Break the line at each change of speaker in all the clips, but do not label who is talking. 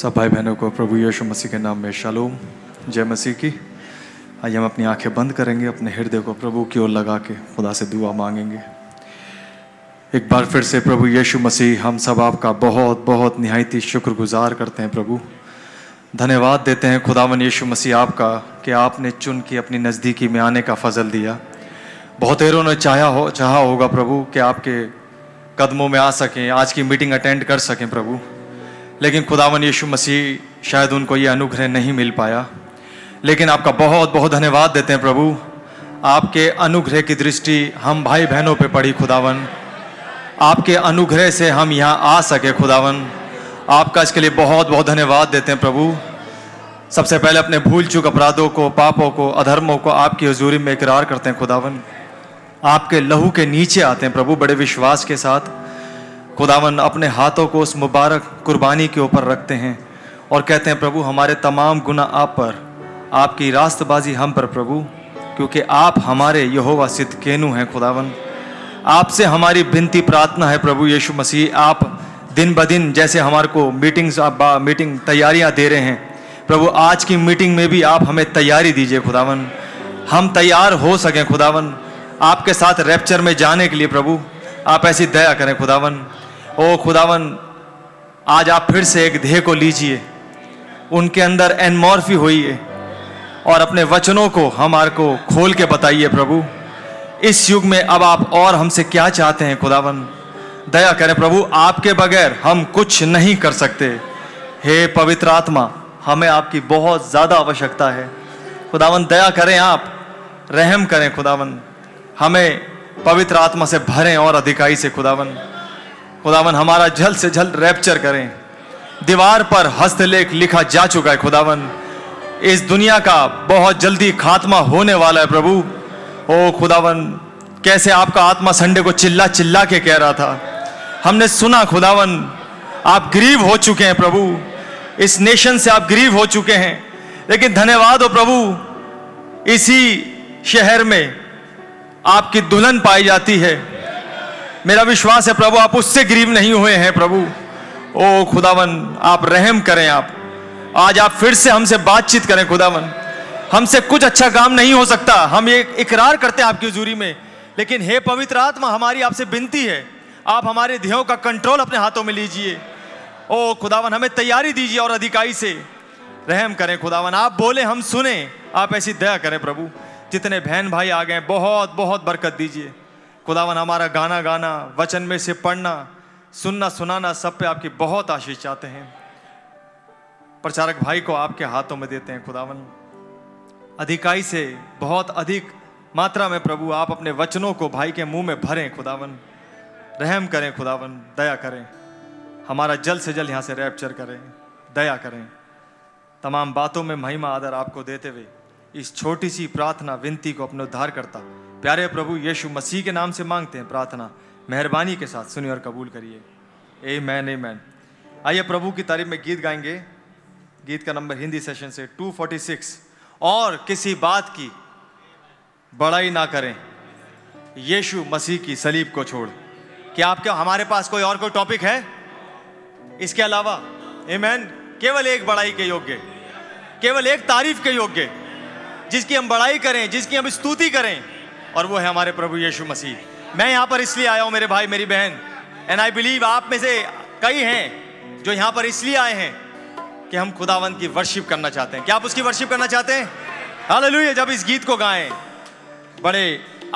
सब भाई बहनों को प्रभु यीशु मसीह के नाम में शालोम जय मसीह की आइए हम अपनी आंखें बंद करेंगे अपने हृदय को प्रभु की ओर लगा के खुदा से दुआ मांगेंगे एक बार फिर से प्रभु यीशु मसीह हम सब आपका बहुत बहुत निहायती शुक्रगुजार करते हैं प्रभु धन्यवाद देते हैं खुदावन यीशु मसीह आपका कि आपने चुन के अपनी नज़दीकी में आने का फजल दिया बहुतेरों ने चाहा हो चाहा होगा प्रभु कि आपके कदमों में आ सकें आज की मीटिंग अटेंड कर सकें प्रभु लेकिन खुदावन यीशु मसीह शायद उनको ये अनुग्रह नहीं मिल पाया लेकिन आपका बहुत बहुत धन्यवाद देते हैं प्रभु आपके अनुग्रह की दृष्टि हम भाई बहनों पे पड़ी खुदावन आपके अनुग्रह से हम यहाँ आ सके खुदावन आपका इसके लिए बहुत बहुत धन्यवाद देते हैं प्रभु सबसे पहले अपने भूल चूक अपराधों को पापों को अधर्मों को आपकी हजूरी में इकरार करते हैं खुदावन आपके लहू के नीचे आते हैं प्रभु बड़े विश्वास के साथ खुदावन अपने हाथों को उस मुबारक कुर्बानी के ऊपर रखते हैं और कहते हैं प्रभु हमारे तमाम गुना आप पर आपकी रास्तबाजी हम पर प्रभु क्योंकि आप हमारे यहोवा सिद्ध केनु हैं खुदावन आपसे हमारी विनती प्रार्थना है प्रभु यीशु मसीह आप दिन ब दिन जैसे हमारे को मीटिंग्स आप बा- मीटिंग तैयारियां दे रहे हैं प्रभु आज की मीटिंग में भी आप हमें तैयारी दीजिए खुदावन हम तैयार हो सकें खुदावन आपके साथ रैप्चर में जाने के लिए प्रभु आप ऐसी दया करें खुदावन ओ खुदावन आज आप फिर से एक ध्येय को लीजिए उनके अंदर एनमॉर्फी होइए और अपने वचनों को हमारे को खोल के बताइए प्रभु इस युग में अब आप और हमसे क्या चाहते हैं खुदावन दया करें प्रभु आपके बगैर हम कुछ नहीं कर सकते हे पवित्र आत्मा हमें आपकी बहुत ज़्यादा आवश्यकता है खुदावन दया करें आप रहम करें खुदावन हमें पवित्र आत्मा से भरें और अधिकाई से खुदावन खुदावन हमारा जल्द से जल्द रैप्चर करें दीवार पर हस्तलेख लिखा जा चुका है खुदावन इस दुनिया का बहुत जल्दी खात्मा होने वाला है प्रभु ओ खुदावन कैसे आपका आत्मा संडे को चिल्ला चिल्ला के कह रहा था हमने सुना खुदावन आप गरीब हो चुके हैं प्रभु इस नेशन से आप गरीब हो चुके हैं लेकिन धन्यवाद हो प्रभु इसी शहर में आपकी दुल्हन पाई जाती है मेरा विश्वास है प्रभु आप उससे गरीब नहीं हुए हैं प्रभु ओ खुदावन आप रहम करें आप आज आप फिर से हमसे बातचीत करें खुदावन हमसे कुछ अच्छा काम नहीं हो सकता हम ये इकरार करते हैं आपकी हजूरी में लेकिन हे पवित्र आत्मा हमारी आपसे विनती है आप हमारे ध्येयों का कंट्रोल अपने हाथों में लीजिए ओ खुदावन हमें तैयारी दीजिए और अधिकाई से रहम करें खुदावन आप बोले हम सुने आप ऐसी दया करें प्रभु जितने बहन भाई आ गए हैं, बहुत बहुत बरकत दीजिए खुदावन हमारा गाना गाना वचन में से पढ़ना सुनना सुनाना सब पे आपकी बहुत आशीष चाहते हैं प्रचारक भाई को आपके हाथों में देते हैं खुदावन अधिकाई से बहुत अधिक मात्रा में प्रभु आप अपने वचनों को भाई के मुंह में भरें खुदावन रहम करें खुदावन दया करें हमारा जल्द से जल्द यहाँ से रैप्चर करें दया करें तमाम बातों में महिमा आदर आपको देते हुए इस छोटी सी प्रार्थना विनती को अपने उद्धार करता प्यारे प्रभु यीशु मसीह के नाम से मांगते हैं प्रार्थना मेहरबानी के साथ सुनिए और कबूल करिए ए मैन ए मैन आइए प्रभु की तारीफ में गीत गाएंगे गीत का नंबर हिंदी सेशन से 246 और किसी बात की बड़ाई ना करें यीशु मसीह की सलीब को छोड़ क्या आपके हमारे पास कोई और कोई टॉपिक है इसके अलावा एमेन केवल एक बड़ाई के योग्य केवल एक तारीफ के योग्य जिसकी हम बड़ाई करें जिसकी हम स्तुति करें और वो है हमारे प्रभु यीशु मसीह मैं यहाँ पर इसलिए आया हूँ मेरे भाई मेरी बहन एंड आई बिलीव आप में से कई हैं जो यहाँ पर इसलिए आए हैं कि हम खुदावंत की वर्शिप करना चाहते हैं क्या आप उसकी वर्शिप करना चाहते हैं हालेलुया जब इस गीत को गाएं बड़े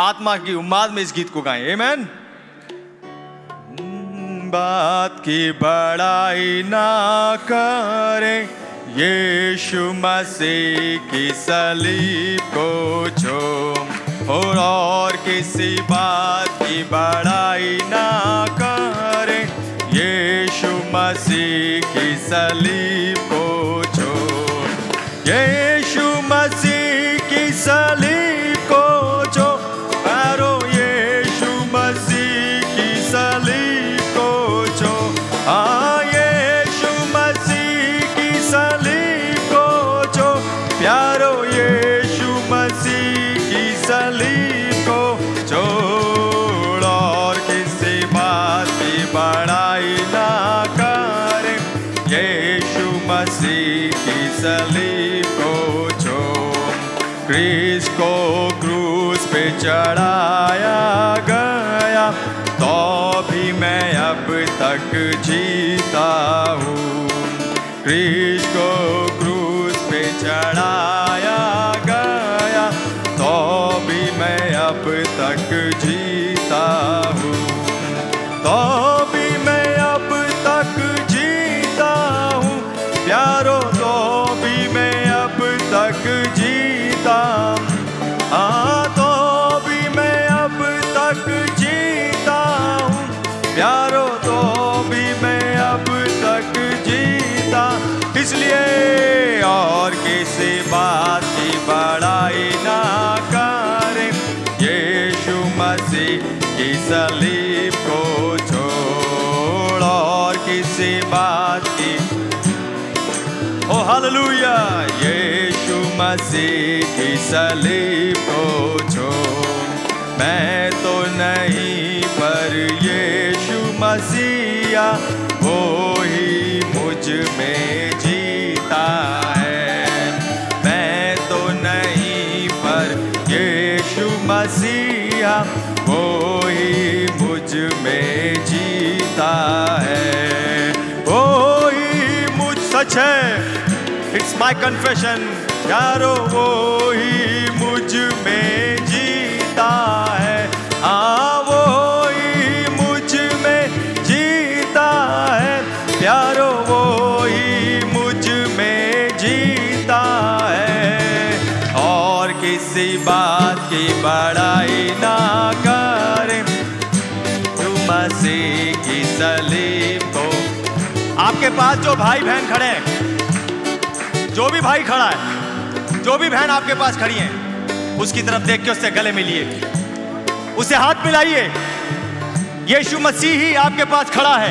आत्मा की उम्माद में इस गीत को गाएं आमेन बात की बड़ाई ना करें यीशु मसीह की सलीब को छो और, और किसी बात की बड़ाई ना करें यीशु मसीह की सलीब को छो यीशु मसीह की सलीब को छो पैरो यीशु मसीह की सलीब को छो हाँ यीशु मसीह की सलीब को छो प्यारो यीशु मसीह की सलीब को छोड़ और किसी बात की बड़ाई ना कर यीशु मसीह मसीह की सलीब को चूम क्रीस को क्रूस पे चढ़ाया गया तो भी मैं अब तक जीता हूँ क्रीस को क्रूस पे चढ़ाया गया तो भी मैं अब तक जीता हूँ तो भी मैं अब तक जीता हूँ प्यारो तो भी मैं अब तक जीता हाँ तो भी मैं अब तक जीता हूँ प्यारो तो भी मैं अब तक जीता इसलिए और किसी बात की बड़ाई ना करें यीशु मसीह की सलीब को छोड़ और किसी बात की ओ हालेलुया यीशु मसीह की सलीब को छोड़ मैं तो नहीं पर यीशु मसीहा वो ही मुझ में जीता है मैं तो नहीं पर यीशु मसीहा वो ही मुझ में जीता है वो ही मुझ सच है इट्स माय कन्फेशन यारो वो ही मुझ में जीता है हाँ वो ही मुझ में जीता है प्यारो वो ही मुझ में जीता है और किसी बात की बड़ाई ना करें तू मसीह की सलीब को आपके पास जो भाई बहन खड़े हैं जो भी भाई खड़ा है जो भी बहन आपके पास खड़ी है उसकी तरफ देख के उससे गले मिलिए उसे हाथ मिलाइए यीशु मसीह ही आपके पास खड़ा है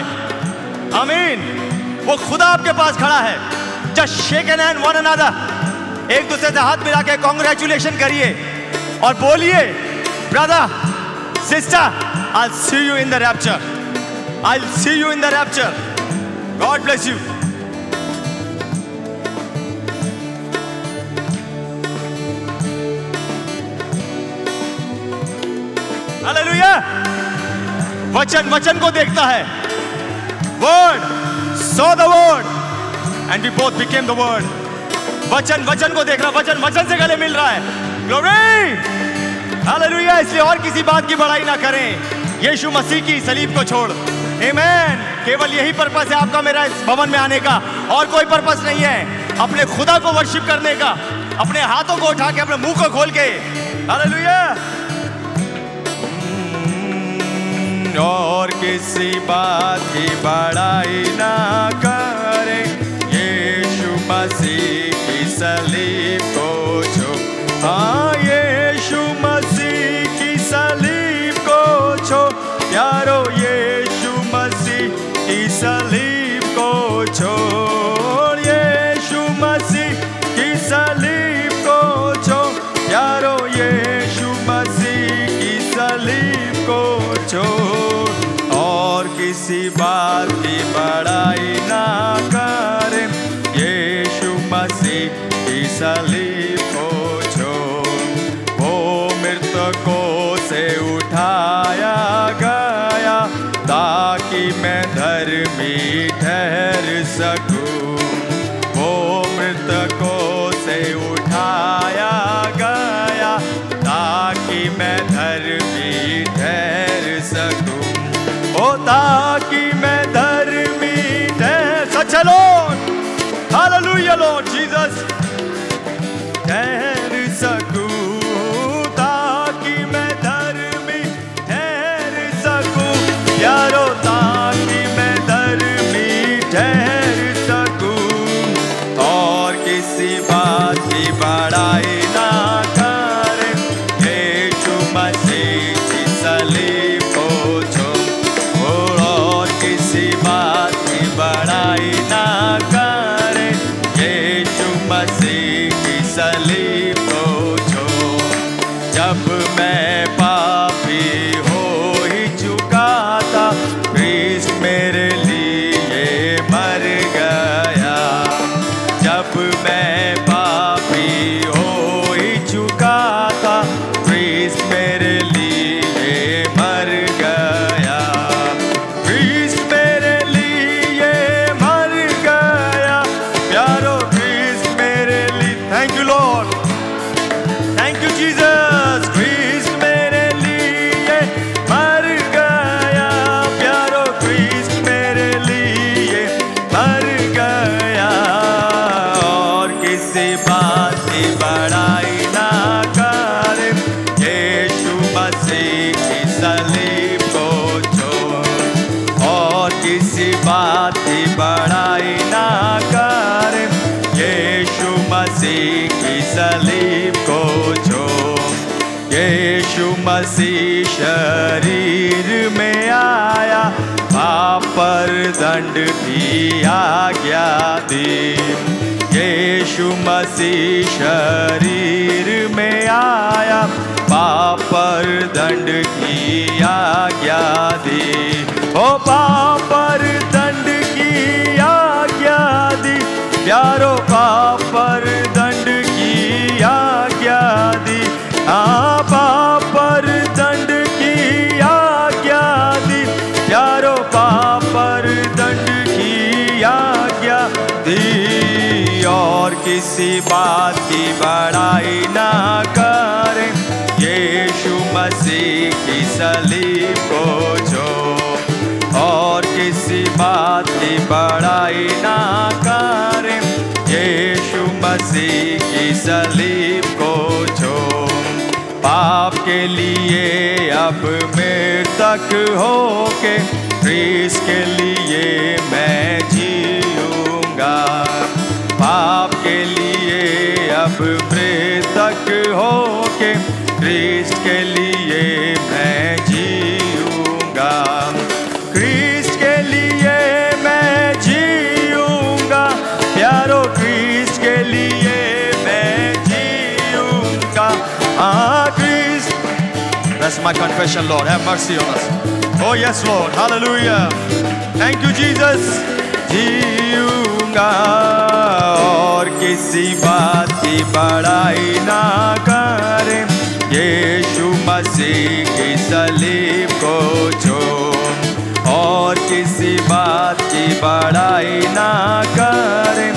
आमीन वो खुदा आपके पास खड़ा है just shake an hand one another एक दूसरे से हाथ मिला के कॉन्ग्रेचुलेशन करिए और बोलिए brother sister I see you in the rapture I see you in the rapture God bless you. Hallelujah वचन वचन को देखता है word so the word and we both became the word वचन वचन को देख रहा वचन वचन से गले मिल रहा है ग्लोरी हालेलुया इसलिए और किसी बात की बड़ाई ना करें यीशु मसीह की सलीब को छोड़ आमेन केवल यही पर्पस है आपका मेरा इस भवन में आने का और कोई पर्पस नहीं है अपने खुदा को वर्शिप करने का अपने हाथों को उठा के अपने मुंह को खोल के हालेलुया और किसी बात की बड़ाई ना करें यीशु मसीह की सलीब को छो हाँ यीशु मसीह की सलीब को छो यारो यीशु मसीह की सलीब को छोड़ यीशु मसीह की सलीब को छो यारो यीशु मसीह की सलीब को छोड़ और किसी बात की बड़ाई ना करें यीशु मसीह की सलीब को छोड़ वो मृतकों से उठाया गया ताकि मैं धर्मी ठहर सकूं वो मृतकों से उठाया गया ताकि मैं धर्मी ठहर सकूं ओ ताकि मैं धर्मी ठहर सच लॉर्ड हालेलुया लॉर्ड जीसस ठहर सकूं ताकि मैं धर्मी ठहर सकूं यारो ताकि मैं धर्मी ठहर सकूं और किसी बात की बड़ाई ना करें यीशु मसीह की सलीब को छो और किसी बात की बड़ाई ना करें यीशु मसीह की सलीब को छो जब मैं पापी हो ही चुका था क्रिस्ट मेरे लिए मर गया मसीह शरीर में आया पाप पर दंड की आज्ञा दी यीशु मसीह शरीर में आया पाप पर दंड की आज्ञा दी ओ पाप पर दंड की आज्ञा दी प्यारो पाप पर दंड की आज्ञा दी हाँ पाप पर दंड की आज्ञा दी प्यारो पाप पर दंड की आज्ञा दी और किसी बात की बड़ाई ना करें यीशु मसीह की सलीब को जो और किसी बात की बड़ाई ना करें यीशु मसीह की सलीब को जो पाप के लिए अब मेरे तक होके क्रीस के लिए मैं जीऊंगा पाप के लिए अब मेरे तक होके क्रीस के लिए मैं जीऊंगा क्रीस के लिए मैं जीऊंगा प्यारो क्रीस के लिए मैं जीऊंगा हाँ क्रीस That's my confession, Lord. Have mercy on us. Oh, yes, Lord. Hallelujah. Thank you, Jesus. जीऊंगा और किसी बात की बड़ाई ना करें यीशु मसीह की सलीब को जो और किसी बात की बड़ाई ना करें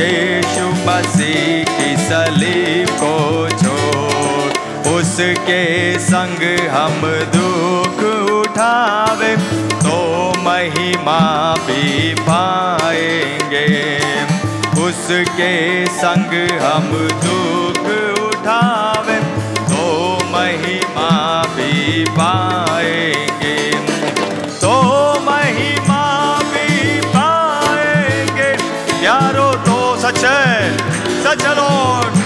यीशु मसीह की सलीब को जो उसके संग हम दुख उठावे तो महिमा भी पाएंगे उसके संग हम दुख उठावे तो महिमा भी पाएंगे तो महिमा भी पाएंगे यारो तो सच है सच है लॉर्ड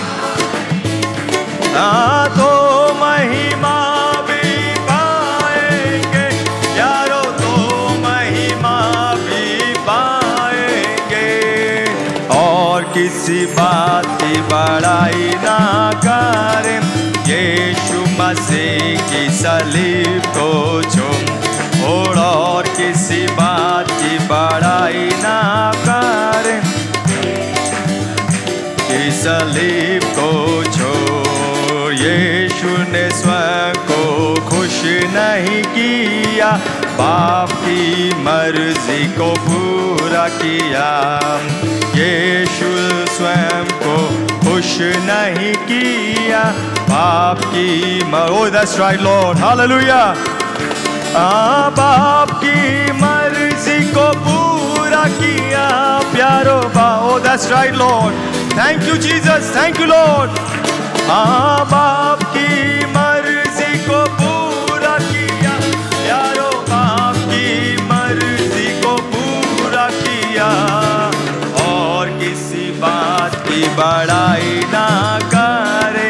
ना तो महिमा भी पाएंगे यारो तो महिमा भी पाएंगे और किसी बात की बड़ाई ना करें यीशु मसीह की सलीब को चुम और, और किसी बात की बड़ाई ना करें की सलीब को छो यीशु ने स्वयं को खुश नहीं किया पाप की मर्जी को पूरा किया यीशु स्वयं को खुश नहीं किया पाप की मर oh that's right Lord hallelujah आप आपकी मर्जी को पूरा किया प्यारो बाओ that's right Lord thank you Jesus thank you Lord आप आपकी मर्जी को पूरा किया प्यारो आपकी मर्जी को पूरा किया और किसी बात की बड़ाई ना करे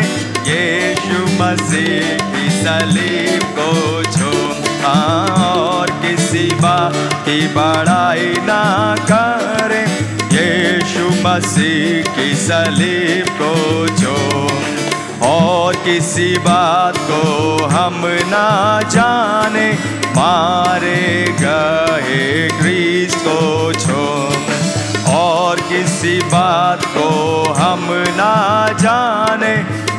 यीशु मसीह की सलीब को छूम और किसी बात की बड़ाई ना करे यीशु मसीह की सलीब को छूम और किसी बात को हम ना जाने मारे गए ग्रीस को छूम और किसी बात को हम ना जाने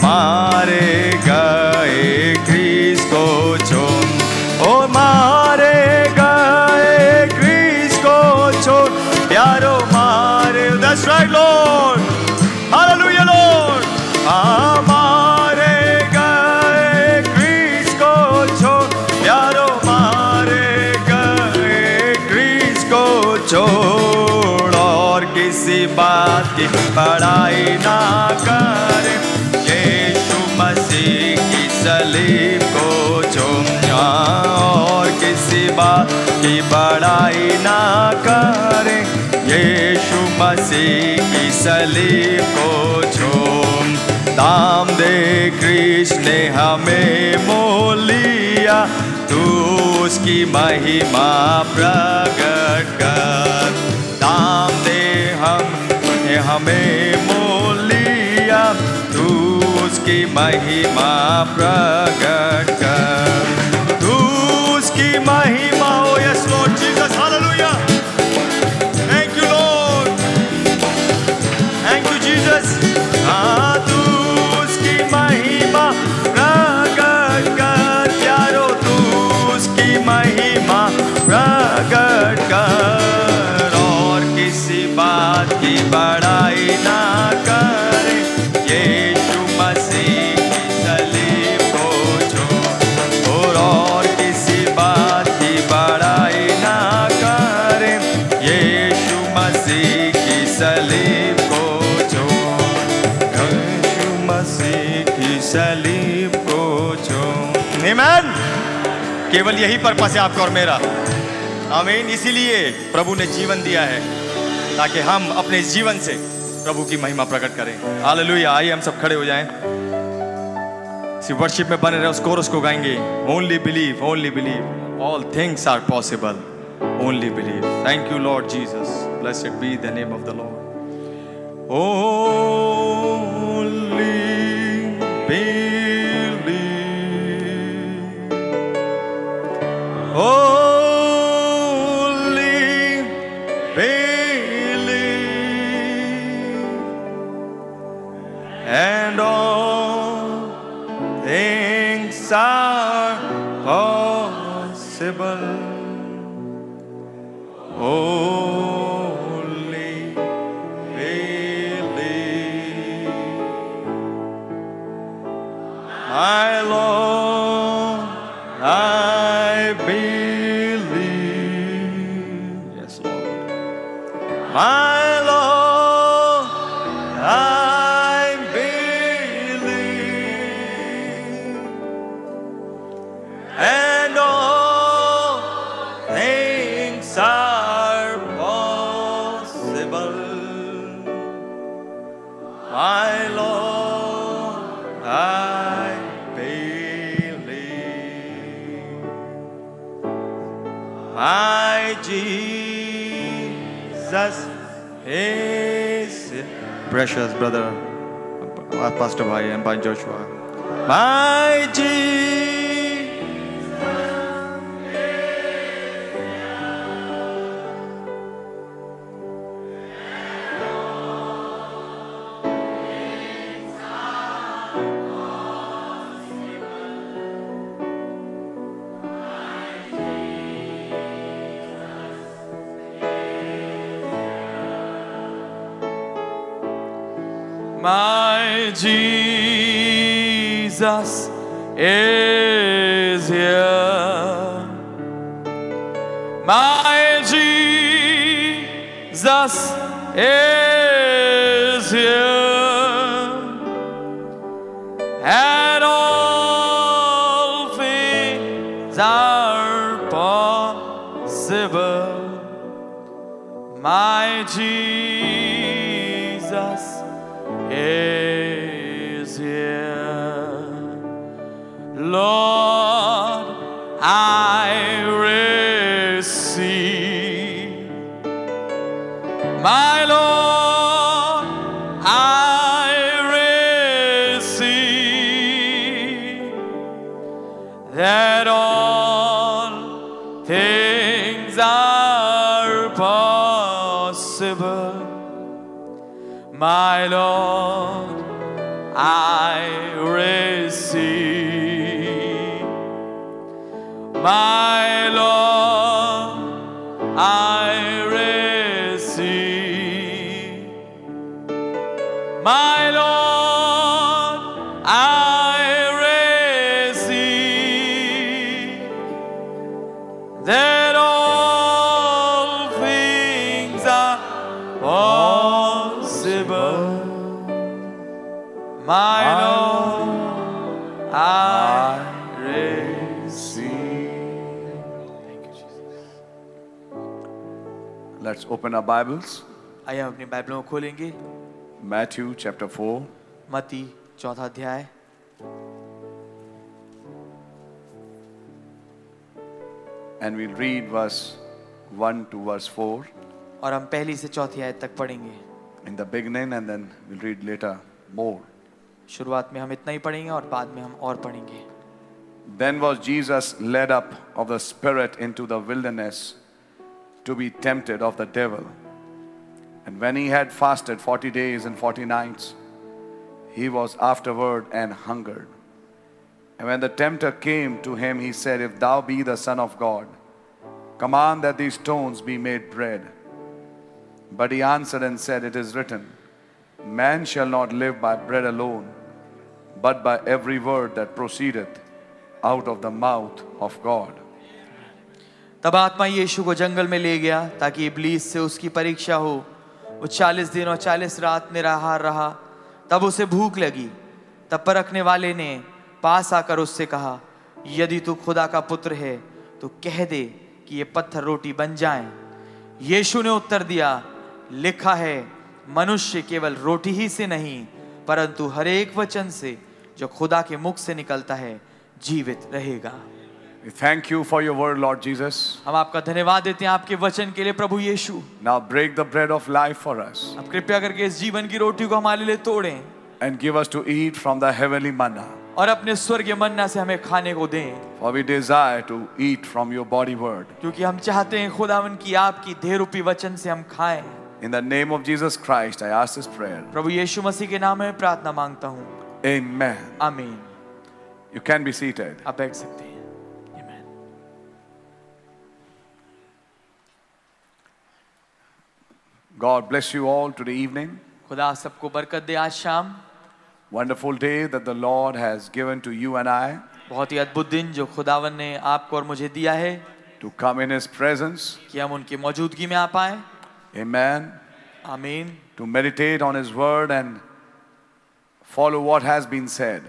मारे गए क्रीस को छोड़ ओ मारे गए क्रीस को छोड़ प्यारो मारे that's right Lord hallelujah Lord हमारे गए क्रीस को छोड़ प्यारो मारे गए क्रीस को छोड़ और किसी बात की पढ़ाई ना कर यीशु मसीह की सलीब को चुम और किसी बात की बड़ाई ना कर यीशु मसीह की सलीब को चुम दाम दे कृष्ण ने हमें मोह लिया तू उसकी महिमा प्रकट कर दाम दे हम ने हमें मोह लिया तू उसकी महिमा प्रकट कर तू उसकी महिमा oh yes Lord Jesus hallelujah thank you Lord Thank you, Jesus. हाँ, तू उसकी महिमा प्रकट कर, प्यारो, तू उसकी महिमा प्रकट कर। और किसी बात की बड़ाई ना करे यीशु मसीह की सलीब को छो और, और किसी बात की बड़ाई ना करे यीशु मसीह की सलीब को छोड़ यीशु मसीह की सलीब को छोड़ आमीन केवल यही पर्पस है आपका और मेरा आमीन इसीलिए प्रभु ने जीवन दिया है ताकि हम अपने जीवन से प्रभु की महिमा प्रकट करें हालेलुया आइए हम सब खड़े हो जाएं इसी वर्शिप में बने रहे उस कोरस को गाएंगे only believe only believe all things are possible only believe thank you Lord Jesus blessed be the name of the Lord only believe only believe and all things are possible. Only believe, my Lord, I believe. Yes, Lord, my Lord. I believe, and all things are possible. My Lord, I believe. My Jesus is precious brother, uh, Pastor Bhai and by Joshua. My Jesus. My Jesus is here. My Jesus is here. And all things are possible. My Jesus is here. Lord, I receive. My Lord, I receive that all things are possible. My Lord, I receive. My Lord, I receive. My Lord, I receive that all things are possible. My Lord, I receive.
Let's open our Bibles.
आइए हम अपनी बाइबलों को खोलेंगे
Matthew chapter 4,
मती चौथा अध्याय
and we'll read verse 1 to verse 4
और हम पहली से चौथी आयत तक पढ़ेंगे
in the beginning, and then we'll read later more.
शुरुआत में हम इतना ही पढ़ेंगे और बाद में हम और पढ़ेंगे
Then was Jesus led up of the Spirit into the wilderness to be tempted of the devil. And when he had fasted forty days and forty nights, he was afterward and hungered. And when the tempter came to him, he said, If thou be the Son of God, command that these stones be made bread. But he answered and said, It is written, Man shall not live by bread alone but by every word that proceedeth out of the mouth of God.
तब आत्मा यीशु को जंगल में ले गया ताकि इबलीस से उसकी परीक्षा हो वो चालीस दिन और चालीस रात निराहार रहा तब उसे भूख लगी तब परखने वाले ने पास आकर उससे कहा यदि तू खुदा का पुत्र है तो कह दे कि ये पत्थर रोटी बन जाए यीशु ने उत्तर दिया लिखा है मनुष्य केवल रोटी ही से नहीं परंतु हरेक वचन से जो खुदा के मुख से निकलता है जीवित रहेगा
We thank you for your word, Lord Jesus.
हम आपका धन्यवाद देते हैं आपके वचन के लिए प्रभु यीशु
Now break the bread of life for us
अब कृपया करके इस जीवन की रोटी को हमारे लिए तोड़ें
and give us to eat from the heavenly manna.
और अपने स्वर्गीय मन्ना से हमें खाने को दें
For we desire to eat from your body word.
क्योंकि हम चाहते हैं खुदावन की आपकी ढेर रूपी वचन से हम खाएं
In the name of Jesus Christ, I ask this prayer.
प्रभु यीशु मसीह के नाम में प्रार्थना मांगता हूँ
Amen.
आमीन
You can be seated.
आप बैठ सकते हैं Amen.
God bless you all today evening.
खुदा सबको बरकत दे आज शाम
Wonderful day that the Lord has given to you and I
बहुत ही अद्भुत दिन जो खुदावन ने आपको और मुझे दिया है
to come in His presence.
कि हम उनकी मौजूदगी में आ पाए
Amen.
आमीन
to meditate on His Word and follow what has been said.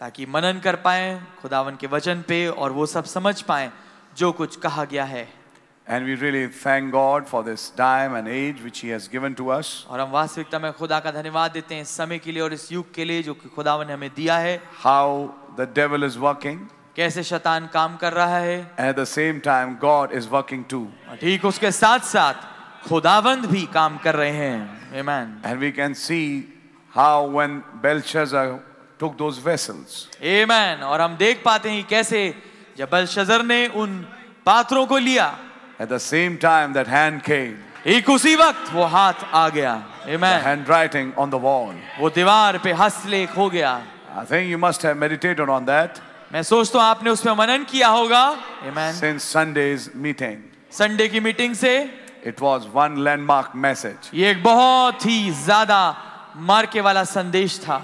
ताकि मनन कर पाए खुदावन के वचन पे और वो सब समझ पाए जो कुछ कहा गया है
And we really thank God for this time and age which He has given to us.
और हम वास्तविकता में खुदा का धन्यवाद देते हैं इस समय के लिए और इस युग के लिए जो कि खुदावन ने हमें दिया है
How the devil is working,
कैसे शैतान काम कर रहा है
and at the same time, God is working too.
और ठीक उसके साथ साथ खुदावंद भी काम कर रहे हैं Amen.
And we can see how when Belshazzar took those vessels,
Amen. और हम देख पाते हैं कि कैसे जब बलशजर ने उन पात्रों को लिया
at the same time that hand came,
एक उसी वक्त वो हाथ आ गया
the
Amen.
handwriting on the wall.
वो दीवार पे हस्तलेख हो गया
I think you must have meditated on that
मैं सोचता हूँ आपने उसमें मनन किया होगा Amen.
since Sunday's meeting.
Sunday की मीटिंग से
It was one landmark message.
ये एक बहुत ही ज्यादा मार्के वाला संदेश था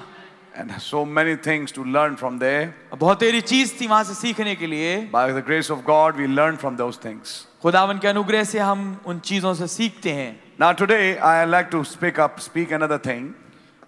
and so many things to learn from there.
बहुत तेरी चीज थी वहां से सीखने के लिए
By the grace of God, we learn from those things.
खुदावन के अनुग्रह से हम उन चीजों से सीखते हैं
Now today, I like to speak up, speak another thing,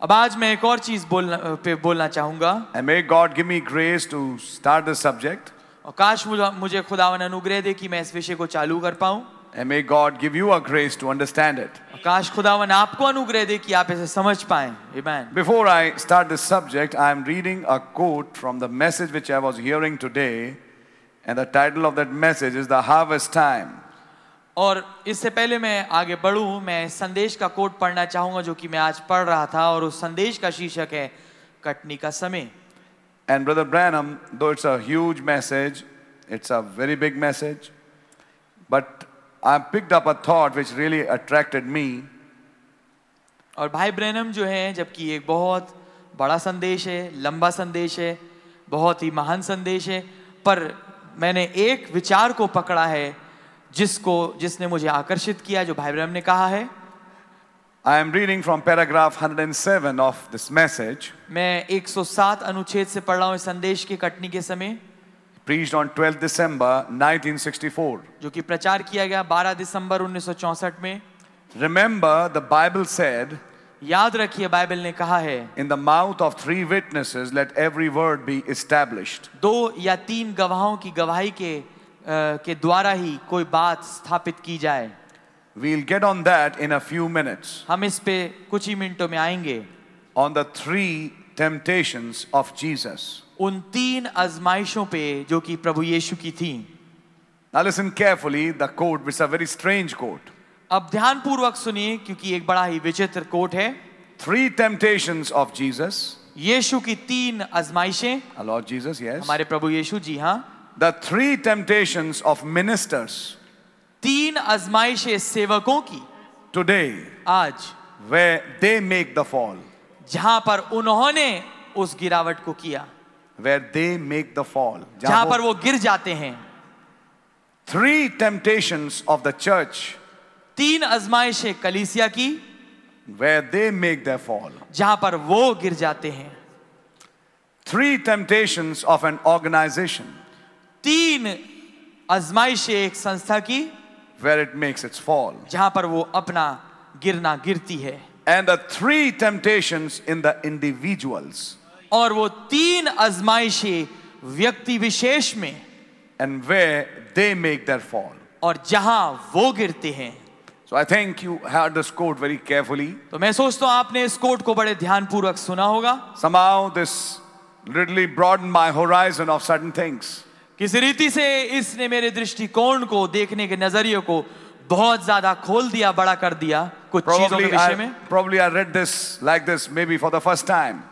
अब आज मैं एक और चीज बोलना पे बोलना चाहूंगा
and may God give me grace to start the subject,
और काश मुझे मुझे खुदावन अनुग्रह दे कि मैं इस विषय को चालू कर पाऊं
and may God give you a grace to understand it.
और काश खुदावन आपको अनुग्रह दे कि आप इसे समझ पाए Amen.
Before I start this subject, I am reading a quote from the message which I was hearing today, and the title of that message is "The Harvest Time."
और इससे पहले मैं आगे बढ़ूं मैं संदेश का कोट पढ़ना चाहूंगा जो कि मैं आज पढ़ रहा था और उस संदेश का शीर्षक है कटनी का समय
And Brother Branham, though it's a huge message, it's a very big message, but I picked up a thought which really attracted me.
और भाई ब्रैनम जो है जबकि एक बहुत बड़ा संदेश है लंबा संदेश है बहुत ही महान संदेश है पर मैंने एक विचार को पकड़ा है जिसको जिसने मुझे आकर्षित किया जो भाई ब्रैनम ने कहा है
I am reading from paragraph 107 of this message,
मैं 107 अनुच्छेद से पढ़ रहा हूँ इस संदेश की कटनी के समय
preached on 12 December 1964.
जो कि प्रचार किया गया 12 दिसंबर 1964 में
Remember, the Bible said,
याद रखिए बाइबल ने कहा है
In the mouth of three witnesses, let every word be established.
दो या तीन गवाहों की गवाही के अ, के द्वारा ही कोई बात स्थापित की जाए
We'll get on that in a few minutes.
हम इस पे कुछ ही मिनटों में आएंगे
On the three temptations of Jesus.
उन तीन आजमाइशों पे जो कि प्रभु यीशु की थी
Now listen carefully, the quote, which is a very strange quote.
अब ध्यान पूर्वक सुनिए क्योंकि एक बड़ा ही विचित्र कोट है
Three temptations of Jesus,
यीशु की तीन आजमाइशें
our Lord Jesus, yes.
हमारे प्रभु यीशु जी हाँ
The three temptations of ministers
तीन आजमाइशें सेवकों की
today,
आज
where they make the fall,
जहां पर उन्होंने उस गिरावट को किया
where they make the fall.
जहां पर
जहाँ वो-
वो गिर जाते हैं
Three temptations of the church,
तीन आजमाइशें कलीसिया की
where they make their fall.
जहां पर वो गिर जाते हैं
Three temptations of an organization,
तीन आजमाइशें एक संस्था की
where it makes its fall.
जहां पर वो अपना गिरना गिरती है
And the three temptations in the individuals,
और वो तीन आजमाइशें व्यक्ति विशेष में
and where they make their fall.
और जहां वो गिरते हैं
So I think you heard this quote very carefully.
तो मैं सोचता हूं आपने इस कोट को बड़े ध्यान पूर्वक सुना होगा
Somehow this really broadened my horizon of certain things.
किस रीति से इसने मेरे दृष्टिकोण को देखने के नजरिए को बहुत ज्यादा खोल दिया बड़ा कर दिया कुछ चीजों के
Probably
विषय
I,
में
probably I read this like this maybe for the first time.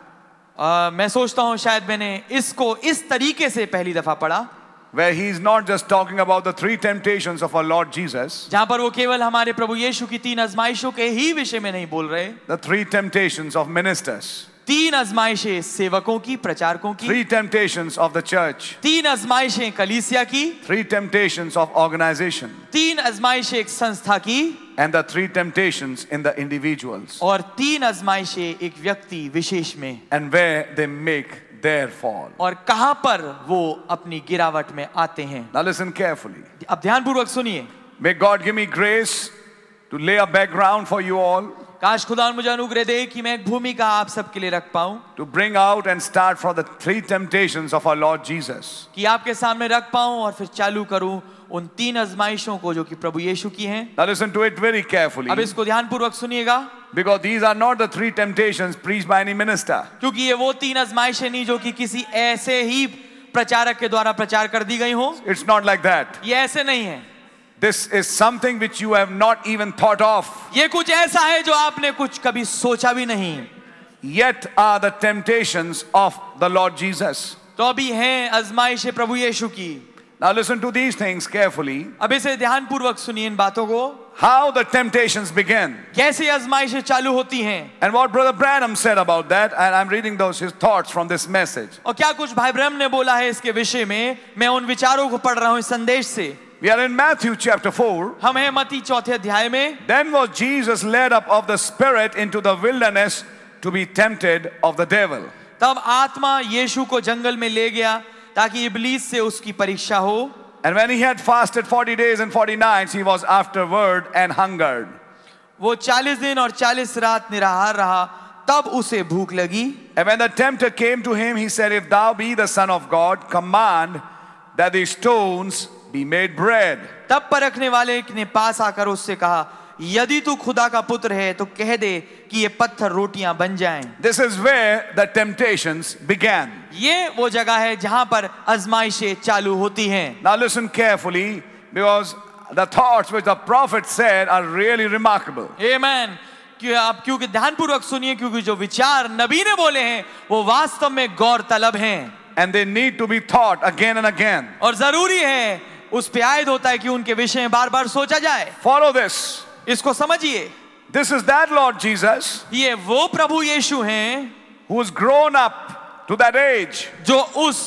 आ, मैं सोचता हूं शायद मैंने इसको इस तरीके से पहली दफा पढ़ा
Where he is not just talking about the three temptations of our Lord Jesus,
जहां पर वो केवल हमारे प्रभु यीशु की तीन आजमाइशों के ही विषय में नहीं बोल रहे
the three temptations of ministers,
तीन आजमाइशें सेवकों की प्रचारकों की
three temptations of the church,
तीन आजमाइशें कलीसिया की
three temptations of organization,
तीन आजमाइशें एक संस्था की
and the three temptations in the individuals,
और तीन आजमाइशें एक व्यक्ति विशेष में
and where they make their fall.
और कहां पर वो अपनी गिरावट में आते हैं
Now listen carefully.
अब ध्यान पूर्वक सुनिए
May God give me grace to lay a background for you all
काश खुदा मुझे अनुग्रह दे कि मैं एक भूमिका आप सबके लिए रख पाऊं
to bring out and start for the three temptations of our Lord Jesus.
कि आपके सामने रख पाऊं और फिर चालू करूं उन तीन आजमाइशों को जो कि प्रभु यीशु की हैं
Now listen to it very carefully
अब इसको ध्यान पूर्वक सुनिएगा
because these are not the three temptations preached by any minister.
क्योंकि ये वो तीन आजमाइशें नहीं जो कि किसी ऐसे ही प्रचारक के द्वारा प्रचार कर दी गई हो
It's not like that.
ये ऐसे नहीं है
This is something which you have not even thought of,
ये कुछ ऐसा है जो आपने कुछ कभी सोचा भी नहीं
yet are the temptations of the Lord Jesus.
तो अभी हैं आजमाइशें प्रभु यीशु की
Now listen to these things carefully.
अब इसे ध्यान पूर्वक सुनिए इन बातों को
How the temptations begin.
कैसे आजमाइशें चालू होती हैं
And what Brother Branham said about that, and I'm reading those his thoughts from this message.
और क्या कुछ भाई ब्रह्म ने बोला है इसके विषय में मैं उन विचारों को पढ़ रहा हूं इस संदेश से
We are in Matthew chapter 4.
हम हैं मती चौथे अध्याय में
Then was Jesus led up of the Spirit into the wilderness to be tempted of the devil.
तब आत्मा यीशु को जंगल में ले गया ताकि इबलीस से उसकी परीक्षा हो
And when he had fasted 40 days and 40 nights, he was afterward and hungered.
वो चालीस दिन और चालीस रात निराहार रहा तब उसे भूख लगी
And when the tempter came to him, he said, If thou be the Son of God, command that these stones be made bread.
तब परखने वाले ने पास आकर उससे कहा यदि तू खुदा का पुत्र है तो कह दे कि ये पत्थर रोटियां बन जाएं।
This is where the temptations began.
ये वो जगह है जहां पर आजमाइशें चालू होती हैं
Now listen carefully because the thoughts which the prophet said are really remarkable.
Amen. कि आप क्योंकि ध्यान पूर्वक सुनिए क्योंकि जो विचार नबी ने बोले हैं वो वास्तव में गौर तलब हैं
And they need to be thought again and again.
और जरूरी है उस पे आयद होता है कि उनके विषय में बार बार सोचा जाए
Follow this.
इसको समझिए
This is that Lord Jesus
ये वो प्रभु यीशु हैं
who has grown up to that age
जो उस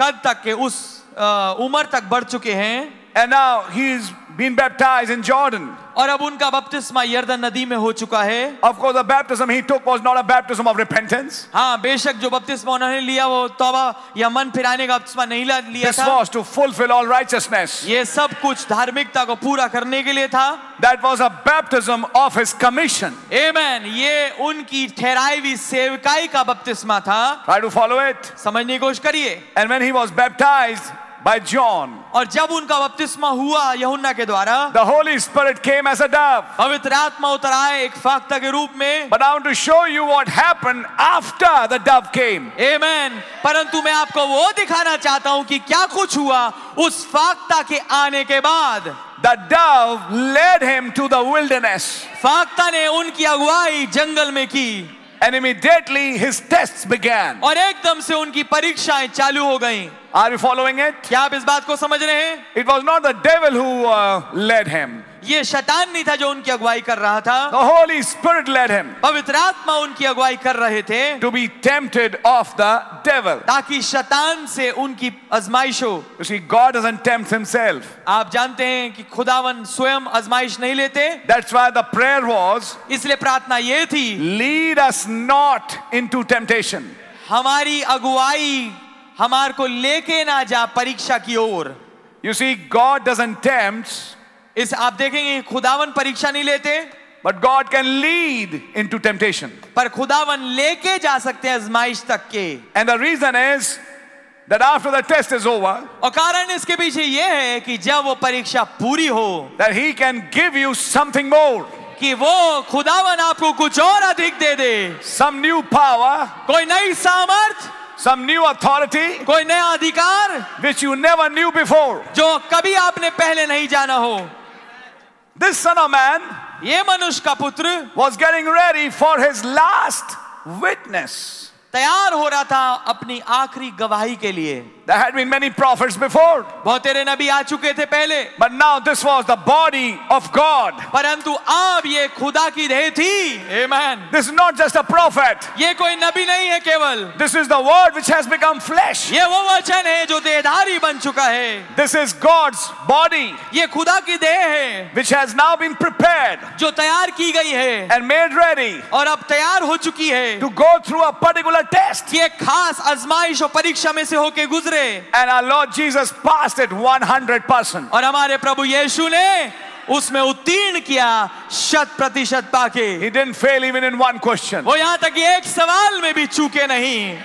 कद तक के उस अ, उम्र तक बढ़ चुके हैं
and now he's been baptized in Jordan.
और अब उनका बपतिस्मा यर्दन नदी में हो चुका है
Of course, the baptism he took was not a baptism of repentance.
हाँ बेशक जो बपतिस्मा उन्होंने लिया वो तौबा या मन फिराने का बपतिस्मा नहीं ला- लिया
This
था
was to fulfill all righteousness.
ये सब कुछ धार्मिकता को पूरा करने के लिए था
That was a baptism of his commission.
Amen. ये उनकी ठहराई हुई सेवकाई का बपतिस्मा था
Try to follow it.
समझने की कोशिश करिए
And when he was baptized, by John,
और जब उनका बपतिस्मा हुआ यहुन्ना के द्वारा
the Holy Spirit came as a dove.
पवित्र आत्मा उतर आए एक फाख्ता के रूप में
But I want to show you what happened after the dove came.
Amen. परंतु मैं आपको वो दिखाना चाहता हूं कि क्या कुछ हुआ उस फाख्ता के आने के बाद
The dove led him to the wilderness,
फाख्ता ने उनकी अगुवाई जंगल में की
and immediately his tests began.
और एकदम से उनकी परीक्षाएं चालू हो गईं
Are you following it?
क्या आप इस बात को समझ रहे हैं
It was not the devil who uh, led him,
ये शैतान नहीं था जो उनकी अगुवाई कर रहा
the
था
Holy Spirit led him
पवित्र आत्मा उनकी अगुवाई कर रहे थे
to be tempted of the devil.
ताकि शैतान से उनकी आजमाइश हो
You see, God doesn't tempt himself.
आप जानते हैं कि खुदावन स्वयं आजमाइश नहीं लेते
That's why the prayer was
इसलिए प्रार्थना ये थी
lead us not into temptation.
हमारी अगुवाई हमार को लेके ना जा परीक्षा की ओर
You see, God doesn't tempt,
इस आप देखेंगे खुदावन परीक्षा नहीं लेते
but God can lead into temptation.
पर खुदावन लेके जा सकते हैं आजमाइश तक के
And the reason is that after the test is over,
और कारण इसके पीछे यह है कि जब वो परीक्षा पूरी हो
that He can give you something more,
कि वो खुदावन आपको कुछ और अधिक दे दे
some new power,
कोई नई सामर्थ
some new authority,
कोई नया अधिकार
which you never knew before.
जो कभी आपने पहले नहीं जाना हो
This Son of Man
ये मनुष्य का पुत्र
was getting ready for His last witness.
तैयार हो रहा था अपनी आखिरी गवाही के लिए
There had been many prophets before,
बहुत तेरे नबी आ चुके थे पहले
but now this was the body of God.
परंतु अब ये खुदा की देह थी Amen.
This is not just a prophet.
ये कोई नबी नहीं है केवल
This is the word which has become flesh.
ये वो वचन है जो देहधारी बन चुका है
This is God's body
ये खुदा की देह है
which has now been prepared
जो तैयार की गई है
and made ready
और अब तैयार हो चुकी है
to go through a particular test.
कि एक खास आजमाइश और परीक्षा में से होके गुजरे
And our Lord Jesus passed it 100%.
और हमारे प्रभु यीशु ने उसमें उत्तीर्ण किया शत प्रतिशत पाके
He didn't fail even in one question.
वो यहाँ तक कि एक सवाल में भी चूके नहीं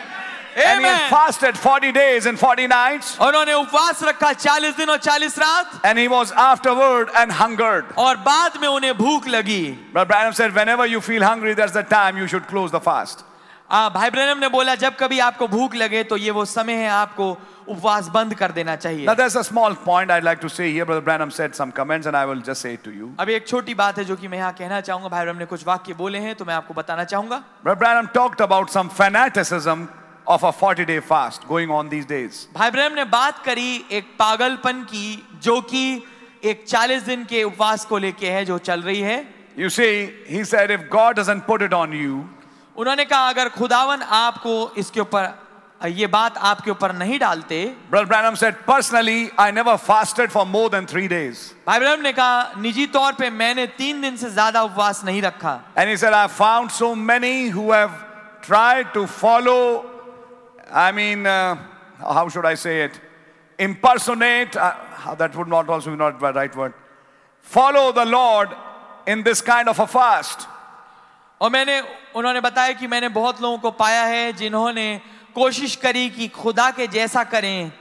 And he had
Amen.
fasted 40 days and 40 nights.
उन्होंने उपवास रखा चालीस दिन और चालीस रात
And he was afterward and hungered.
और बाद में उन्हें भूख लगी
Brother Branham said, whenever you feel hungry, that's the time you should close the fast.
आ, भाई ब्रनम ने बोला जब कभी आपको भूख लगे तो ये वो समय है आपको उपवास बंद कर देना चाहिए
Now, there's a small point I'd like to say here. Brother Branham said some comments, and I will just say it to you.
अब एक छोटी बात है जो कि मैं यहाँ कहना चाहूंगा भाई ब्रम ने कुछ वाक्य बोले हैं तो मैं आपको बताना चाहूंगा
Brother Branham talked about some fanaticism of a 40 day fast going on these days.
भाई ब्रम ने बात करी एक पागलपन की जो कि एक 40 दिन के उपवास को लेके है जो चल रही है
You see, he said, if God doesn't put it on you,
उन्होंने कहा अगर खुदावन आपको इसके ऊपर ये बात आपके ऊपर नहीं डालते
Brother Branham said, personally, I never fasted for more than three days.
भाई ब्रम ने कहा निजी तौर पे मैंने तीन दिन से ज्यादा उपवास नहीं रखा
And he said, I found so many who have tried to follow, I mean, uh, how should I say it? Impersonate, uh, that would not also be not the right word. Follow the Lord in this kind of a fast.
और मैंने उन्होंने बताया कि मैंने बहुत लोगों को पाया है जिन्होंने कोशिश करी कि खुदा के जैसा करें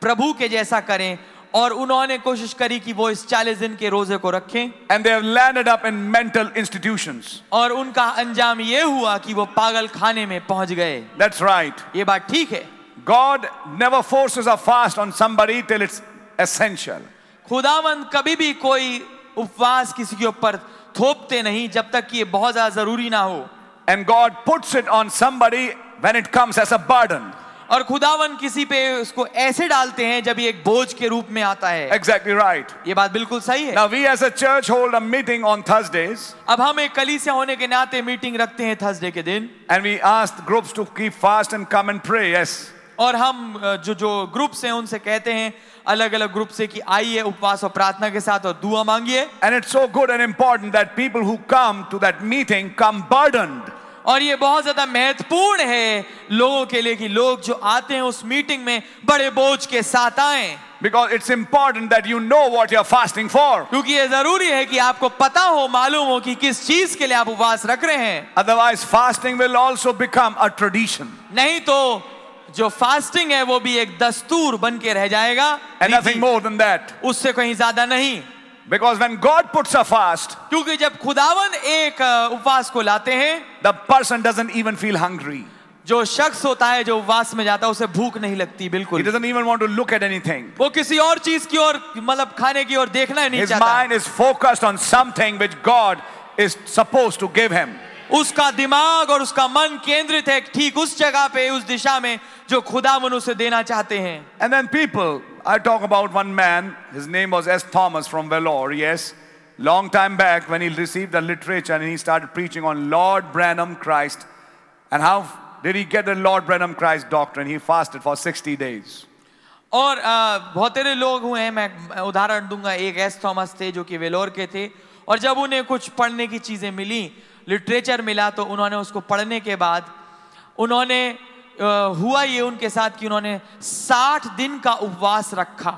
प्रभु के जैसा करें और उन्होंने कोशिश करी कि वो इस चालीस दिन के रोजे को रखें
And they have landed up in mental institutions.
और उनका अंजाम ये हुआ कि वो पागल खाने में पहुंच गए
That's right.
ये बात ठीक है
God never forces a fast on somebody till it's essential.
खुदावंद कभी भी कोई उपवास किसी के ऊपर थोपते नहीं जब तक कि ये बहुत ज्यादा जरूरी ना हो
And God puts it on somebody when it comes as a burden.
और खुदावन किसी पे उसको ऐसे डालते हैं जब ये एक बोझ के रूप में आता है
Exactly right.
ये बात बिल्कुल सही है
Now, we as a church hold a meeting on Thursdays
अब हम एक कलीसिया होने के नाते मीटिंग रखते हैं थर्सडे के दिन
and we ask groups to keep fast and come and pray. Yes.
और हम अ, जो जो ग्रुप्स हैं उनसे कहते हैं अलग अलग ग्रुप से कि आइए उपवास और प्रार्थना के साथ और दुआ मांगिए
And it's so good and important that people who come to that meeting come burdened.
और ये बहुत ज्यादा महत्वपूर्ण है लोगों के लिए कि लोग जो आते हैं उस मीटिंग में बड़े बोझ के साथ आए
Because it's important that you know what you're fasting for.
क्योंकि ये जरूरी है कि आपको पता हो मालूम हो कि किस चीज के लिए आप उपवास रख रहे हैं
Otherwise, fasting will also become a tradition.
नहीं तो जो फास्टिंग है वो भी एक दस्तूर बन के रह जाएगा
and nothing
रीति।
more than that.
उससे कहीं ज्यादा नहीं
Because when God puts a fast,
क्योंकि जब खुदावन एक अ, उपवास को लाते हैं
the person doesn't even feel hungry.
जो शख्स होता है जो उपवास में जाता है उसे भूख नहीं लगती
He
बिल्कुल
doesn't even want to look at anything.
वो किसी और चीज की ओर मतलब खाने की ओर देखना ही नहीं
His
चाहता
mind is focused on something which God is supposed to give him.
उसका दिमाग और उसका मन केंद्रित है ठीक उस जगह पे उस दिशा में जो खुदावन उसे देना चाहते हैं
And then people, I talk about one man, his name was S. Thomas from Vellore, yes. Long time back when he received the literature and he started preaching on Lord Branham Christ. And how did he get the Lord Branham Christ doctrine? He fasted for 60 days.
और अ, बहुत सारे लोग हुए हैं मैं मैं उदाहरण दूंगा एक एस थॉमस थे जो कि वेलोर के थे और जब उन्हें कुछ पढ़ने की चीजें मिली लिटरेचर मिला तो उन्होंने उसको पढ़ने के बाद उन्होंने अ, हुआ ये उनके साथ कि उन्होंने 60 दिन का उपवास रखा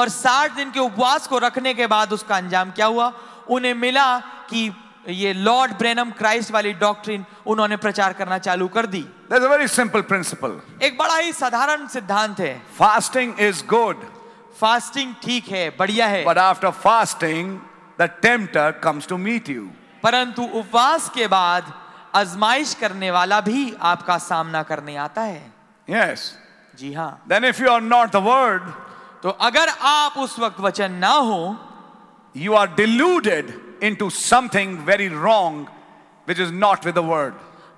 और 60 दिन के उपवास को रखने के बाद उसका अंजाम क्या हुआ उन्हें मिला कि ये लॉर्ड ब्रेनम क्राइस्ट वाली डॉक्ट्रिन उन्होंने प्रचार करना चालू कर दी
There's a very simple principle
एक बड़ा ही साधारण सिद्धांत है
fasting is good,
फास्टिंग ठीक है बढ़िया है
but after fasting, the tempter comes to meet you.
परंतु उपवास के बाद आजमाइश करने वाला भी आपका सामना करने आता है
Yes.
जी हाँ
Then, if you are not the word,
तो अगर आप उस वक्त वचन ना हो
you are deluded into something very wrong which is not with the word.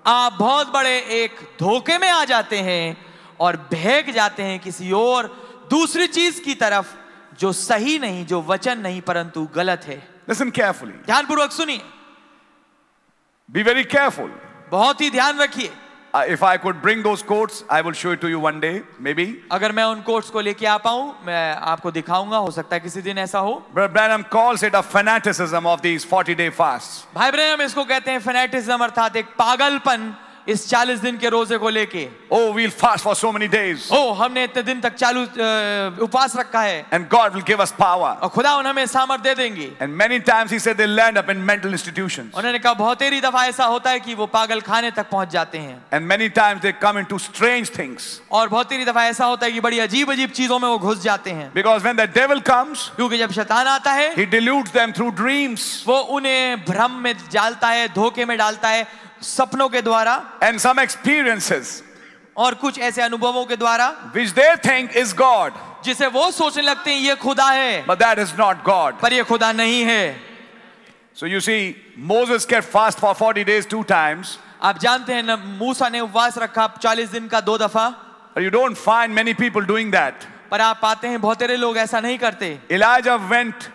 आप बहुत बड़े एक धोखे में आ जाते हैं और बहक जाते हैं किसी और दूसरी चीज की तरफ जो सही नहीं जो वचन नहीं परंतु गलत है
Listen carefully.
ध्यानपूर्वक सुनिए
Be very careful.
बहुत ही ध्यान रखिए
Uh, if I could bring those quotes, I will show it to you one day, maybe.
अगर मैं उन कोर्ट्स को लेके आ पाऊं मैं आपको दिखाऊंगा हो सकता है किसी दिन ऐसा हो
Brother Branham calls it a fanaticism of these 40 day fasts.
भाई ब्रहम इसको कहते हैं फेनेटिज्म अर्थात एक पागलपन इस 40 दिन के रोजे को लेके
Oh, we'll fast for so many days,
ओ हमने इतने दिन तक चालू अ, उपवास रखा है
and God will give us power.
और खुदा उन्हें हमें सामर्थ दे देंगे
And many times he said they'll end up in mental institutions.
उन्होंने कहा बहुत तेरी दफा ऐसा होता है कि वो पागल खाने तक पहुंच जाते हैं
And many times they come into strange things.
और बहुत तेरी दफा ऐसा होता है कि बड़ी अजीब अजीब चीजों में वो घुस जाते हैं
Because when the devil comes,
क्योंकि जब शैतान आता है
he deludes them through dreams
वो उन्हें भ्रम में डालता है धोखे में डालता है सपनों के द्वारा
and some experiences
और कुछ ऐसे अनुभवों के द्वारा
which they think is God,
जिसे वो सोचने लगते हैं ये खुदा है
but that is not God.
पर ये खुदा नहीं है
So you see, Moses kept fast for 40 days two times.
आप जानते हैं ना मूसा ने उपवास रखा चालीस दिन का दो दफा
But you don't find many people doing that.
पर आप पाते हैं बहुत सारे लोग ऐसा नहीं करते
Elijah went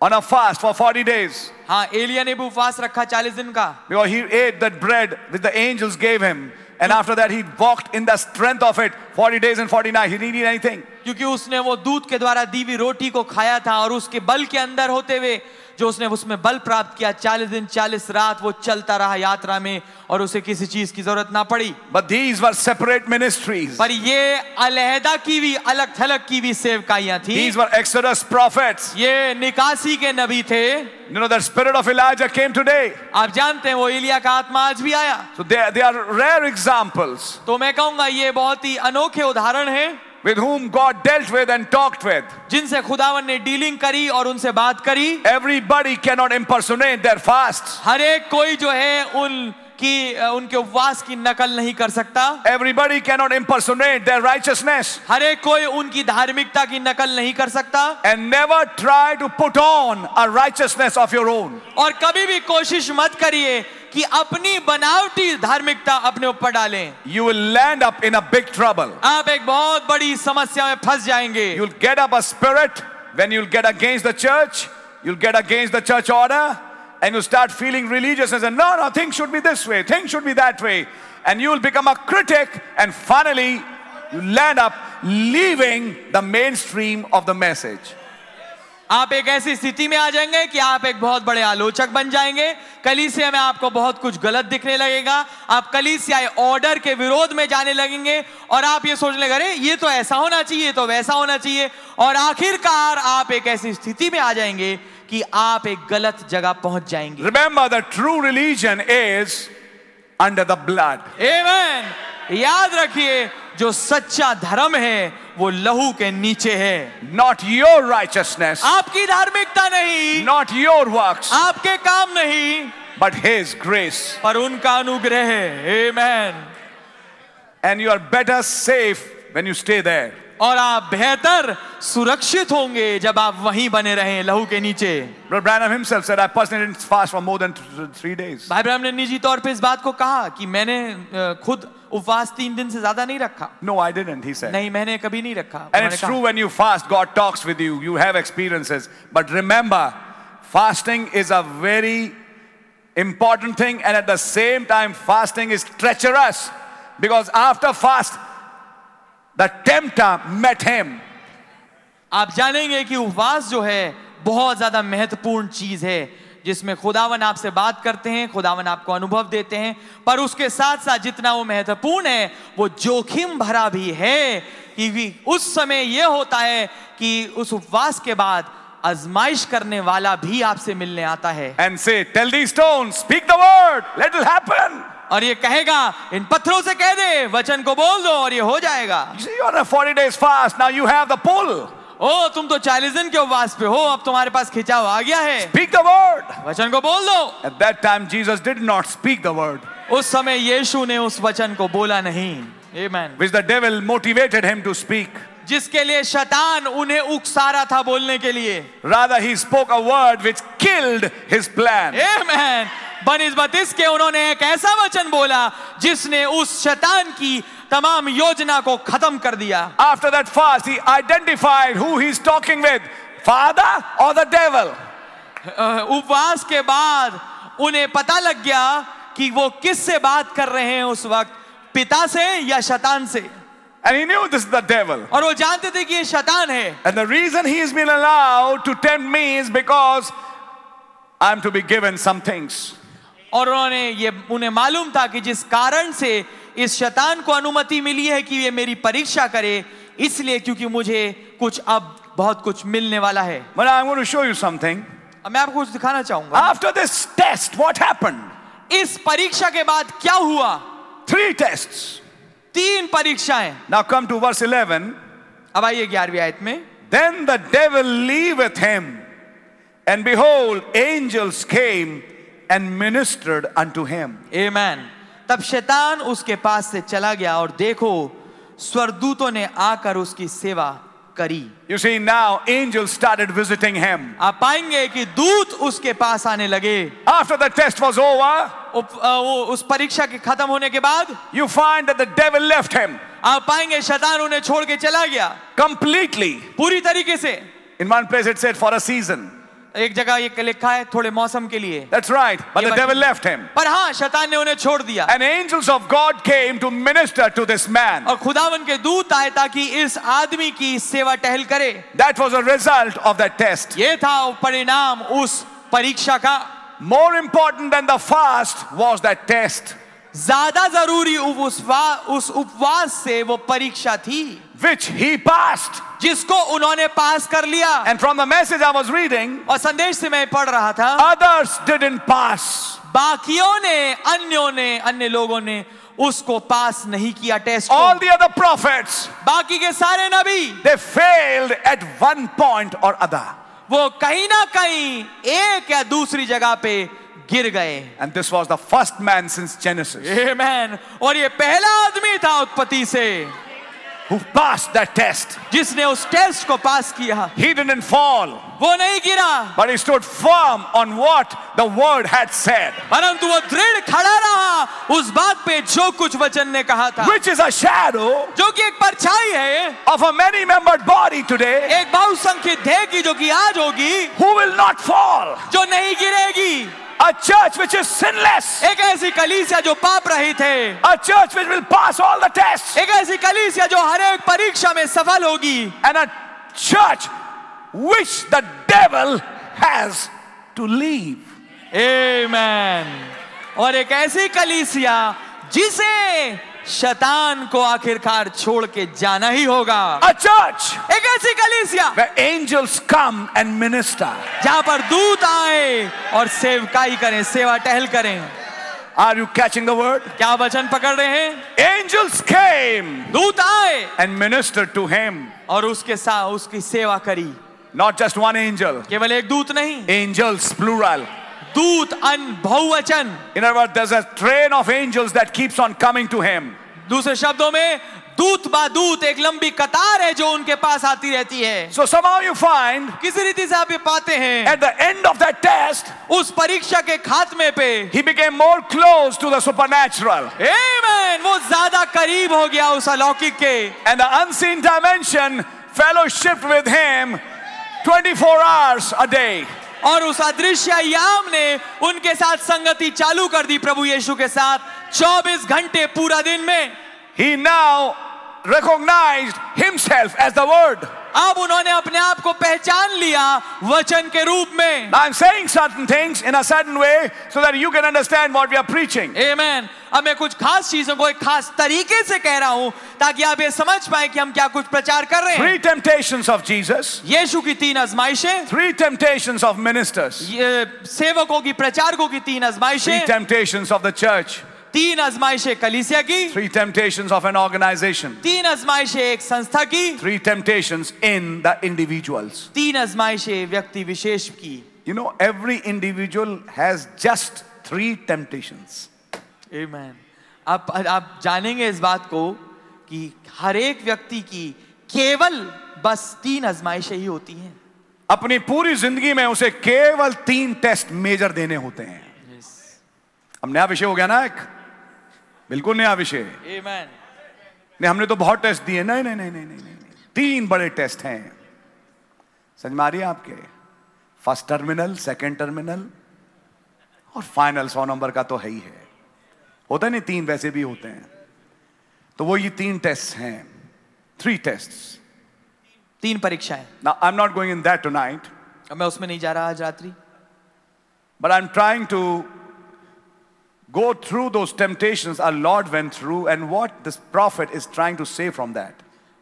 on a fast for 40 days
हाँ एलिया ने भी उपवास रखा चालीस दिन का
because he ate that bread which the angels gave him. And after that, he walked in the strength of it 40 days and 40 nights. He didn't eat anything.
क्योंकि उसने वो दूध के द्वारा दी हुई रोटी को खाया था और उसके बल के अंदर होते हुए जो उसने उसमें बल प्राप्त किया चालीस दिन चालीस रात वो चलता रहा यात्रा में और उसे किसी चीज की जरूरत ना पड़ी
But these were separate ministries.
पर ये अलहदा की हुई अलग थलग की हुई सेवकाइयां थी
These were Exodus prophets.
ये निकासी के नबी थे
You know, the spirit of Elijah came today.
आप जानते हैं वो एलिया का आत्मा आज भी आया
So they, they are rare examples
तो मैं कहूंगा ये बहुत ही अनोखे उदाहरण है
with whom God dealt with and talked with.
जिनसे खुदावन ने डीलिंग करी और उनसे बात करी
Everybody cannot impersonate their fasts.
हर एक कोई जो है उनकी अ, उनके उपवास की नकल नहीं कर सकता
Everybody cannot impersonate their righteousness.
हर एक कोई उनकी धार्मिकता की नकल नहीं कर सकता
And never try to put on a righteousness of your own.
और कभी भी कोशिश मत करिए कि अपनी बनावटी धार्मिकता अपने ऊपर डालें
You will land up in a big trouble.
आप एक बहुत बड़ी समस्या में फंस जाएंगे
You'll get up a spirit when you'll get against the church, you'll get against the church order, and you'll start feeling religiousness and no, no, things should be this way, things should be that way. And you'll become a critic, and finally, you land up leaving the mainstream of the message.
आप एक ऐसी स्थिति में आ जाएंगे कि आप एक बहुत बड़े आलोचक बन जाएंगे कलीसिया में आपको बहुत कुछ गलत दिखने लगेगा आप कलीसियाई ऑर्डर के विरोध में जाने लगेंगे और आप ये सोचने लगे अरे ये तो ऐसा होना चाहिए ये तो वैसा होना चाहिए और आखिरकार आप एक ऐसी स्थिति में आ जाएंगे कि आप एक गलत जगह पहुंच जाएंगे
Remember, the true religion is under the blood.
Amen. याद रखिए जो सच्चा धर्म है वो लहू के नीचे है
Not your righteousness,
आपकी धार्मिकता नहीं
not your works,
आपके काम नहीं
but His grace.
पर उनका अनुग्रह है Amen.
And you are better safe when you stay there.
और आप बेहतर सुरक्षित होंगे जब आप वहीं बने रहें लहू के नीचे
Brother Branham himself said, I personally didn't fast for more than th- th- three days.
भाई ब्रह्म ने निजी तौर पे तो इस बात को कहा कि मैंने अ, खुद उपवास तीन दिन से ज्यादा नहीं रखा
No, I didn't, he said.
नहीं मैंने कभी नहीं रखा
And
उन्होंने
it's
कहा,
true when you fast, God talks with you, you have experiences. But remember, fasting is a very important thing, and at the same time, fasting is treacherous because after fast, the tempter met him.
आप जानेंगे कि उपवास जो है बहुत ज्यादा महत्वपूर्ण चीज है जिसमें खुदावन आपसे बात करते हैं खुदावन आपको अनुभव देते हैं पर उसके साथ साथ जितना वो महत्वपूर्ण है वो जोखिम भरा भी है क्योंकि उस समय यह होता है कि उस उपवास के बाद आजमाइश करने वाला भी आपसे मिलने आता है
and say, Tell these stones, speak the word, let it happen.
और ये कहेगा इन पत्थरों से कह दे वचन को बोल दो और ये हो जाएगा
You see, you're on a 40 days fast, now you have the pull.
ओ तुम तो चालीस दिन के उपवास पे हो अब तुम्हारे पास खिंचाव आ गया है
Speak the word.
वचन को बोल दो
At that time, Jesus did not speak the word,
उस समय यीशु ने उस वचन को बोला नहीं Amen.
which the devil motivated him to speak.
जिसके लिए शैतान उन्हें उकसा रहा था बोलने के लिए
Rather, he spoke a word which killed his plan.
Amen. बनिस्बत इसके उन्होंने एक ऐसा वचन बोला जिसने उस शैतान की तमाम योजना को खत्म कर दिया
After that fast, he identified who he's talking with Father or the devil.
अ, उपवास के बाद उन्हें पता लग गया कि वो किससे बात कर रहे हैं उस वक्त पिता से या शैतान से
And he knew this is the devil.
और वो जानते थे कि ये शैतान है
And the reason he's been allowed to tempt me is because I'm to be given some things.
और उन्होंने ये उन्हें मालूम था कि जिस कारण से इस शैतान को अनुमति मिली है कि ये मेरी परीक्षा करे इसलिए क्योंकि मुझे कुछ अब बहुत कुछ मिलने वाला है
But I'm going to show you something.
अब मैं आपको कुछ दिखाना चाहूंगा
After this test, what happened?
इस परीक्षा के बाद क्या हुआ
Three tests.
तीन परीक्षाएं
Now come to verse 11.
अब आइए ग्यारहवीं आयत में
Then the devil leaveth him, and behold, angels came and ministered unto him.
Amen. तब शैतान उसके पास से चला गया और देखो स्वर्गदूतों ने आकर उसकी सेवा करी
You see, now angels started visiting him.
आप पाएंगे कि दूत उसके पास आने लगे
After the test was over,
उप, अ, वो उस परीक्षा के खत्म होने के बाद
you find that the devil left him
आप पाएंगे शैतान उन्हें छोड़ के चला गया
completely.
पूरी तरीके से
In one place it said for a season.
एक जगह ये लिखा है थोड़े मौसम के लिए
That's right. But the devil left him.
पर हाँ शैतान ने उन्हें छोड़ दिया
And angels of God came to minister to this man.
और खुदावन के दूत आए ताकि इस आदमी की सेवा टहल करे
That was a result of that test.
ये था वो परिणाम उस परीक्षा का
More important than the fast was that test,
ज्यादा जरूरी उप- उस वा- उस उपवास से वो परीक्षा थी
which he passed.
जिसको उन्होंने पास कर लिया
And from the message I was reading,
और संदेश से मैं पढ़ रहा था
others didn't pass.
बाकियों ने अन्यों ने अन्य लोगों ने उसको पास नहीं किया टेस्ट को।
All the other prophets,
बाकी के सारे नबी
they failed at one point or other.
वो कहीं ना कहीं एक या दूसरी जगह पे गिर गए
And this was the first man since Genesis
Amen. और ये पहला आदमी था उत्पत्ति से
who passed that test.
जिसने उस टेस्ट को पास किया
He didn't fall,
वो नहीं गिरा
but he stood firm on what the word had said,
परंतु वो दृढ़ खड़ा रहा उस बात पे जो कुछ वचन ने कहा था
which is a shadow
जो कि एक परछाई है
of a many membered body today
एक बहुसंख्यक देह की जो कि आज होगी
who will not fall.
जो नहीं गिरेगी
A church which is sinless.
एक ऐसी कलीसिया जो पाप रहित है
A church which will pass all the tests.
एक ऐसी कलीसिया जो हर एक परीक्षा में सफल होगी
And a church which the devil has to leave.
Amen. और एक ऐसी कलीसिया जिसे शैतान को आखिरकार छोड़ के जाना ही होगा
A church
एक ऐसी कलीसिया
where angels come and minister.
जहां पर दूत आए और सेवकाई करें सेवा टहल करें
Are you catching the word?
क्या वचन पकड़ रहे हैं
Angels came
दूत आए
and ministered to him.
और उसके साथ उसकी सेवा करी
Not just one angel,
केवल एक दूत नहीं
angels, plural.
दूत अन बहुवचन
In other words, there's a train of angels that keeps on coming to him.
दूसरे शब्दों में दूत बा दूत एक लंबी कतार है जो उनके पास आती रहती है
So somehow you find
किसी रीति से आप ये पाते हैं
at the end of that test,
उस परीक्षा के खात्मे पे
he became more close to the supernatural.
Amen! वो ज्यादा करीब हो गया उस अलौकिक के
And the unseen dimension fellowshiped with him 24 hours a day.
और उस अदृश्य याम ने उनके साथ संगति चालू कर दी प्रभु यीशु के साथ 24 घंटे पूरा दिन में
He now recognized himself as the word.
अब उन्होंने अपने आप को पहचान लिया वचन के रूप में
Now I'm saying certain things in a certain way so that you can understand what we are preaching.
Amen. अब मैं कुछ खास चीजों को एक खास तरीके से कह रहा हूं ताकि आप ये समझ पाए कि हम क्या कुछ प्रचार कर रहे हैं
Three temptations of Jesus,
यीशु की तीन आजमाइशें
three temptations of ministers,
ये सेवकों की प्रचारकों की तीन
three
आजमाइशें
temptations of the church,
तीन आजमाइशें कलीसिया की
three temptations of an organization,
तीन आजमाइशें एक संस्था की
three temptations in the individuals.
तीन आजमाइशें व्यक्ति विशेष की
You know, every individual has just three temptations.
Amen. आप आप जानेंगे इस बात को कि हर एक व्यक्ति की केवल बस तीन आजमाइशें ही होती हैं
अपनी पूरी जिंदगी में उसे केवल तीन टेस्ट मेजर देने होते हैं अब नया विषय हो गया ना एक बिल्कुल नया विषय
Amen.
नहीं हमने तो बहुत टेस्ट दिए नहीं नहीं नहीं नहीं नहीं नहीं, नहीं। तीन बड़े टेस्ट हैं समझ में आ रही है आपके फर्स्ट टर्मिनल सेकंड टर्मिनल और फाइनल सौ नंबर का तो है ही है होता नहीं तीन वैसे भी होते हैं तो वो ये तीन टेस्ट हैं थ्री टेस्ट
तीन परीक्षाएं
ना I am not going in that tonight
अब मैं उसमें नहीं जा रहा आज रात्रि
But I'm trying to go through those temptations our Lord went through and what this prophet is trying to say from that.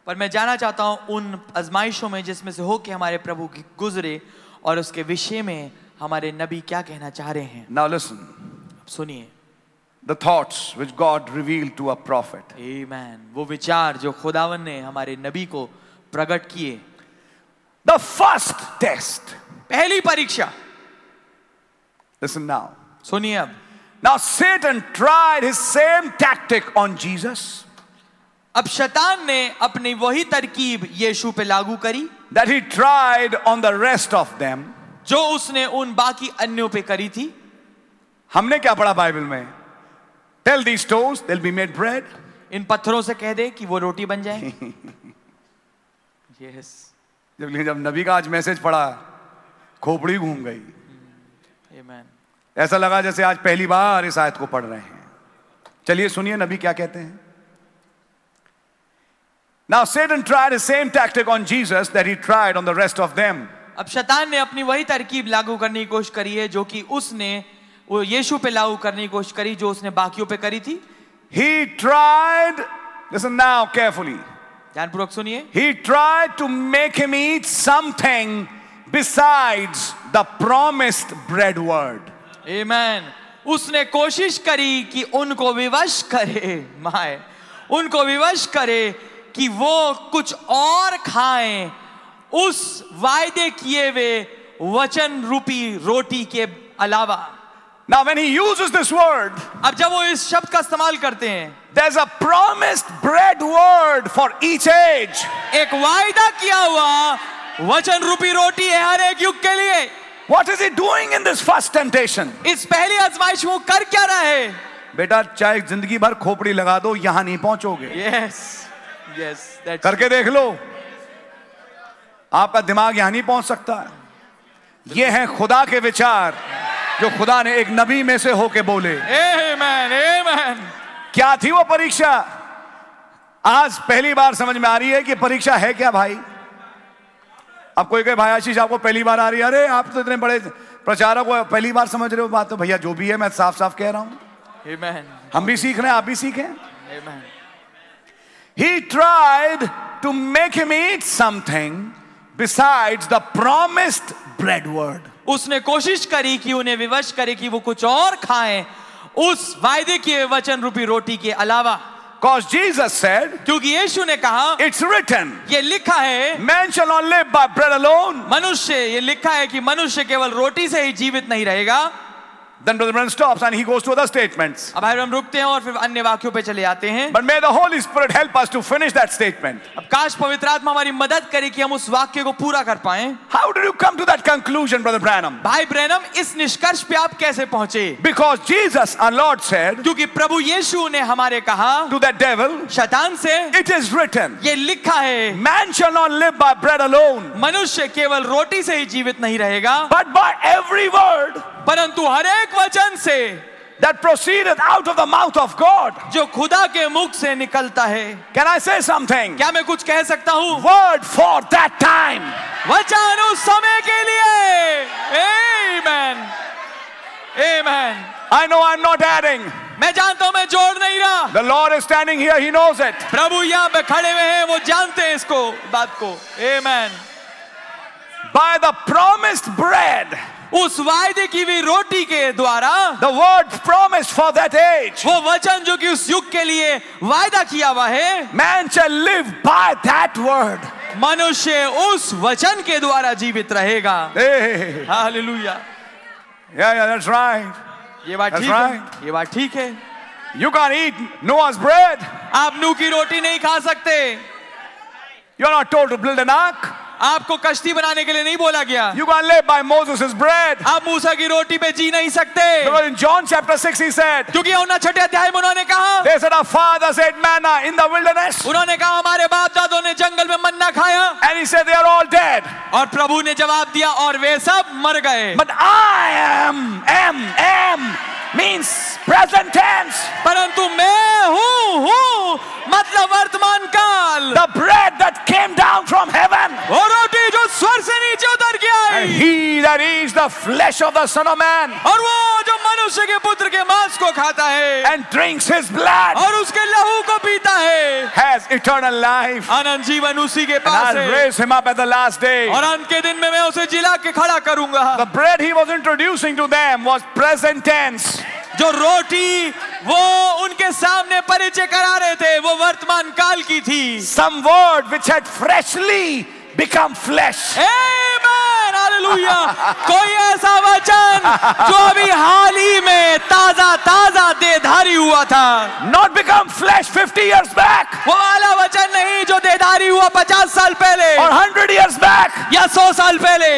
पर मैं जाना चाहता हूं उन आजमाइशों में जिसमें से होके हमारे प्रभु की गुजरे और उसके विषय में हमारे नबी क्या कहना चाह रहे हैं
Now, listen
अब सुनिए
the thoughts which God revealed to a prophet.
Amen. वो विचार जो खुदावन ने हमारे नबी को प्रकट किए
The first test.
पहली परीक्षा
Listen now.
सुनिए अब
Now, Satan tried his same tactic on Jesus
अब शैतान ने अपनी वही तरकीब यीशु पे लागू करी
that he tried on the rest of them.
जो उसने उन बाकी अन्यों पे करी थी
हमने क्या पढ़ा बाइबल में? Tell these stones, they'll be made bread.
इन पत्थरों से कह दे कि वो रोटी बन जाए यस
जब लेकिन जब नबी का आज मैसेज पढ़ा खोपड़ी घूम गई
आमेन
ऐसा लगा जैसे आज पहली बार इस आयत को पढ़ रहे हैं चलिए सुनिए नबी क्या कहते हैं Now Satan tried the same tactic on Jesus that he tried on the rest of them.
अब शैतान ने अपनी वही तरकीब लागू करने की कोशिश करी है जो कि उसने वो यीशु पे लागू करने की कोशिश करी जो उसने बाकियों पे करी थी
He tried, listen now carefully,
ध्यानपूर्वक सुनिए
he tried to make him eat something besides the promised bread word.
Amen. उसने कोशिश करी कि उनको विवश करे माए उनको विवश करे कि वो कुछ और खाएं उस वायदे किए हुए वचन रूपी रोटी के अलावा
Now, when he uses this word,
अब जब वो इस शब्द का इस्तेमाल करते हैं
there's a promised bread word for each age.
एक वायदा किया हुआ वचन रूपी रोटी है हर एक युग के लिए
What is he doing in this first temptation?
इस पहली आजमाइश में वो कर क्या रहा है
बेटा चाहे जिंदगी भर खोपड़ी लगा दो यहां नहीं पहुंचोगे
यस यस दैट्स
करके देख लो आपका दिमाग यहां नहीं पहुंच सकता ये हैं खुदा के विचार जो खुदा ने एक नबी में से होके बोले
आमेन आमेन
क्या थी वो परीक्षा आज पहली बार समझ में आ रही है कि परीक्षा है क्या भाई अब कोई कहे भाई आशीष आपको पहली बार आ रही है अरे आप तो इतने बड़े प्रचारक हो पहली बार समझ रहे हो बात तो भैया जो भी है मैं साफ साफ कह रहा हूं
आमेन
हम भी सीख रहे हैं आप भी सीखें
Amen.
He tried to make him eat something besides the promised bread word.
उसने कोशिश करी कि उन्हें विवश करे कि वो कुछ और खाएं उस वायदे किए वचन रूपी रोटी के अलावा
Because Jesus said,
क्योंकि यीशु ने कहा
It's written,
ये लिखा है
man shall not live by bread alone.
मनुष्य ये लिखा है कि मनुष्य केवल रोटी से ही जीवित नहीं रहेगा
Then Brother Brennan stops and he goes to other statements.
अब भाई हम रुकते हैं और फिर अन्य वाक्यों पे चले जाते हैं
But may the Holy Spirit help us to finish that statement.
अब काश पवित्र आत्मा हमारी मदद करे कि हम उस वाक्य को पूरा कर पाए
How did you come to that conclusion, Brother Branham?
भाई ब्रैनम इस निष्कर्ष पे आप कैसे पहुंचे
Because Jesus, our Lord, said
क्योंकि प्रभु यीशु ने हमारे कहा
to that devil,
शैतान से
It is written,
ये लिखा है
man shall not live by bread alone,
मनुष्य केवल रोटी से ही जीवित नहीं रहेगा
but by every word
परंतु हर एक वचन से
that proceedeth out of the mouth of God.
जो खुदा के मुख से निकलता है
Can I say something?
क्या मैं कुछ कह सकता हूँ
Word for that time.
वचन उस समय के लिए amen amen
I know I'm not adding.
मैं जानता हूँ मैं जोड़ नहीं रहा
The Lord is standing here, He knows it.
प्रभु यहाँ पे खड़े हुए हैं वो जानते हैं इसको बात को amen
By the promised bread,
उस वायदे की हुई रोटी के द्वारा
the word promised for that age,
वो वचन जो कि उस युग के लिए वायदा किया हुआ है
man shall live by that word.
मनुष्य उस वचन के द्वारा जीवित रहेगा
Hey,
hallelujah
yeah, yeah, that's right.
ये बात
That's
ठीक है
right.
ये बात ठीक है
You can't eat Noah's bread.
आप नू की रोटी नहीं खा सकते
You're not told to build an ark.
आपको कश्ती बनाने के लिए नहीं बोला गया
You can't live by Moses' bread.
आप मूसा की रोटी पे जी नहीं सकते
Because in John chapter 6, he said,
क्योंकि उन्हें छठे अध्याय में उन्होंने कहा
They said, Our fathers ate manna in the wilderness.
उन्होंने कहा हमारे बाप दादों ने जंगल में मन्ना खाया
And he said, They are all dead.
और प्रभु ने जवाब दिया और वे सब मर गए
But I am, am, am means present tense.
परंतु मैं हूँ हूँ मतलब वर्तमान काल
The bread that came down from heaven.
वो रोटी जो स्वर से नीचे उतर के
And
I
he that eats the flesh of the Son of Man
और वो जो मनुष्य के पुत्र के मांस को खाता है
and drinks his blood
और उसके लहू को पीता है
has eternal life.
आनंद जीवन उसी के
And
पास
I'll
है
raise him up at the last day.
और अंत के दिन में मैं उसे जिला के खड़ा करूंगा
The bread he was introducing to them was present tense.
जो रोटी वो उनके सामने परिचय करा रहे थे वो वर्तमान काल की थी
Some word which had freshly become flesh.
Amen, hallelujah. कोई ऐसा वचन जो अभी हाल ही में ताजा ताजा देधारी हुआ था
Not become flesh 50 years back
वो वाला वचन नहीं जो देधारी हुआ पचास साल पहले
or 100 years back.
या सौ साल पहले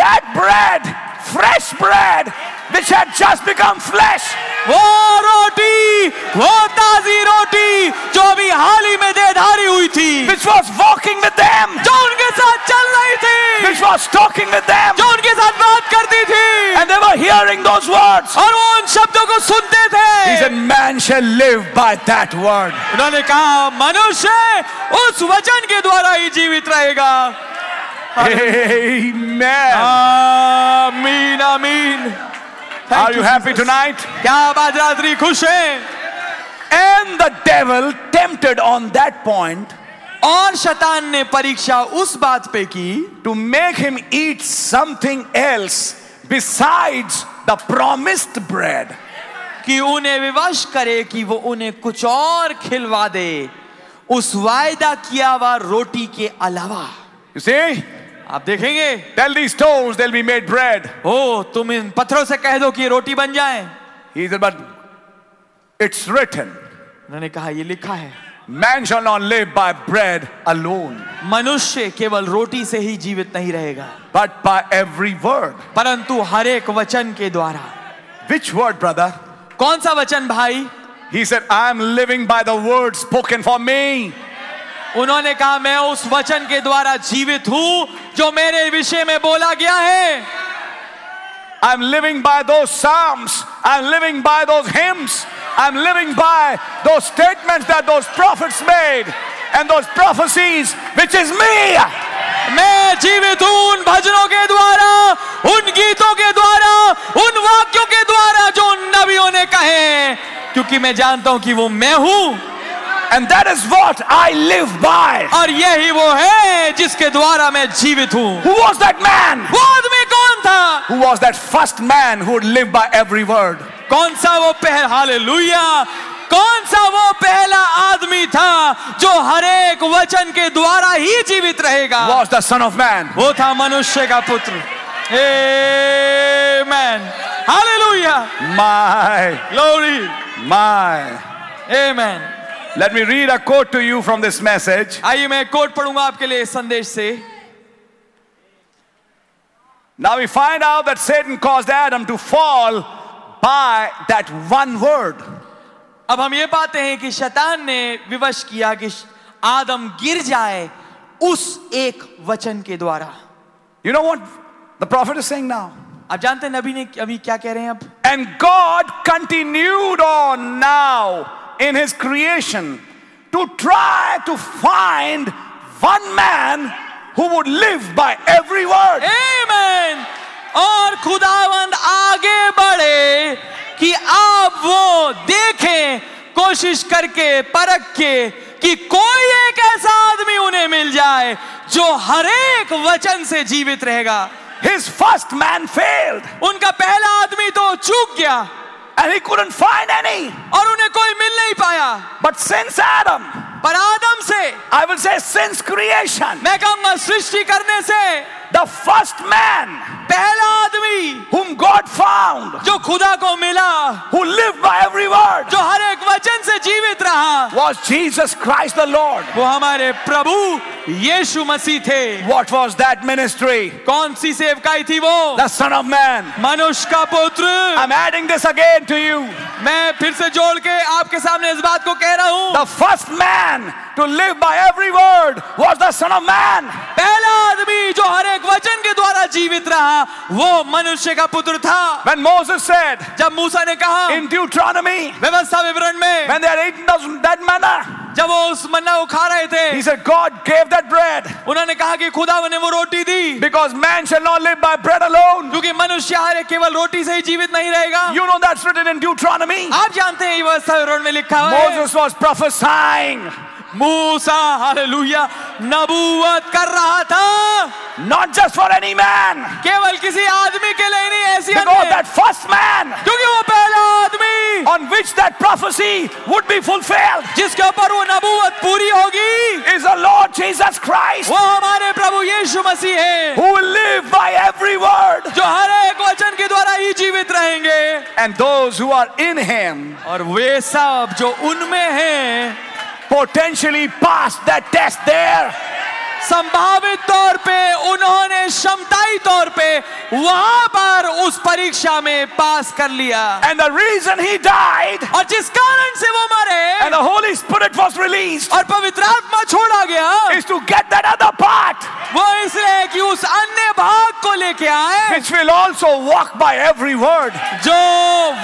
That bread, fresh bread, which had just become flesh,
वो रोटी वो ताजी रोटी जो अभी हाल ही में देधारी हुई थी
which was walking with them,
जो उनके साथ चल रही थी
which was talking with them.
जो उनके साथ बात करती थी
And they were hearing those words.
और वो उन शब्दों को सुनते
He
थे
said, Man shall live by that word.
उन्होंने कहा मनुष्य उस वचन के द्वारा ही जीवित रहेगा
Amen.
आमीन आमीन Thank
Are you
you,
happy
Jesus.
tonight?
क्या आप आज रात्रि खुश हैं
And the devil tempted on that point
और शैतान ने परीक्षा उस बात पे की
to make him eat something else besides the promised bread.
कि उन्हें विवश करे कि वो उन्हें कुछ और खिलवा दे उस वायदा किया हुआ रोटी के अलावा
You see?
आप देखेंगे
Tell these stones they'll be made bread.
ओ तुम इन पत्थरों से कह दो कि ये रोटी बन जाए
He said, but it's written,
उन्होंने कहा ये लिखा है
man shall not live by bread alone,
मनुष्य केवल रोटी से ही जीवित नहीं रहेगा
but by every word.
परंतु हर एक वचन के द्वारा
Which word, brother?
कौन सा वचन भाई
He said, I'm living by the word spoken for me.
उन्होंने कहा मैं उस वचन के द्वारा जीवित हूं जो मेरे विषय में बोला गया है
I'm living by those psalms. I'm living by those hymns. I'm living by those statements that those prophets made and those prophecies, which is me.
मैं जीवित हूं उन भजनों के द्वारा उन गीतों के द्वारा उन वाक्यों के द्वारा जो उन नबियों ने कहे हैं। क्योंकि मैं जानता हूं कि वो मैं हूं
And that is what I live by.
और यही वो है जिसके द्वारा मैं जीवित हूं
Who was that man?
वो आदमी कौन था
who was that first man who would live by every word.
कौन सा वो पहल हालेलुया कौन सा वो पहला आदमी था जो हर एक वचन के द्वारा ही जीवित रहेगा
was the Son of Man.
वो था मनुष्य का पुत्र Amen. Hallelujah
My,
glory
my.
Amen.
Let me read a quote to you from this message.
आइए मैं कोट पढ़ूंगा आपके लिए इस संदेश से
Now we find out that Satan caused Adam to fall by that one word.
अब हम ये पाते हैं कि शैतान ने विवश किया कि आदम गिर जाए उस एक वचन के द्वारा
You know what the prophet is saying now?
आप जानते हैं नबी ने अभी क्या कह रहे हैं अब
And God continued on now in his creation to try to find one man who would live by every word.
Amen. और खुदावंद आगे बढ़े कि आप वो देखें कोशिश करके परख के कि कोई एक ऐसा आदमी उन्हें मिल जाए जो हर एक वचन से जीवित रहेगा
His first man failed
उनका पहला आदमी तो चूक गया
and he couldn't find any.
और उन्हें कोई मिल नहीं पाया
But since Adam,
पर आदम से
I will say since creation,
मैं कहूंगा सृष्टि करने से
the first man
पहला आदमी
whom God found
जो खुदा को मिला
who lived by every word
जो हर एक वचन से जीवित रहा
was Jesus Christ the Lord.
वो हमारे प्रभु यीशु मसीह थे
What was that ministry?
कौन सी सेवकाई थी वो
The Son of Man.
मनुष्य का पुत्र
I'm adding this again to you.
मैं फिर से जोड़ के आपके सामने इस बात को कह रहा हूँ
The first man to live by every word was the Son of Man.
पहला आदमी जो हर एक वचन के द्वारा जीवित रहा वो मनुष्य का पुत्र था
When Moses said
जब मूसा ने कहा
in Deuteronomy,
व्यवस्था विवरण में
when they had eaten those- that manna,
जब वो उस मन्ना को खा रहे
he
थे
said, God gave that bread
उन्होंने कहा कि खुदा ने वो रोटी दी
because man shall not live by bread alone.
क्योंकि मनुष्य हर एक केवल रोटी से ही जीवित नहीं रहेगा
You know that's written in Deuteronomy.
आप जानते हैं ये व्यवस्था विवरण में लिखा हुआ है
Moses was prophesying
मूसा हालेलुया नबूवत कर रहा था
not just for any man,
केवल किसी आदमी के लिए नहीं ऐसी
because
अन्य-
that first man
क्योंकि वो पहला आदमी
on which that prophecy would be fulfilled
जिसके ऊपर वो नबूवत पूरी होगी
is the Lord Jesus Christ
वो हमारे प्रभु यीशु मसीह है
who will live by every word.
जो हर एक वचन के द्वारा ही जीवित रहेंगे
And those who are in him
और वे सब जो उनमें हैं
potentially pass that test there.
संभावित तौर पे उन्होंने क्षमताई तौर पे वहां पर उस परीक्षा में पास कर लिया
And the reason he died
और जिस कारण से वो
and
मरे
the Holy Spirit was released
और पवित्र आत्मा छोड़ा गया
is to get that other part
वो इसलिए कि उस अन्य भाग को लेके आए
which will also walk by every word.
जो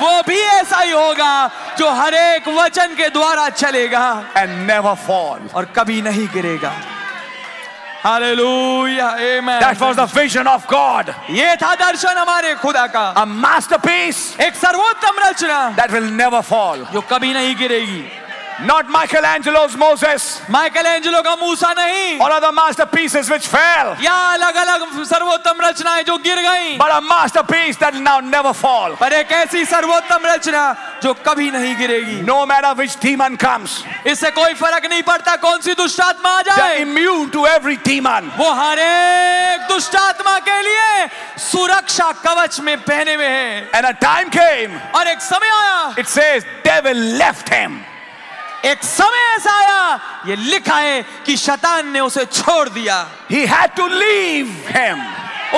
वो भी ऐसा ही होगा जो हर एक वचन के द्वारा चलेगा
and never fall.
और कभी नहीं गिरेगा hallelujah amen
That was the vision of God.
ये था दर्शन हमारे खुदा का
A masterpiece
एक सर्वोत्तम रचना
that will never fall.
जो कभी नहीं गिरेगी
Not Michelangelo's Moses
Michelangelo का मूसा नहीं
or other masterpieces which fell,
या अलग अलग सर्वोत्तम रचनाएं जो गिर गईं
but a masterpiece that will now never fall.
पर एक ऐसी सर्वोत्तम रचना जो कभी नहीं गिरेगी
No matter which demon comes,
इससे कोई फर्क नहीं पड़ता कौन सी दुष्ट आत्मा आ
they're
जाए
immune to every demon.
वो हर एक दुष्ट आत्मा के लिए सुरक्षा कवच में पहने हुए है
And a time came,
और एक समय आया
it says, devil left him.
एक समय ऐसा आया ये लिखा है कि शैतान ने उसे छोड़ दिया
He had to leave him.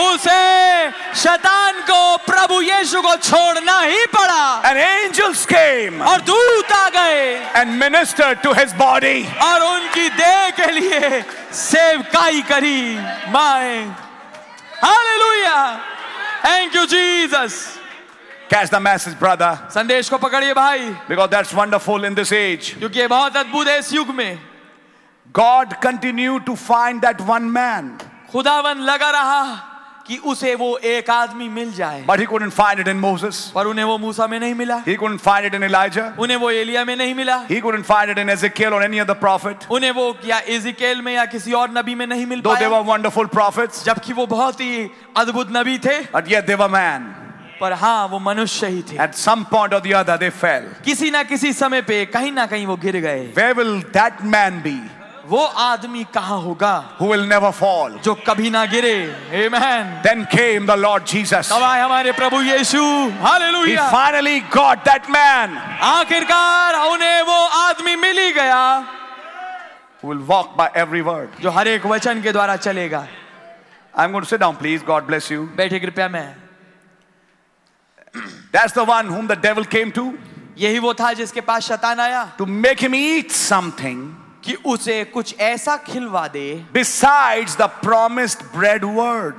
उसे शैतान को प्रभु यीशु को छोड़ना ही पड़ा
And angels came
और दूत आ गए
and ministered to his body.
और उनकी देह के लिए सेवकाई करी माए hallelujah thank you Jesus
Catch the message, brother,
संदेश को पकड़िए भाई
because that's wonderful in this age.
क्योंकि ये बहुत अद्भुत है इस युग में
God continued to find that one man,
खुदावन लगा रहा कि उसे वो एक आदमी मिल जाए
but he couldn't find it in Moses.
पर उन्हें वो मूसा में नहीं मिला
He couldn't find it in Elijah.
उन्हें वो एलिया में नहीं मिला
He couldn't find it in Ezekiel or any other prophet,
उन्हें वो या इजिकेल में या किसी और नबी में नहीं मिल
though they were
पाया
wonderful prophets,
जबकि वो बहुत ही अद्भुत नबी थे
but yet they were man.
पर हाँ वो मनुष्य ही थे
At some point or the other, they fell.
किसी ना किसी समय पे कहीं ना कहीं वो गिर गए
Where will that man be
वो आदमी कहाँ होगा
who will never fall?
जो कभी ना गिरे Amen.
Then came the Lord Jesus.
तब आए हमारे प्रभु यीशु
He
hallelujah
finally got that man
आखिरकार उन्हें वो आदमी मिल ही गया
who will walk by every word.
जो हर एक वचन के द्वारा चलेगा
I'm going to sit down, please. God bless you.
बैठे कृपया में
That's the one whom the devil came to
यही वो था जिसके पास शतान आया
to make him eat something
कि उसे कुछ ऐसा खिलवा दे
besides the promised bread word.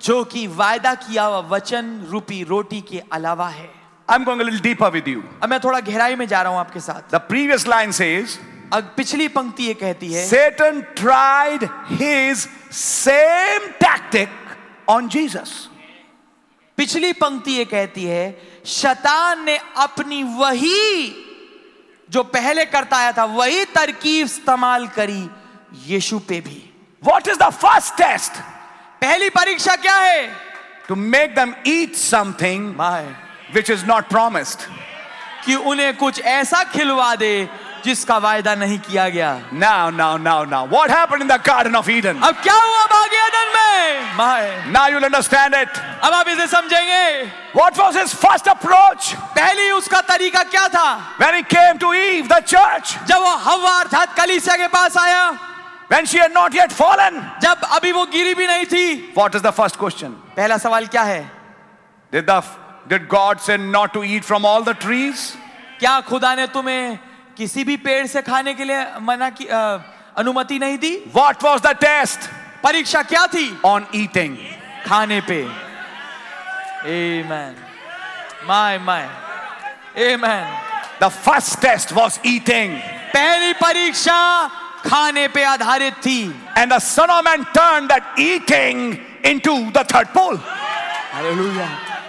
जो कि वायदा किया हुआ वचन रूपी रोटी के अलावा है
I'm going a little deeper with you.
अब मैं थोड़ा गहराई में जा रहा हूं आपके साथ
The previous line says,
अब पिछली पंक्ति ये कहती है
Satan tried his same tactic on Jesus.
पिछली पंक्ति ये कहती है शतान ने अपनी वही जो पहले करता आया था वही तरकीब इस्तेमाल करी यीशु पे भी
What is the first test?
पहली परीक्षा क्या है
To make them eat something
my
which is not promised.
कि उन्हें कुछ ऐसा खिलवा दे जिसका वायदा नहीं किया गया
Now, now, now, now. What happened in the Garden of Eden?
अब क्या हुआ भाग्यदन में my
Now you'll understand it.
अब आप इसे समझेंगे
What was his first approach
पहली उसका तरीका क्या था
when he came to Eve, the church,
जब वो हवा अर्थात कलीसिया के पास आया
when she had not yet fallen?
जब अभी वो गिरी भी नहीं थी
What is the first question?
पहला सवाल क्या है
Did, the, did God say not to eat from all the trees?
क्या खुदा ने तुम्हें किसी भी पेड़ से खाने के लिए मना की अ, अनुमति नहीं दी
What was the test
परीक्षा क्या थी
on eating?
खाने पे Amen. My my Amen.
The first test was eating.
पहली परीक्षा खाने पे आधारित थी
And the Son of Man turned that eating into the third pole.
Hallelujah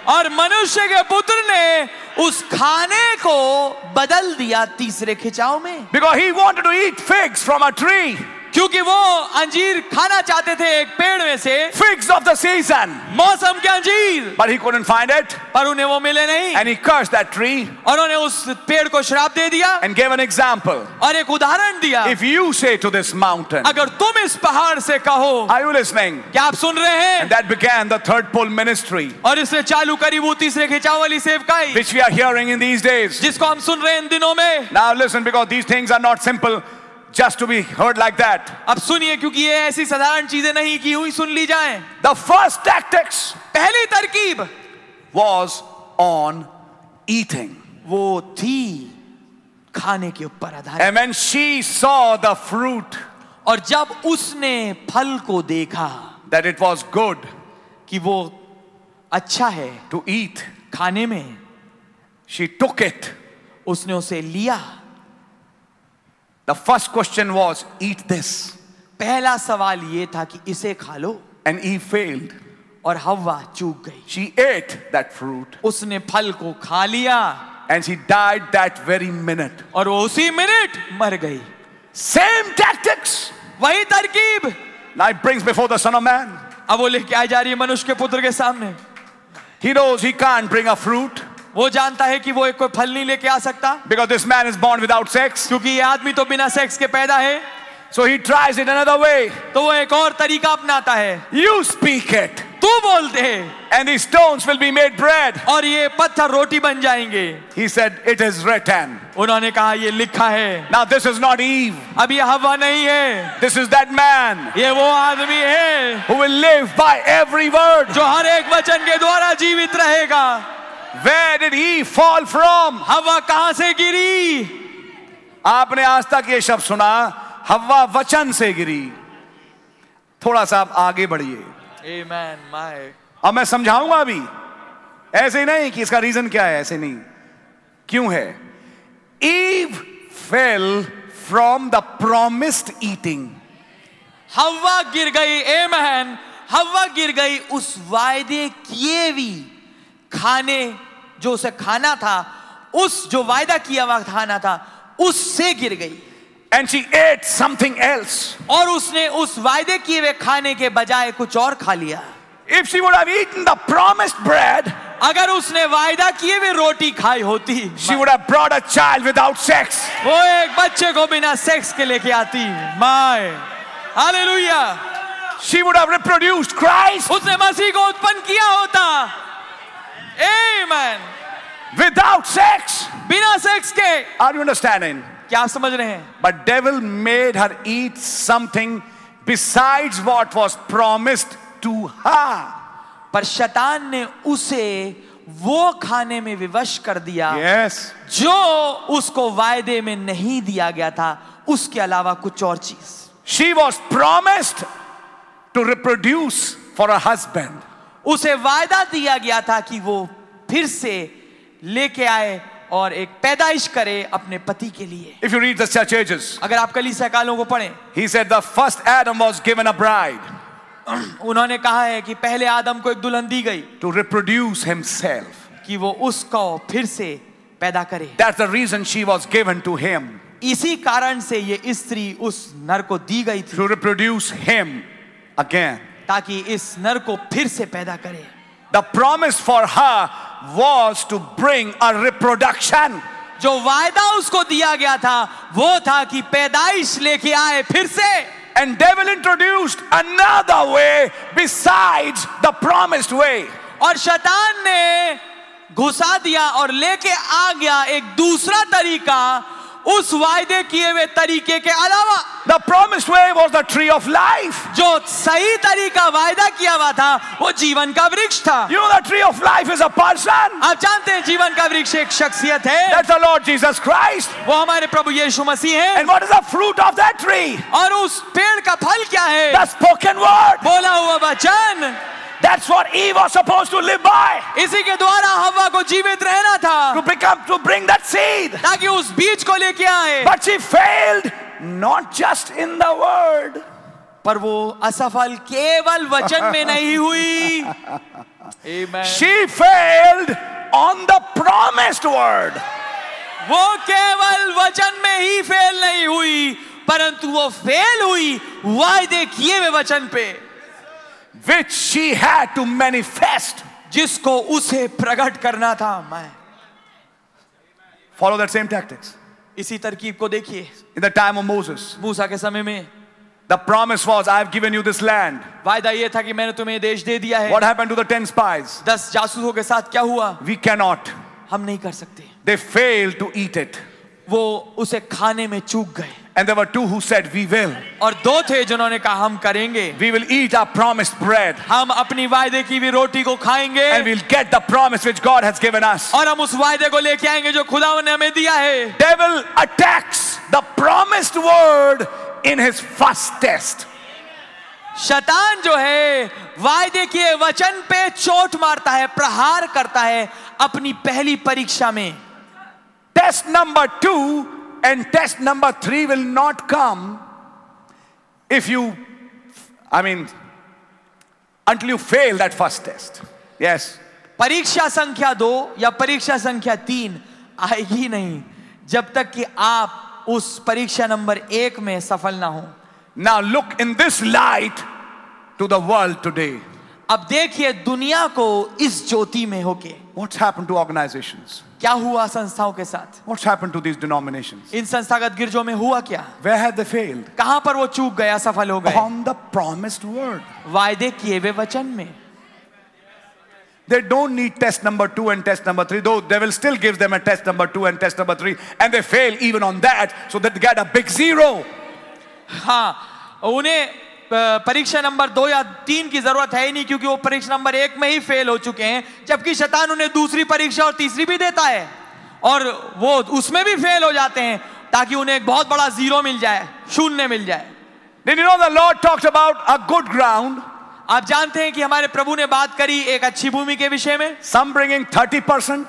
और मनुष्य के पुत्र ने उस खाने को बदल दिया तीसरे खिंचाव में
Because he wanted to eat figs from a tree,
क्योंकि वो अंजीर खाना चाहते थे एक पेड़ में से
figs of the season.
मौसम के अंजीर
But he couldn't find it.
पर उन्हें वो मिले नहीं
And he cursed that tree
और उन्होंने उस पेड़ को श्राप दे दिया
and gave an example.
और एक उदाहरण दिया
If you say to this mountain,
अगर तुम इस पहाड़ से कहो
Are you listening?
क्या आप सुन रहे
And
हैं
that began the third pole ministry,
और इसने चालू करी वो तीसरे खिंचाव वाली सेवकाई
which we are hearing in these days.
जिसको हम सुन रहे हैं इन दिनों में
Now listen, because these things are not simple just to be heard like that.
अब सुनिए क्योंकि ये ऐसी साधारण चीजें नहीं की हुई सुन ली जाएं
The first tactics
पहली तरकीब
was on eating.
वो थी खाने के ऊपर आधारित
And when she saw the fruit,
और जब उसने फल को देखा
that it was good
कि वो अच्छा है
to eat,
खाने में
she took it.
उसने उसे लिया
The first question was, Eat this.
पहला सवाल ये था कि इसे खा लो
And Eve failed.
और हवा चूक गई
She ate that fruit
उसने फल को खा लिया
and she died that very minute.
और वो उसी मिनट मर गई
Same tactics.
वही तरकीब
Now it brings before the Son of Man.
अब वो लेके आई जा रही है मनुष्य के पुत्र के सामने
He knows he can't bring a fruit
वो जानता है कि वो एक कोई फल नहीं लेके आ सकता
because this man is born without sex.
क्योंकि ये आदमी तो बिना सेक्स के पैदा है
So he tries it another way.
तो वो एक और तरीका अपनाता है
You speak it,
तू बोल दे
and these stones will be made bread.
और ये पत्थर रोटी बन जाएंगे
He said, It is written.
उन्होंने कहा ये लिखा है
Now, this is not Eve.
अब ये हवा नहीं है
This is that man
ये वो आदमी है
who will live by every word.
जो हर एक वचन के द्वारा जीवित रहेगा
Where did Eve fall from?
हवा कहाँ से गिरी
आपने आज तक ये शब्द सुना हवा वचन से गिरी थोड़ा सा आप आगे बढ़िए
Amen, my.
अब मैं समझाऊंगा अभी ऐसे ही नहीं कि इसका रीजन क्या है ऐसे नहीं क्यों है Eve fell from the promised eating
हवा गिर गई एमहन हवा गिर गई उस वायदे किए हुई खाने जो उसे खाना था उस जो वायदा किया हुआ खाना था उससे गिर गई
and she ate something else
और उसने उस वायदे किए हुए खाने के बजाय कुछ और खा लिया
if she would have eaten the promised bread
अगर उसने वायदा किए हुए रोटी खाई होती
she would have brought a child without sex.
वो एक बच्चे को बिना सेक्स के लेके आती माए hallelujah
She would have reproduced Christ
उसने मसीह को उत्पन्न किया होता Amen.
without sex.
बिना सेक्स के
Are you understanding?
क्या आप समझ रहे हैं
But devil made her eat something besides what was promised to her.
पर शैतान ने उसे वो खाने में विवश कर दिया
Yes.
जो उसको वायदे में नहीं दिया गया था उसके अलावा कुछ और चीज
She was promised to reproduce for her husband.
उसे वायदा दिया गया था कि वो फिर से लेके आए और एक पैदाइश करे अपने पति के लिए
If you read the church ages,
अगर आप कलीसिया कालों को पढ़ें
he said the first Adam was given a bride
उन्होंने कहा है कि पहले आदम को एक दुल्हन दी गई
to reproduce himself.
कि वो उसको फिर से पैदा करे
That's the reason she was given to him
इसी कारण से ये स्त्री उस नर को दी गई थी
to reproduce him again.
ताकि इस नर को फिर से पैदा करे
The promise for her was to bring a reproduction.
जो वायदा उसको दिया गया था वो था कि पैदाइश लेके आए फिर से
And devil introduced another way besides the promised way.
और शैतान ने घुसा दिया और लेके आ गया एक दूसरा तरीका उस वायदे किए हुए तरीके के अलावा
The promised way was the tree of life.
जो सही तरीका वायदा किया हुआ था वो जीवन का वृक्ष था
You know the tree of life is a person.
आप जानते हैं जीवन का वृक्ष एक शख्सियत है
That's the Lord Jesus Christ.
वो हमारे प्रभु यीशु मसीह है
And what is the fruit of that tree?
और उस पेड़ का फल क्या है
The spoken word.
बोला हुआ वचन
That's what Eve was supposed to live by.
इसी के द्वारा हवा को जीवित रहना
To
था
become to bring that seed.
ताकि उस बीज को लेके आए
But she failed not just in the word.
पर वो असफल केवल वचन में नहीं हुई Amen.
She failed on the promised word.
वो केवल वचन में ही फेल नहीं हुई परंतु वो फेल हुई वायदे किए हुए वचन पे
which she had to manifest.
जिसको उसे प्रकट करना था मैं
Follow that same tactics.
इसी तरकीब को देखिए
In the time of Moses,
मूसा के समय में
the promise was, I've given you this land.
वायदा ये था कि मैंने तुम्हें ये देश दे दिया है
What happened to the 10 spies?
दस जासूसों के साथ क्या हुआ
We cannot.
हम नहीं कर सकते
They failed to eat it.
वो उसे खाने में चूक गए
And there were two who said, We will.
और दो थे जिन्होंने कहा हम करेंगे
We will eat our promised bread
हम अपनी वायदे की हुई रोटी को खाएंगे
and we'll get the promise which God has given us.
और हम उस वायदे को लेके आएंगे जो खुदा ने हमें दिया है
Devil attacks the promised word in his first test.
शैतान जो है वायदे के वचन पे चोट मारता है प्रहार करता है अपनी पहली परीक्षा में
Test number two and test number three will not come if you, I mean, until you fail that first test. Yes.
परीक्षा संख्या दो या परीक्षा संख्या तीन आएगी नहीं जब तक कि आप उस परीक्षा नंबर एक में सफल ना हो
Now look in this light to the world today.
अब देखिए दुनिया को इस ज्योति में होके
What's happened to organizations?
क्या हुआ संस्थाओं के साथ
What's happened to these denominations?
इन संस्थागत गिरजों में हुआ क्या
Where have they failed?
कहां पर वो चूक गया सफल हो गए
On the promised word.
वायदे किए हुए वचन में
They don't need test number two and test number three, though devil still gives them a test number two and test number three, and they fail even on that, so they get a big zero.
हाँ उन्हें अ, परीक्षा number दो या तीन की जरूरत है ही नहीं क्योंकि वो परीक्षा नंबर एक में ही फेल हो चुके हैं जबकि शैतान उन्हें दूसरी परीक्षा और तीसरी भी देता है और वो उसमें भी फेल हो जाते हैं ताकि उन्हें एक बहुत बड़ा जीरो मिल जाए शून्य मिल जाए
Did you know the Lord talked about a good ground?
आप जानते हैं कि हमारे प्रभु ने बात करी एक अच्छी भूमि के विषय में
Some bringing 30%,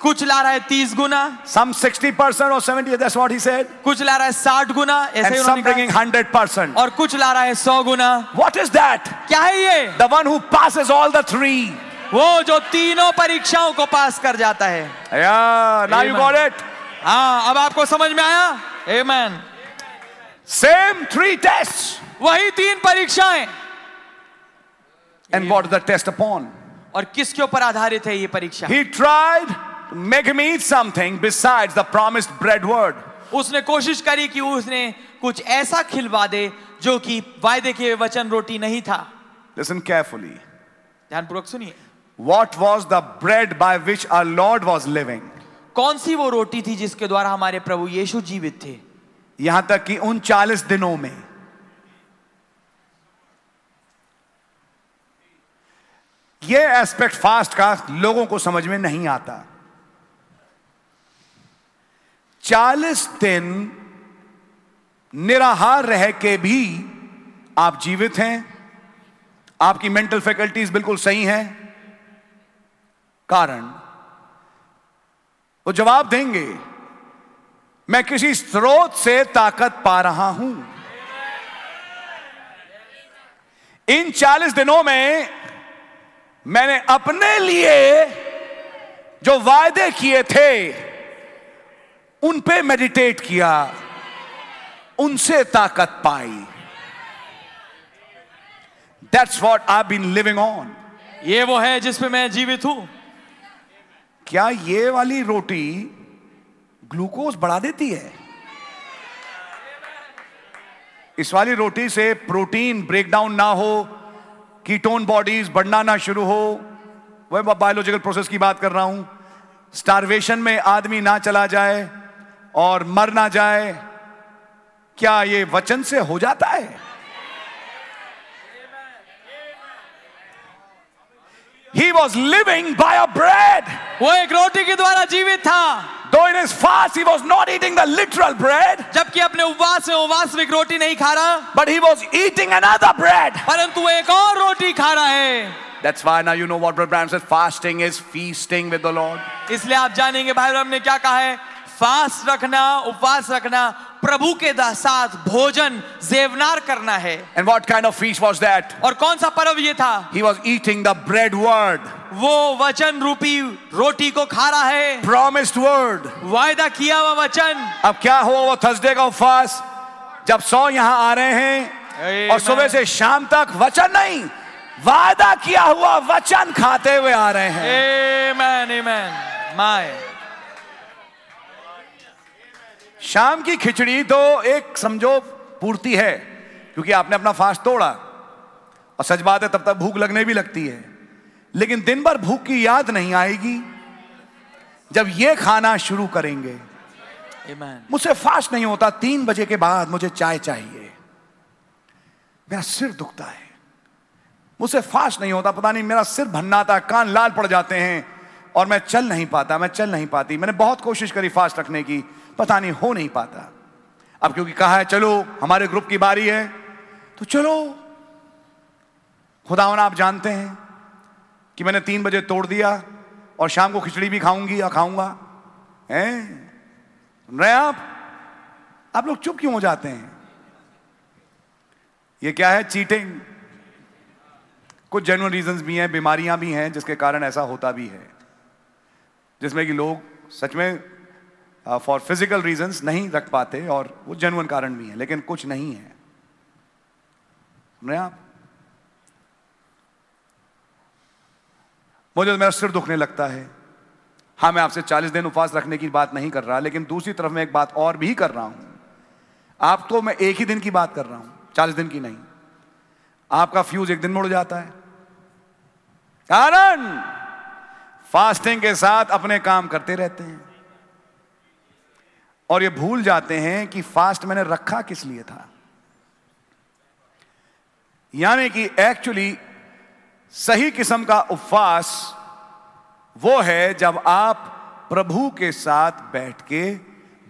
कुछ ला रहा है तीस गुना
some 60% or 70, that's what he said.
कुछ ला रहा है साठ गुना ऐसे
And
ही
some
उन्होंने
bringing
कहा
100%.
और कुछ ला रहा है सौ गुना
What is that?
क्या है ये
The one who passes all the three.
वो जो तीनों परीक्षाओं को पास कर जाता है
Yeah, now you
Amen.
got it.
हाँ अब आपको समझ में आया Amen.
Same three tests.
वही तीन परीक्षाएं
And what is the test upon?
और किसके ऊपर आधारित है ये परीक्षा
He tried to make him eat something besides the promised bread word.
उसने कोशिश करी कि उसने कुछ ऐसा खिलवा दे जो कि वायदे के वचन रोटी नहीं था
Listen carefully.
ध्यानपूर्वक सुनिए
What was the bread by which our Lord was living?
कौन सी वो रोटी थी जिसके द्वारा हमारे प्रभु यीशु जीवित थे
यहां तक कि उन 40 दिनों में यह एस्पेक्ट फास्ट का लोगों को समझ में नहीं आता 40 दिन निराहार रह के भी आप जीवित हैं आपकी मेंटल फैकल्टीज बिल्कुल सही हैं कारण वो जवाब देंगे मैं किसी स्रोत से ताकत पा रहा हूं इन चालीस दिनों में मैंने अपने लिए जो वायदे किए थे उन पे मेडिटेट किया उनसे ताकत पाई that's what I been living on
ये वो है जिसपे मैं जीवित हूँ
क्या ये वाली रोटी ग्लूकोज बढ़ा देती है इस वाली रोटी से प्रोटीन ब्रेकडाउन ना हो कीटोन बॉडीज बढ़ना ना शुरू हो वह बायोलॉजिकल प्रोसेस की बात कर रहा हूं स्टारवेशन में आदमी ना चला जाए और मर ना जाए क्या ये वचन से हो जाता है he was living by a bread
वो एक रोटी के द्वारा जीवित था
Though in his fast he was not eating the literal bread,
जबकि अपने उपवास में वो वास्तविक रोटी नहीं खा रहा
but he was eating another bread.
परंतु वो एक और रोटी खा रहा है
That's why now you know what Brother Branham says fasting is feasting with the Lord.
इसलिए आप जानेंगे भाई ब्रह्म ने क्या कहा है फास्ट रखना उपवास रखना प्रभु के दा- साथ भोजन जेवनार करना है
And what kind of feast was that?
और कौन सा पर्व ये था
He was eating the bread word,
वो वचन रूपी रोटी को खा रहा है
promised word.
वायदा किया हुआ वचन
अब क्या हुआ वो थर्सडे का उपवास जब सौ यहाँ आ रहे हैं और
Amen.
सुबह से शाम तक वचन नहीं वादा किया हुआ वचन खाते हुए आ रहे हैं
Amen, amen. माय
शाम की खिचड़ी तो एक समझो पूर्ति है क्योंकि आपने अपना फास्ट तोड़ा और सच बात है तब तक भूख लगने भी लगती है लेकिन दिन भर भूख की याद नहीं आएगी जब ये खाना शुरू करेंगे
amen.
मुझसे फास्ट नहीं होता तीन बजे के बाद मुझे चाय चाहिए मेरा सिर दुखता है मुझसे फास्ट नहीं होता पता नहीं मेरा सिर भन्नाता कान लाल पड़ जाते हैं और मैं चल नहीं पाता मैं चल नहीं पाती मैंने बहुत कोशिश करी फास्ट रखने की पता नहीं हो नहीं पाता अब क्योंकि कहा है चलो हमारे ग्रुप की बारी है तो चलो खुदावन आप जानते हैं कि मैंने तीन बजे तोड़ दिया और शाम को खिचड़ी भी खाऊंगी या खाऊंगा हैं सुन रहे हैं आप आप लोग चुप क्यों हो जाते हैं ये क्या है चीटिंग कुछ जेन्युइन रीजंस भी हैं बीमारियां भी हैं जिसके कारण ऐसा होता भी है जिसमें कि लोग सच में फॉर फिजिकल रीजंस नहीं रख पाते और वो जेन्युइन कारण भी हैं लेकिन कुछ नहीं है सुन रहे हैं आप मुझे तो मेरा सिर दुखने लगता है हाँ मैं आपसे 40 दिन उपवास रखने की बात नहीं कर रहा लेकिन दूसरी तरफ मैं एक बात और भी कर रहा हूं आपको मैं एक ही दिन की बात कर रहा हूं 40 दिन की नहीं आपका फ्यूज एक दिन में उड़ जाता है कारण फास्टिंग के साथ अपने काम करते रहते हैं और ये भूल जाते हैं कि फास्ट मैंने रखा किस लिए था यानी कि एक्चुअली सही किस्म का उपवास वो है जब आप प्रभु के साथ बैठ के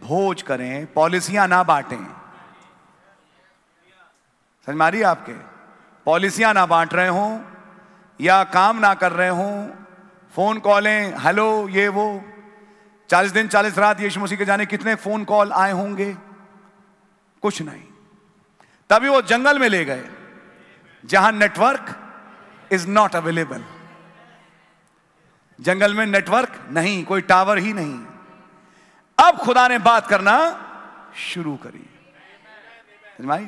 भोज करें पॉलिसियां ना बांटें समझ मारी आपके पॉलिसियां ना बांट रहे हों या काम ना कर रहे हों फोन कॉलें हेलो ये वो चालीस दिन चालीस रात यीशु मसीह के जाने कितने फोन कॉल आए होंगे कुछ नहीं तभी वो जंगल में ले गए जहां नेटवर्क इज नॉट अवेलेबल जंगल में नेटवर्क नहीं कोई टावर ही नहीं अब खुदा ने बात करना शुरू करी समझ में आई?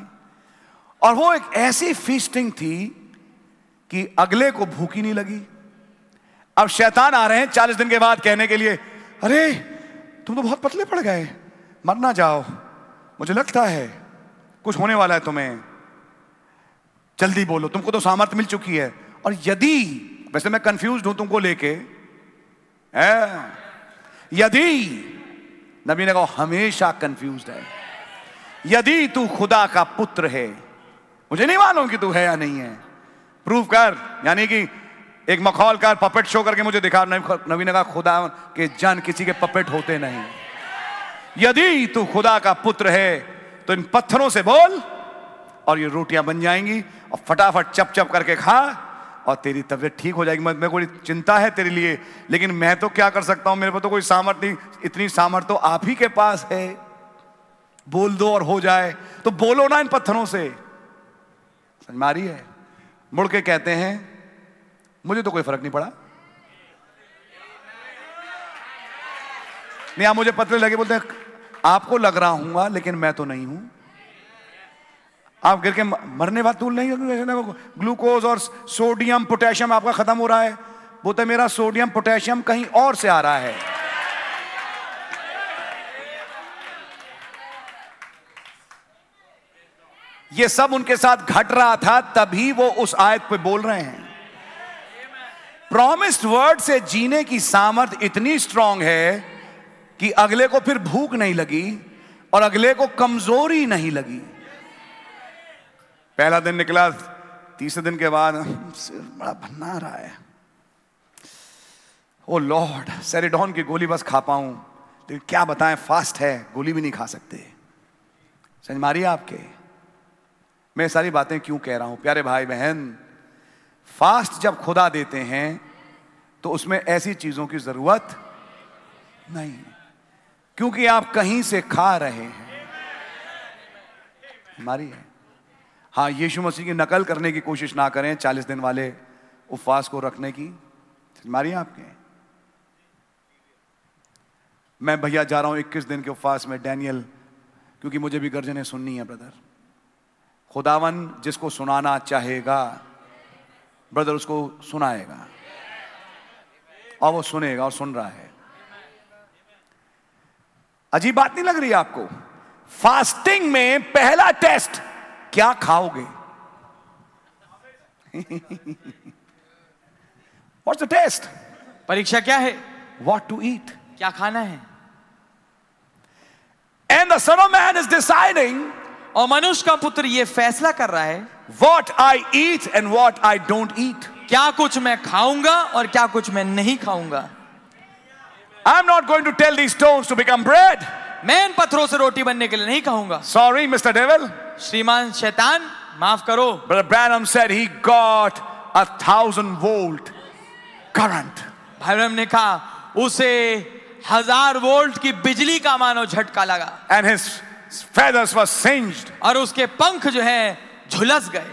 और वो एक ऐसी फीस्टिंग थी कि अगले को भूख ही नहीं लगी अब शैतान आ रहे हैं चालीस दिन के बाद कहने के लिए अरे तुम तो बहुत पतले पड़ गए मर ना जाओ मुझे लगता है कुछ होने वाला है तुम्हें जल्दी बोलो तुमको तो सामर्थ्य मिल चुकी है और यदि वैसे मैं कंफ्यूज हूं तुमको लेके हैं? यदि नबी ने कहा हमेशा कंफ्यूज है यदि तू खुदा का पुत्र है मुझे नहीं मालूम कि तू है या नहीं है प्रूव कर यानी कि एक मखौल कर पपेट शो करके मुझे दिखा नबी नबी ने कहा खुदा के जन किसी के पपेट होते नहीं यदि तू खुदा का पुत्र है तो इन पत्थरों से बोल और ये रोटियां बन जाएंगी और फटाफट चप चप करके खा और तेरी तबीयत ठीक हो जाएगी मैं- मेरे को बड़ी चिंता है तेरे लिए लेकिन मैं तो क्या कर सकता हूं मेरे पर तो कोई सामर्थ नहीं इतनी सामर्थ तो आप ही के पास है बोल दो और हो जाए तो बोलो ना इन पत्थरों से समझ में आ रही है मुड़ के कहते हैं मुझे तो कोई फर्क नहीं पड़ा नहीं आप मुझे पतले लगे बोलते हैं आपको लग रहा हूंगा लेकिन मैं तो नहीं हूं आप गिर के म- मरने बाद तूल नहीं होगी, ऐसे ना होगा। ग्लूकोज और सोडियम पोटेशियम आपका खत्म हो रहा है वो तो मेरा सोडियम पोटेशियम कहीं और से आ रहा है ये सब उनके साथ घट रहा था तभी वो उस आयत पे बोल रहे हैं प्रॉमिस्ड वर्ड से जीने की सामर्थ इतनी स्ट्रांग है कि अगले को फिर भूख नहीं लगी और अगले को कमजोरी नहीं लगी पहला दिन निकला तीसरे दिन के बाद सिर बड़ा भन्ना रहा है ओ लॉर्ड सेरिडॉन की गोली बस खा पाऊं लेकिन क्या बताएं फास्ट है गोली भी नहीं खा सकते समझ मारिए आपके मैं ये सारी बातें क्यों कह रहा हूं प्यारे भाई बहन फास्ट जब खुदा देते हैं तो उसमें ऐसी चीजों की जरूरत नहीं क्योंकि आप कहीं से खा रहे हैं हमारी है हाँ यीशु मसीह की नकल करने की कोशिश ना करें चालीस दिन वाले उपवास को रखने की मारिए आपके मैं भैया जा रहा हूं इक्कीस दिन के उपवास में डैनियल क्योंकि मुझे भी गर्जनें सुननी है ब्रदर खुदावन जिसको सुनाना चाहेगा ब्रदर उसको सुनाएगा और वो सुनेगा और सुन रहा है अजीब बात नहीं लग रही आपको फास्टिंग में पहला टेस्ट क्या खाओगे वॉट्स द टेस्ट
परीक्षा क्या है
वॉट टू ईट
क्या खाना है
and the son of man is deciding
और मनुष्य का पुत्र ये फैसला कर रहा है
what I eat and what I don't eat
क्या कुछ मैं खाऊंगा और क्या कुछ मैं नहीं खाऊंगा
I am not going to tell the stones to become bread
मैं इन पत्थरों से रोटी बनने के लिए नहीं खाऊंगा
सॉरी मिस्टर डेविल
श्रीमान शैतान माफ करो
Brother Branham said he got a thousand volt current.
भाई ब्रह्म ने कहा उसे हजार वोल्ट की बिजली का मानो झटका लगा
And his feathers were singed.
और उसके पंख जो है झुलस गए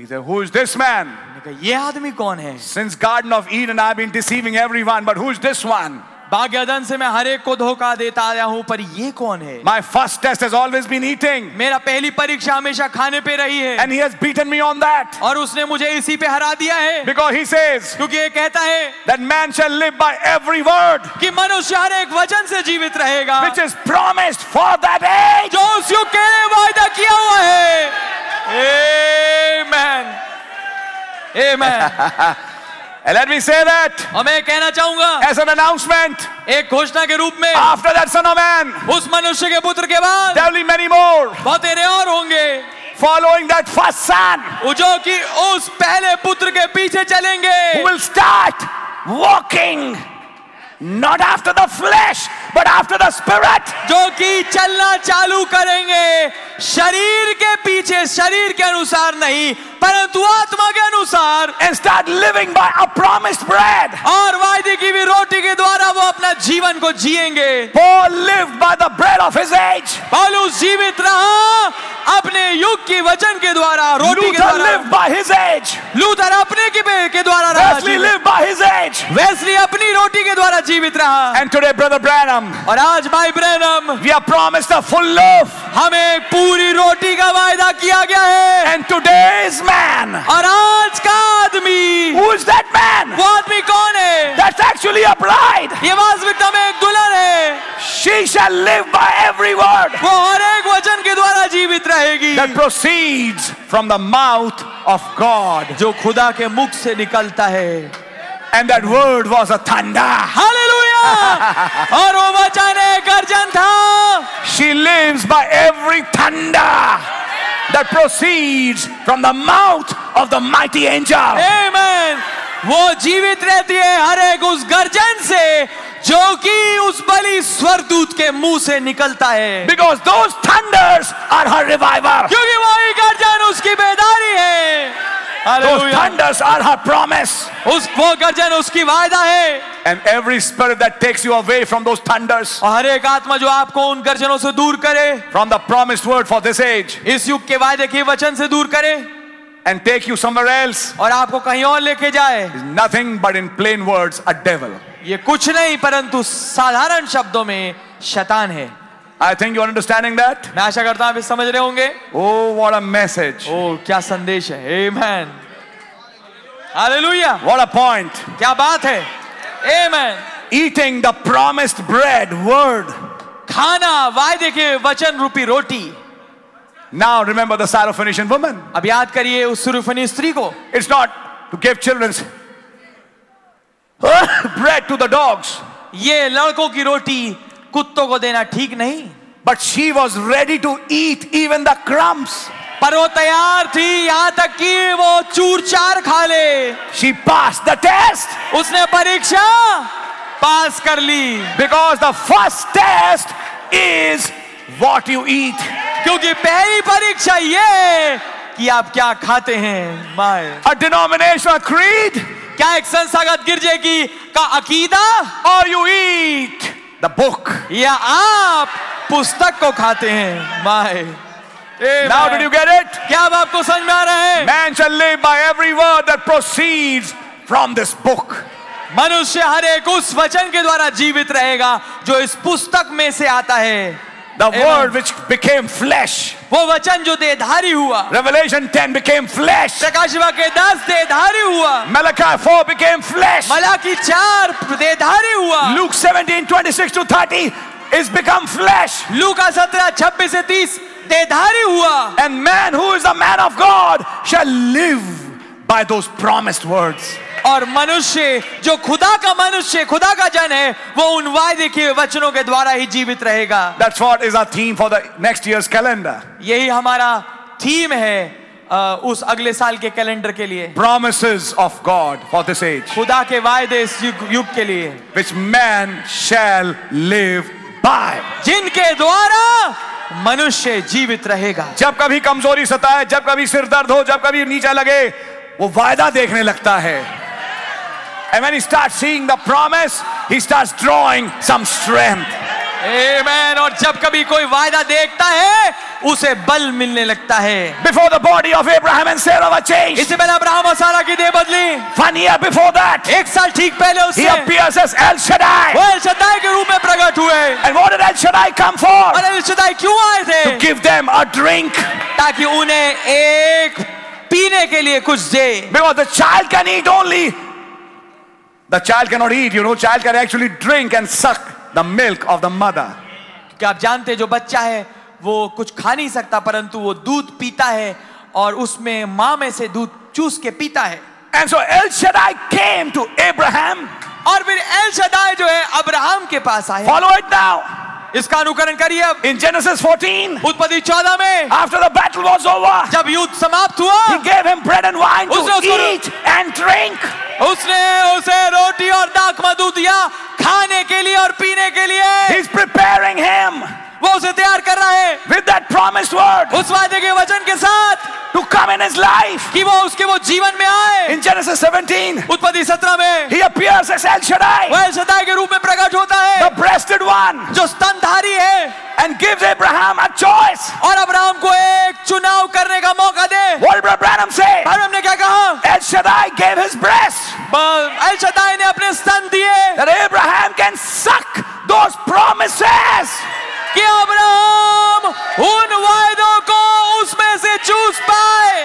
He said, Who is this man?
मैंने कहा ये आदमी कौन है
Since Garden of Eden, I've been deceiving everyone, but who's this one?
बाग्यदन से मैं हर एक को धोखा देता आया हूं पर ये कौन है
My first test has always been eating,
मेरा पहली परीक्षा हमेशा खाने पे रही है
and he has beaten me on that.
और उसने मुझे इसी पे हरा दिया है
Because he says
क्योंकि ये कहता है
that man shall live by every word
कि मनुष्य हर एक वचन से जीवित रहेगा
which is promised for that age.
जो उस युग के लिए वायदा किया हुआ है आमेन आमेन
And let me say that
और मैं कहना चाहूंगा
as an announcement
एक घोषणा के रूप में
after that son of man,
उस मनुष्य के पुत्र के बाद
there will be many more
बहुत तेरे और होंगे
following that first son.
वो जो कि उस पहले पुत्र के पीछे चलेंगे
who will start walking not after the flesh but after the spirit
जो कि चलना चालू करेंगे शरीर के पीछे शरीर के अनुसार नहीं परंतु आत्मा के अनुसार
and start living by a promised bread
और वायदे की भी रोटी के द्वारा वो अपना जीवन को जिएंगे
paul lived by the bread of his age
पौलुस जीवित रहा अपने युग की वचन के द्वारा रोटी के
luther
द्वारा
lived by his age
Luther अपने के, के द्वारा रहा
wesley
जीवित।
lived by his age
Wesley अपनी रोटी के द्वारा जीवित रहा
and today brother branham
और आज भाई Branham
we are promised a full loaf
हमें पूरी रोटी का वायदा किया गया है
and today's man
और आज का आदमी
who is that man
वो आदमी कौन है
that's actually a bride.
ये वास्तविकता में एक दुल्हन है
She shall live by every word
वो हर एक वचन के द्वारा जीवित रहेगी
that proceeds from the mouth of God.
जो खुदा के मुख से निकलता है
And that word was a thunder.
Hallelujah और वो वचन एक गर्जन था
She lives by every thunder that proceeds from the mouth of the mighty angel.
आमेन वो जीवित रहती है हर एक उस गर्जन से जो कि उस बलि स्वरदूत के मुंह से निकलता है
Because those thunders are her revival.
क्योंकि वही गर्जन उसकी बेदारी है
Those
hallelujah
thunders are her promise.
उस वो गर्जन उसकी वायदा है
And every spirit that takes you away from those thunders,
और हर एक आत्मा जो आपको उन गर्जनों से दूर करे
from the promised word for this age,
इस युग के वायदे के वचन से दूर करे
and take you somewhere else,
और आपको कहीं और लेके जाए
is nothing but in plain words a devil.
ये कुछ नहीं परंतु साधारण शब्दों में शैतान है
I think you're understanding that.
मैं आशा करता हूं आप ये समझ रहे होंगे
Oh, what a message.
ओ क्या संदेश है amen hallelujah
What a point.
क्या बात है amen
Eating the promised bread, word.
खाना वायदे के वचन रूपी रोटी
Now remember the Syrophoenician woman.
अब याद करिए उस सुरुफनी स्त्री को
It's not to give children's bread to the dogs,
ये लड़कों की रोटी कुत्तों को देना ठीक नहीं
but she was ready to eat even the crumbs.
पर वो तैयार थी यहाँ तक कि वो चूर चार खा ले
She passed the test
उसने परीक्षा पास कर ली
because the first test is what you eat.
क्योंकि पहली परीक्षा ये है कि आप क्या खाते हैं माय
A denominational creed,
क्या एक संस्थागत गिरजे की का अकीदा
or you eat the book.
या आप पुस्तक को खाते हैं my
Now, did you get it?
क्या अब आपको समझ में आ रहा है
Man shall live by every word that proceeds from this book.
मनुष्य हर एक उस वचन के द्वारा जीवित रहेगा जो इस पुस्तक में से आता है
The
Amen.
word which became flesh.
वो वचन जो देधारी हुआ
Revelation 10 became flesh.
प्रकाशवा के दस देधारी हुआ
Malachi 4 became flesh.
मलाकी चार देधारी हुआ
Luke 17, 26 to 30 is become flesh.
लू का सत्रह छब्बीस से तीस देधारी हुआ
And man who is the man of God shall live by those promised words.
और मनुष्य जो खुदा का मनुष्य खुदा का जन है वो उन वायदे के वचनों के द्वारा ही जीवित रहेगा
That's what is our theme for the next year's calendar.
यही हमारा थीम है अ, उस अगले साल के कैलेंडर के लिए
Promises of God for this age,
खुदा के वायदे इस युग युग के लिए
which man shall live by.
जिनके द्वारा मनुष्य जीवित रहेगा
जब कभी कमजोरी सताए जब कभी सिर दर्द हो जब कभी नीचा लगे वो वायदा देखने लगता है And when he starts seeing the promise, he starts drawing some strength.
Amen और जब कभी कोई वायदा देखता है उसे बल मिलने लगता है
Before the body of Abraham and Sarah were changed,
इससे पहले अब्राहम और सारा की देह बदली
one year before that,
एक साल ठीक पहले
he
उससे
appears as El Shaddai.
वो एलशदाई के रूप में प्रकट हुए
And what did El Shaddai come for?
और एलशदाई क्यों आए
To
थे
give them a drink.
ताकि उन्हें एक पीने के लिए कुछ दे
Because the child can eat only. The child cannot eat, you know, child can actually drink and suck the milk of the mother.
क्योंकि आप जानते हैं जो बच्चा है वो कुछ खा नहीं सकता परंतु वो दूध पीता है और उसमें माँ में से दूध चूस के पीता है
And so El Shaddai came to Abraham.
और फिर एल शदाई जो है अब्राहम के पास आया
Follow it now.
इसका अनुकरण करिए अब
In Genesis 14,
उत्पत्ति चौदह में
after the battle was over,
जब युद्ध समाप्त हुआ
he gave him bread and wine to
उसने उसको-
eat and drink.
उसने उसे रोटी और दाखमा दूध दिया खाने के लिए और पीने के लिए
He's preparing him
वो उसे तैयार कर रहा है
with that promised word
उस वादे के वचन के साथ
to come in his life.
कि वो उसके वो जीवन में आए
In Genesis 17,
उत्पत्ति सत्रह में
he appears as El Shaddai,
वह सदा के रूप में प्रकट होता है
the breasted one,
जो स्तनधारी है
and gives Abraham a choice.
और अब्राहम को एक चुनाव करने का मौका दे
What did Abraham say?
Abraham ने क्या कहा
El Shaddai gave his breast
El Shaddai ने अपने स्तन दिए
that Abraham can suck those promises.
कि अब्राहम उन वायदों को उसमें से चूस पाए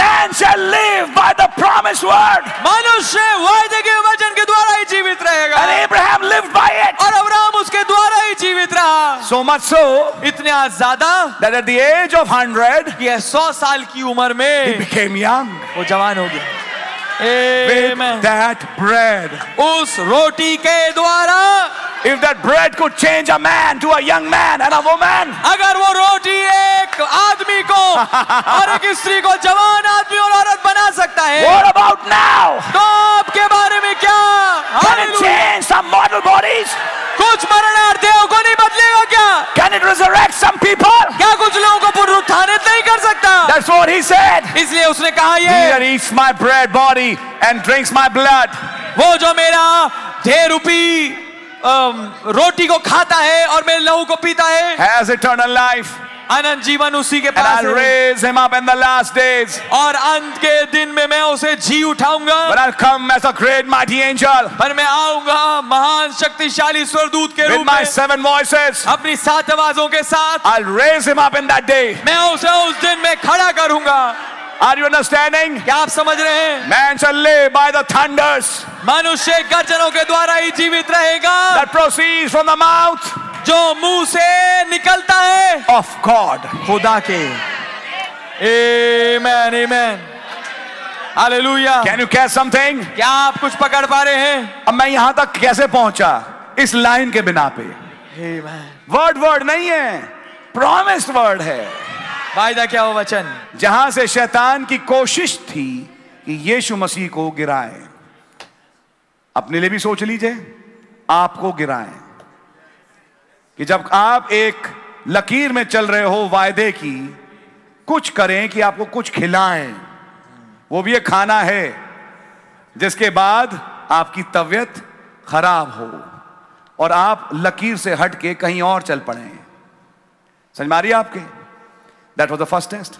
Man shall live by the promised word.
मनुष्य वायदे के वचन के द्वारा ही जीवित
lived by it.
और अब्राहम उसके द्वारा ही जीवित रहा
So much so
इतने आज ज्यादा
that at the age of 100,
कि यह सौ साल की उम्र
he
में
became young.
वो जवान हो गया
With
Amen.
that bread.
उस रोटी के द्वारा
If that bread could change a man to a young man and a woman,
अगर वो रोटी एक आदमी को और एक स्त्री को जवान आदमी और औरत बना सकता है
what about now?
तो आपके बारे में क्या
Can it
hallelujah.
change some mortal bodies?
कुछ मरणार्थियों को नहीं बदलेगा क्या
Can it resurrect some people?
क्या कुछ लोगों को पुनरुत्थानित नहीं कर सकता
That's what he said.
इसलिए उसने कहा
He
ये
that eats my bread body and drinks my blood
वो जो मेरा ढेर रूपी अम, रोटी को खाता है और मेरे लहू को पीता है
has eternal life,
अनंत जीवन उसी के
and
पास
I'll
है
raise him up in the last days
और अंत के दिन में मैं उसे जी उठाऊंगा
when I'll come as a great mighty angel
पर मैं आऊंगा महान शक्तिशाली स्वरदूत के
with
रूप
my
में
seven voices.
अपनी सात आवाजों के साथ
I'll raise him up in that day.
मैं उसे उस दिन में खड़ा करूंगा
Are you understanding?
क्या आप समझ रहे हैं
Man shall live by the thunders
मनुष्य गर्जनों के द्वारा ही जीवित रहेगा
that proceeds from the mouth
जो मुंह से निकलता है
of God.
खुदा के Amen, amen. Hallelujah
Can you catch something?
क्या आप कुछ पकड़ पा रहे हैं
अब मैं यहां तक कैसे पहुंचा इस लाइन के बिना पे
Amen.
वर्ड वर्ड नहीं है प्रॉमिस्ड वर्ड है
वायदा क्या हो वचन
जहां से शैतान की कोशिश थी कि यीशु मसीह को गिराए अपने लिए भी सोच लीजिए आपको गिराए कि जब आप एक लकीर में चल रहे हो वायदे की कुछ करें कि आपको कुछ खिलाएं वो भी एक खाना है जिसके बाद आपकी तबीयत खराब हो और आप लकीर से हट के कहीं और चल पड़े समझ मारिए आपके that was the first test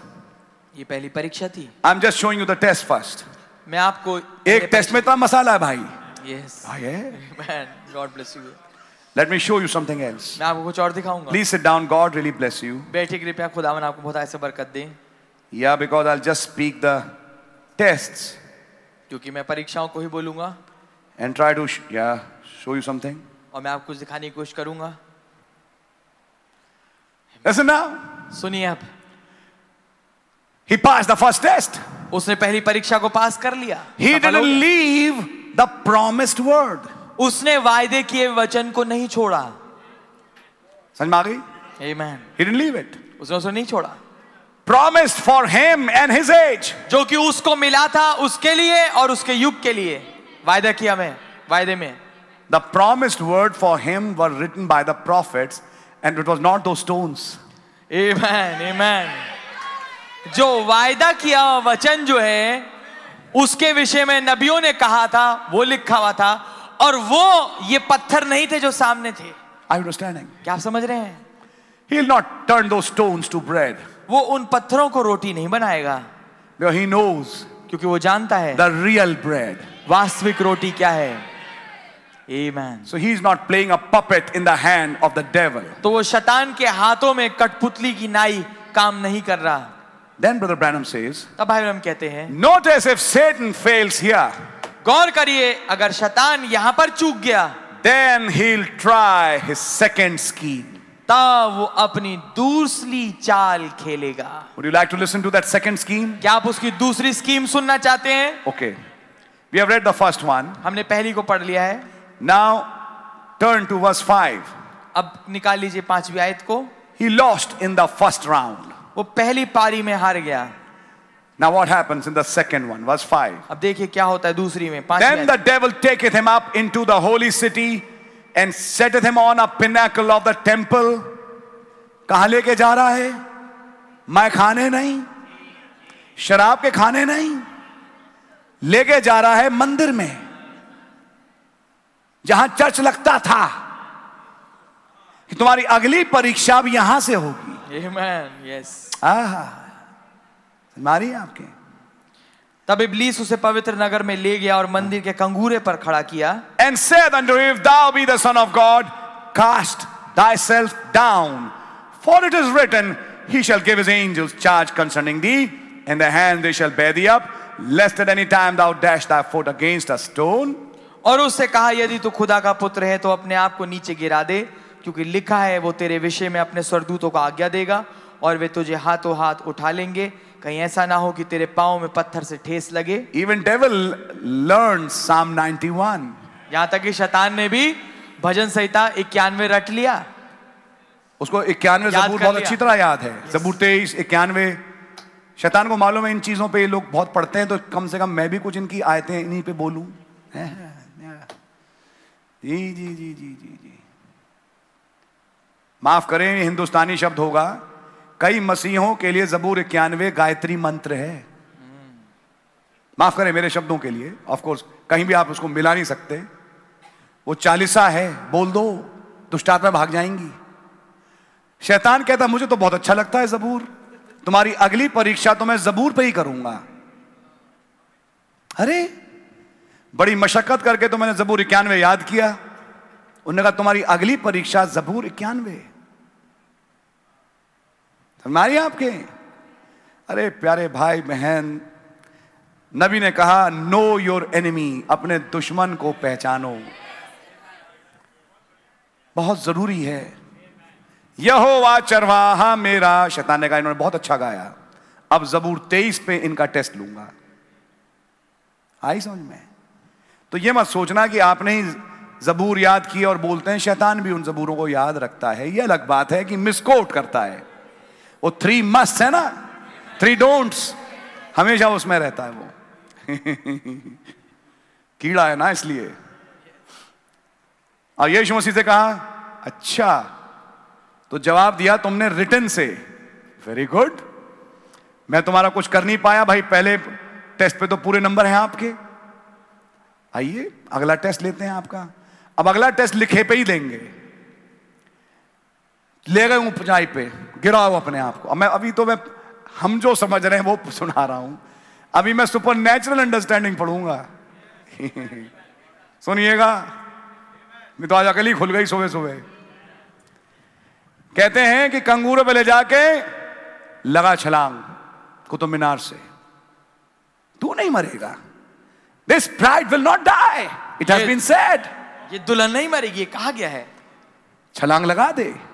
ये पहली परीक्षा थी
I am just showing you the test first
मैं आपको
एक टेस्ट में इतना मसाला है भाई
yes
let
man God bless you मैं
me show you something else
आपको कुछ और दिखाऊंगा
please sit down God really bless you
बैठे कृपया खुदावन आपको बहुत ऐसे बरकत दें
या because I just speak the test
क्योंकि मैं परीक्षाओं को ही बोलूंगा
and try to yeah show you something
और मैं आपको कुछ दिखाने की कोशिश करूंगा
Listen now.
सुनिए आप
He passed the first test.
उसने पहली परीक्षा को पास कर लिया
He
सफल हो
didn't
गया।
leave the promised word.
उसने वायदे किए वचन को नहीं छोड़ा
समझ में आ गई?
Amen.
He didn't leave it.
उसने उसे नहीं छोड़ा
Promised for him and his age.
जो कि उसको मिला था उसके लिए और उसके युग के लिए वायदा किया मैं वायदे में
The promised word for him were written by the prophets, and it was not those stones.
Amen, amen. जो वायदा किया हुआ वचन जो है उसके विषय में नबियों ने कहा था वो लिखा हुआ था और वो ये पत्थर नहीं थे जो सामने थे
Are you understanding?
क्या आप समझ रहे हैं
He'll not turn those stones to bread
वो उन पत्थरों को रोटी नहीं बनाएगा
because he knows
क्योंकि वो जानता है
the real bread.
वास्तविक रोटी क्या है Amen.
So he's not playing a puppet in the hand of the devil.
तो वो शैतान के हाथों में कठपुतली की नाई काम नहीं कर रहा
Then Brother Branham says,
तब भाई हम कहते हैं
Notice if Satan fails here,
गौर करिए अगर शैतान यहाँ पर चूक गया
then he'll try his second scheme.
तब वो अपनी दूसरी चाल खेलेगा
Would you like to listen to that second scheme?
क्या आप उसकी दूसरी स्कीम सुनना चाहते हैं
Okay. We have read the first one.
हमने पहली को पढ़ लिया है
Now turn to verse 5.
अब निकाल लीजिए पांचवी आयत को
He lost in the first round.
वो पहली पारी में हार गया
Now what happens in the second one? Verse 5.
अब देखिए क्या होता है दूसरी में पांचवी
Then the
आयत।
devil taketh him up into the holy city and setteth him on a pinnacle of the temple. कहा लेके जा रहा है मैं खाने नहीं शराब के खाने नहीं लेके जा रहा है मंदिर में जहां चर्च लगता था कि तुम्हारी अगली परीक्षा भी यहां से होगी
Amen, yes.
आहा मारी आपके
तब इबलीस उसे पवित्र नगर में ले गया और मंदिर के कंगूरे पर खड़ा किया
and said unto him, If thou be the Son of God, cast thyself down. For it is written, He shall give his angels charge concerning thee, and their hand they shall bear thee up, lest at any time thou dash thy foot against a stone.
और उससे कहा यदि तू खुदा का पुत्र है तो अपने आप को नीचे गिरा दे क्योंकि लिखा है वो तेरे विषय में अपने स्वर्गदूतों को आज्ञा देगा और वे तुझे हाथों हाथ उठा लेंगे कहीं ऐसा ना हो कि तेरे पाँव में पत्थर से ठेस लगे
Even devil learned Psalm 91.
यहाँ तक कि शैतान ने भी भजन संहिता इक्यानवे रट लिया
उसको इक्यानवे
याद
जबूर
कर
बहुत
लिया।
अच्छी तरह याद है जबूर तेईस इक्यानवे शैतान को मालूम है इन चीजों पे ये लोग बहुत पढ़ते हैं तो कम से कम मैं भी कुछ इनकी आयतें इन्हीं पे बोलूं जी जी जी जी जी जी माफ करें ये हिंदुस्तानी शब्द होगा कई मसीहों के लिए जबूर इक्यानवे गायत्री मंत्र है
Hmm.
माफ करें मेरे शब्दों के लिए ऑफ कोर्स कहीं भी आप उसको मिला नहीं सकते वो चालीसा है बोल दो दुष्टात्मा भाग जाएंगी शैतान कहता मुझे तो बहुत अच्छा लगता है जबूर तुम्हारी अगली परीक्षा तो मैं जबूर पे ही करूंगा अरे बड़ी मशक्कत करके तो मैंने जबूर इक्यानवे याद किया उन्होंने कहा तुम्हारी अगली परीक्षा जबूर इक्यानवे हमारी आपके अरे प्यारे भाई बहन नबी ने कहा नो योर एनिमी अपने दुश्मन को पहचानो बहुत जरूरी है यहोवा चरवाहा मेरा शैतान ने कहा इन्होंने बहुत अच्छा गाया अब जबूर तेईस पे इनका टेस्ट लूंगा आई समझ में तो ये मत सोचना कि आपने ही जबूर याद किया और बोलते हैं शैतान भी उन जबूरों को याद रखता है ये अलग बात है कि मिसकोट करता है वो थ्री मस्ट है ना थ्री डोंट्स हमेशा उसमें रहता है वो कीड़ा है ना इसलिए और यीशु मसीह से कहा अच्छा तो जवाब दिया तुमने रिटर्न से वेरी गुड मैं तुम्हारा कुछ कर नहीं पाया भाई पहले टेस्ट पे तो पूरे नंबर हैं आपके आइए अगला टेस्ट लेते हैं आपका अब अगला टेस्ट लिखे पे ही देंगे ले गए हूं ऊंचाई पे गिराओ अपने आप को अब मैं अभी तो मैं हम जो समझ रहे हैं वो सुना रहा हूं अभी मैं सुपर नेचुरल अंडरस्टैंडिंग पढ़ूंगा सुनिएगा नहीं तो आज अकल ही खुल गई सुबह सुबह कहते हैं कि कंगूरों पे ले जाके लगा छलांग कुतुब मीनार से तू नहीं मरेगा this bride will not die it has
ये-
बीन सेड
ये दुल्हन नहीं मरेगी ये कहा गया है
छलांग लगा दे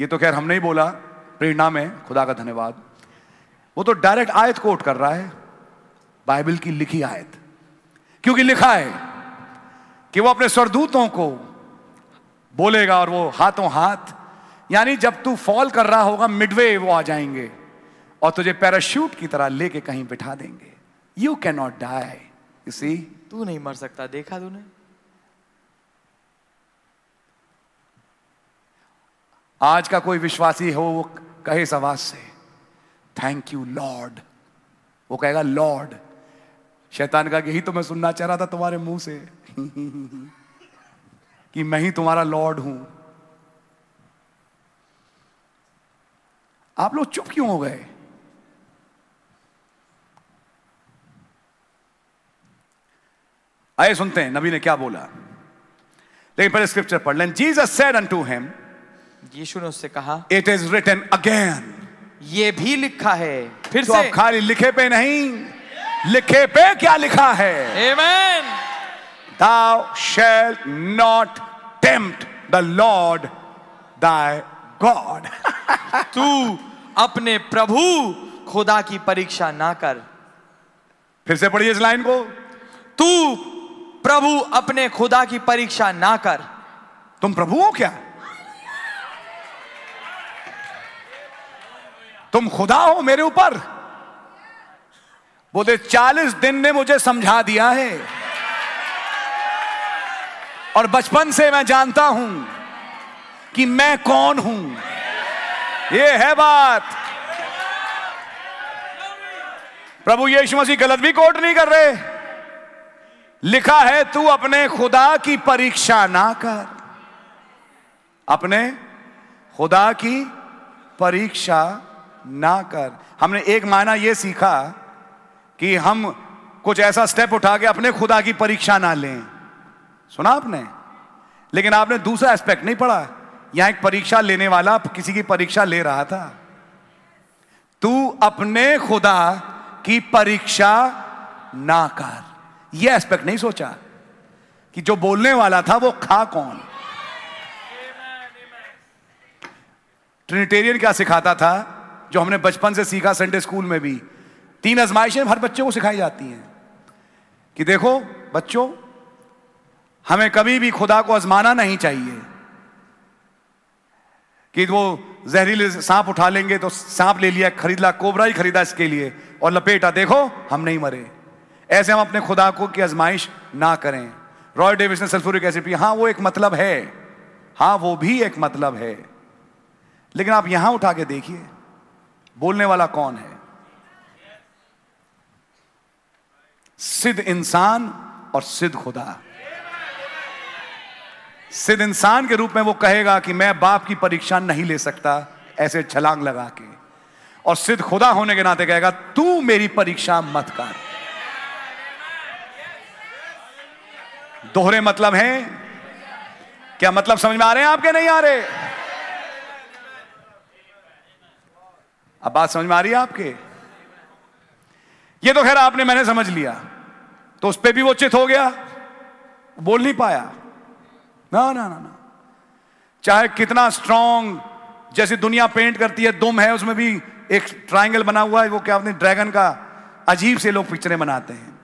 ये तो खैर हमने ही बोला प्रेरणा में खुदा का धन्यवाद वो तो डायरेक्ट आयत कोट कर रहा है बाइबल की लिखी आयत क्योंकि लिखा है कि वो अपने स्वरदूतों को बोलेगा और वो हाथों हाथ यानी जब तू फॉल कर रहा होगा मिडवे वो आ जाएंगे और तुझे पैराशूट की तरह लेके कहीं बिठा देंगे you can not die you see
तू नहीं मर सकता देखा तूने
आज का कोई विश्वासी हो वो कहे इस आवाज से थैंक यू लॉर्ड वो कहेगा लॉर्ड शैतान का यही तो मैं सुनना चाह रहा था तुम्हारे मुंह से कि मैं ही तुम्हारा लॉर्ड हूं आप लोग चुप क्यों हो गए आइए सुनते हैं नबी ने क्या बोला लेकिन पहले स्क्रिप्चर पढ़ लें जीसस सेड अनटू हिम
यीशु ने उससे कहा
इट इज रिटन अगेन
ये भी लिखा है फिर
तो
से
अब खाली लिखे पे नहीं लिखे पे क्या लिखा है
Amen.
thou shalt not tempt the lord thy god
तू अपने प्रभु खुदा की परीक्षा ना कर
फिर से पढ़िए इस लाइन को
तू प्रभु अपने खुदा की परीक्षा ना कर
तुम प्रभु हो क्या तुम खुदा हो मेरे ऊपर बोले चालीस दिन ने मुझे समझा दिया है और बचपन से मैं जानता हूं कि मैं कौन हूं ये है बात प्रभु यीशु मसीह गलत भी कोट नहीं कर रहे लिखा है तू अपने खुदा की परीक्षा ना कर अपने खुदा की परीक्षा ना कर हमने एक मायना यह सीखा कि हम कुछ ऐसा स्टेप उठा के अपने खुदा की परीक्षा ना लें सुना आपने लेकिन आपने दूसरा एस्पेक्ट नहीं पढ़ा यहां एक परीक्षा लेने वाला किसी की परीक्षा ले रहा था तू अपने खुदा की परीक्षा ना कर यह एस्पेक्ट नहीं सोचा कि जो बोलने वाला था वो खा कौन ट्रिनिटेरियन क्या सिखाता था जो हमने बचपन से सीखा संडे स्कूल में भी तीन आजमाइशें हर बच्चे को सिखाई जाती हैं कि देखो बच्चों हमें कभी भी खुदा को आजमाना नहीं चाहिए कि वो जहरीले सांप उठा लेंगे तो सांप ले लिया खरीद ला कोबरा ही खरीदा इसके लिए और लपेटा देखो हम नहीं मरे ऐसे हम अपने खुदा को की आजमाइश ना करें रॉय डेविस ने सल्फ्यूरिक एसिड पी हाँ वो एक मतलब है हाँ वो भी एक मतलब है लेकिन आप यहां उठा के देखिए बोलने वाला कौन है सिद्ध इंसान और सिद्ध खुदा सिद्ध इंसान के रूप में वो कहेगा कि मैं बाप की परीक्षा नहीं ले सकता ऐसे छलांग लगा के और सिद्ध खुदा होने के नाते कहेगा तू मेरी परीक्षा मत कर दोहरे मतलब हैं क्या मतलब समझ में आ रहे हैं आपके नहीं आ रहे अब बात समझ में आ रही है आपके ये तो खैर आपने मैंने समझ लिया तो उस पर भी वो चित हो गया बोल नहीं पाया ना ना ना ना चाहे कितना स्ट्रांग जैसे दुनिया पेंट करती है दुम है उसमें भी एक ट्रायंगल बना हुआ है वो क्या अपने ड्रैगन का अजीब से लोग पिक्चरें बनाते हैं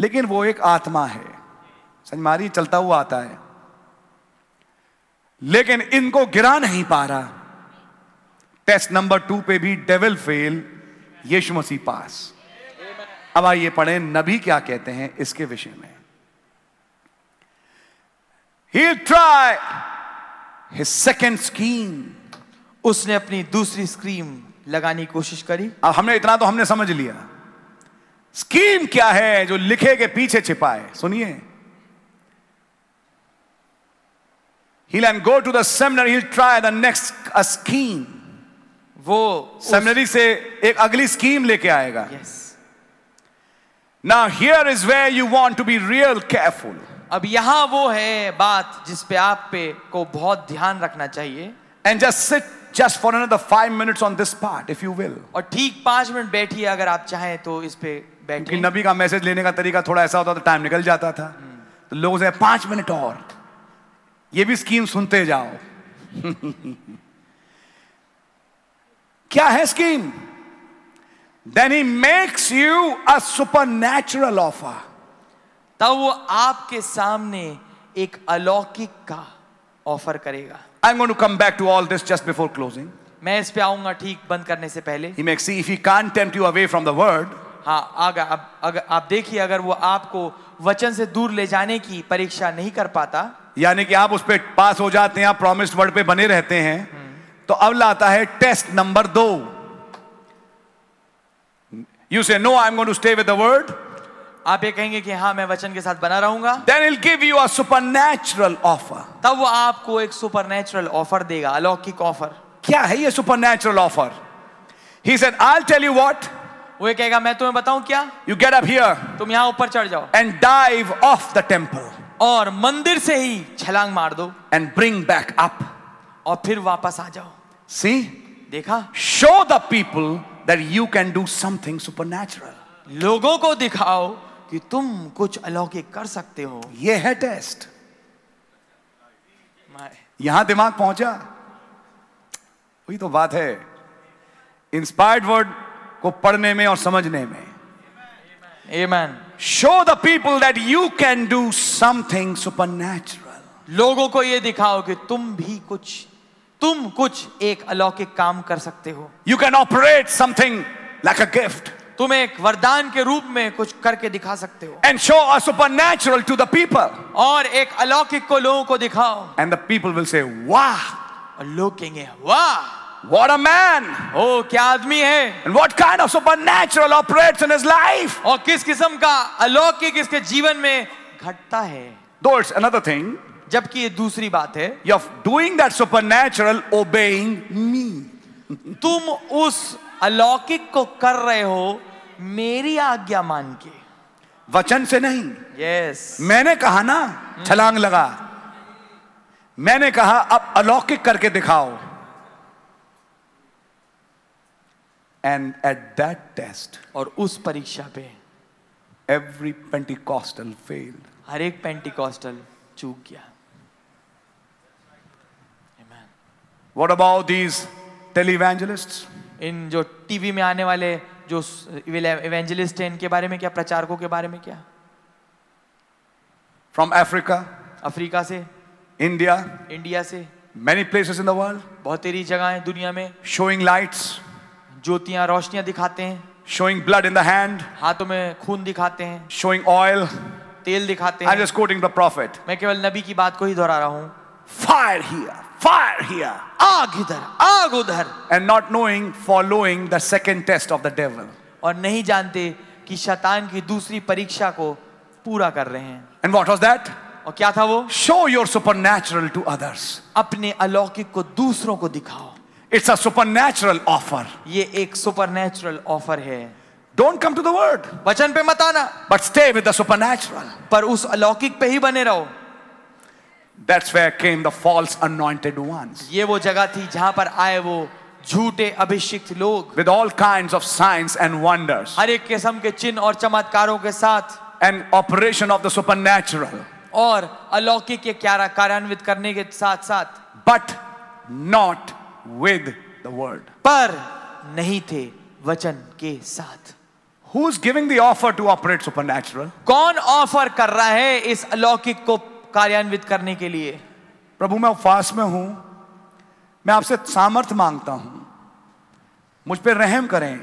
लेकिन वो एक आत्मा है समझ मारी चलता हुआ आता है लेकिन इनको गिरा नहीं पा रहा टेस्ट नंबर टू पे भी डेविल फेल यीशु मसीह पास अब आइए पढ़ें नबी क्या कहते हैं इसके विषय में ही ट्राई हिज सेकेंड स्कीम
उसने अपनी दूसरी स्क्रीम लगाने की कोशिश करी
अब हमने इतना तो हमने समझ लिया स्कीम क्या है जो लिखे के पीछे छिपाए सुनिए he'll and go to the seminary he'll try the next a scheme
वो
सेमिनरी से एक अगली स्कीम लेके आएगा
यस
ना here is where you want to be real careful
अब यहाँ वो है बात जिस पे आप पे को बहुत ध्यान रखना चाहिए
and just sit just for another five minutes on this part if you will
और ठीक पांच मिनट बैठिए अगर आप चाहें तो इस पे
क्योंकि
बैठिए
नबी का मैसेज लेने का तरीका थोड़ा ऐसा होता था टाइम निकल जाता था तो लोगों से पांच मिनट और ये भी स्कीम सुनते जाओ क्या है scheme then he makes you a supernatural offer
तब वो आपके सामने एक अलौकिक का ऑफर करेगा
I am going to come back to all this just before closing
मैं इस पे आऊंगा ठीक बंद करने से पहले
He may see if he can't tempt you away from the word,
हाँ आगे अब अगर आप देखिए अगर वो आपको वचन से दूर ले जाने की परीक्षा नहीं कर पाता
यानी कि आप उस पर पास हो जाते हैं आप प्रॉमिस्ड वर्ड पे बने रहते हैं तो अब लाता है टेस्ट नंबर दो you say no I am going to stay with the word
आप ये कहेंगे कि हाँ मैं वचन के साथ बना रहूंगा
then will give you a supernatural offer
तब वो आपको एक सुपरनेचुरल ऑफर देगा अलौकिक ऑफर
क्या है ये supernatural offer he said I tell you what
वो ये कहेगा मैं तुम्हें बताऊं क्या
यू गेट अप हियर
तुम यहाँ ऊपर चढ़ जाओ
and dive off the temple
और मंदिर से ही छलांग मार दो
एंड ब्रिंग बैक अप
और फिर वापस आ जाओ
सी
देखा
show the people that you can do something supernatural
लोगों को दिखाओ कि तुम कुछ अलौकिक कर सकते हो
ये है टेस्ट
माय
यहां दिमाग पहुंचा वही तो बात है इंस्पायर्ड वर्ड को पढ़ने में और समझने में
amen
show the people that you can do something supernatural
लोगों को ये दिखाओ कि तुम भी कुछ तुम कुछ एक अलौकिक काम कर सकते हो
you can operate something like a gift
तुम एक वरदान के रूप में कुछ करके दिखा सकते हो
and show a supernatural to the people
और एक अलौकिक को लोगों को दिखाओ
and the people will say वाह
और लोग कहेंगे वाह
व्हाट अ मैन
ओ क्या आदमी है
and what kind of supernatural operates in his life
और किस किस्म का अलौकिक इसके जीवन में घटता है
दो इट्स अनदर थिंग
जबकि ये दूसरी बात है
you are doing that supernatural obeying me
तुम उस अलौकिक को कर रहे हो मेरी आज्ञा मान के
वचन से नहीं
यस
मैंने कहा ना छलांग लगा मैंने कहा अब अलौकिक करके दिखाओ And at that test,
और उस परीक्षा पे
every Pentecostal failed.
हर एक पेंटिकॉस्टल चूक गया Amen.
What about these televangelists?
इन जो टीवी में आने वाले जो इवेंजलिस्ट हैं इनके बारे में क्या प्रचारकों के बारे में क्या
from Africa,
अफ्रीका से
India,
इंडिया से
many places in the world,
बहुत तेरी जगह है दुनिया में
showing lights,
ज्योतियां रोशनियां दिखाते हैं
showing blood in the hand,
हाथों में खून दिखाते हैं
showing oil.
तेल दिखाते
I'm
हैं
just quoting the prophet.
मैं केवल नबी की बात को ही दोहरा रहा हूँ
Fire here, fire here.
आग इधर आग उधर
And not knowing, following the second test of the devil.
और नहीं जानते कि शैतान की दूसरी परीक्षा को पूरा कर रहे हैं
And what was that?
और क्या था वो
Show your supernatural to others.
अपने अलौकिक को दूसरों को दिखाओ
It's a supernatural offer.
ये एक सुपरनेचुरल ऑफर है
Don't come to the word,
वचन पे मत आना
but stay with the supernatural.
पर उस अलौकिक पे ही बने रहो
That's where came the false anointed ones
ये वो जगह थी जहां पर आए वो झूठे अभिषिक्त लोग
with all kinds of signs and wonders
हर एक किस्म के चिन्ह और चमत्कारों के साथ
and operation of the supernatural.
और अलौकिक के क्यारा कार्यान्वित करने के साथ साथ
but not with the word.
पर नहीं थे वचन के साथ
Who's giving the offer to operate supernatural?
कौन ऑफर कर रहा है इस अलौकिक को कार्यान्वित करने के लिए
प्रभु मैं उपवास में हूं मैं आपसे सामर्थ मांगता हूं मुझ पर रहम करें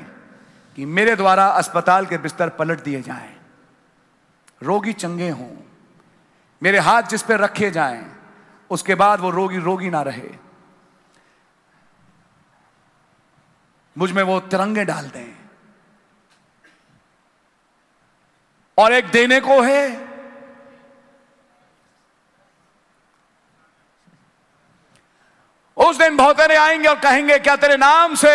कि मेरे द्वारा अस्पताल के बिस्तर पलट दिए जाएं रोगी चंगे हों मेरे हाथ जिस पर रखे जाएं उसके बाद वो रोगी रोगी ना रहे मुझ में वो तिरंगे डाल दें और एक देने को है उस दिन भौतेरे आएंगे और कहेंगे क्या तेरे नाम से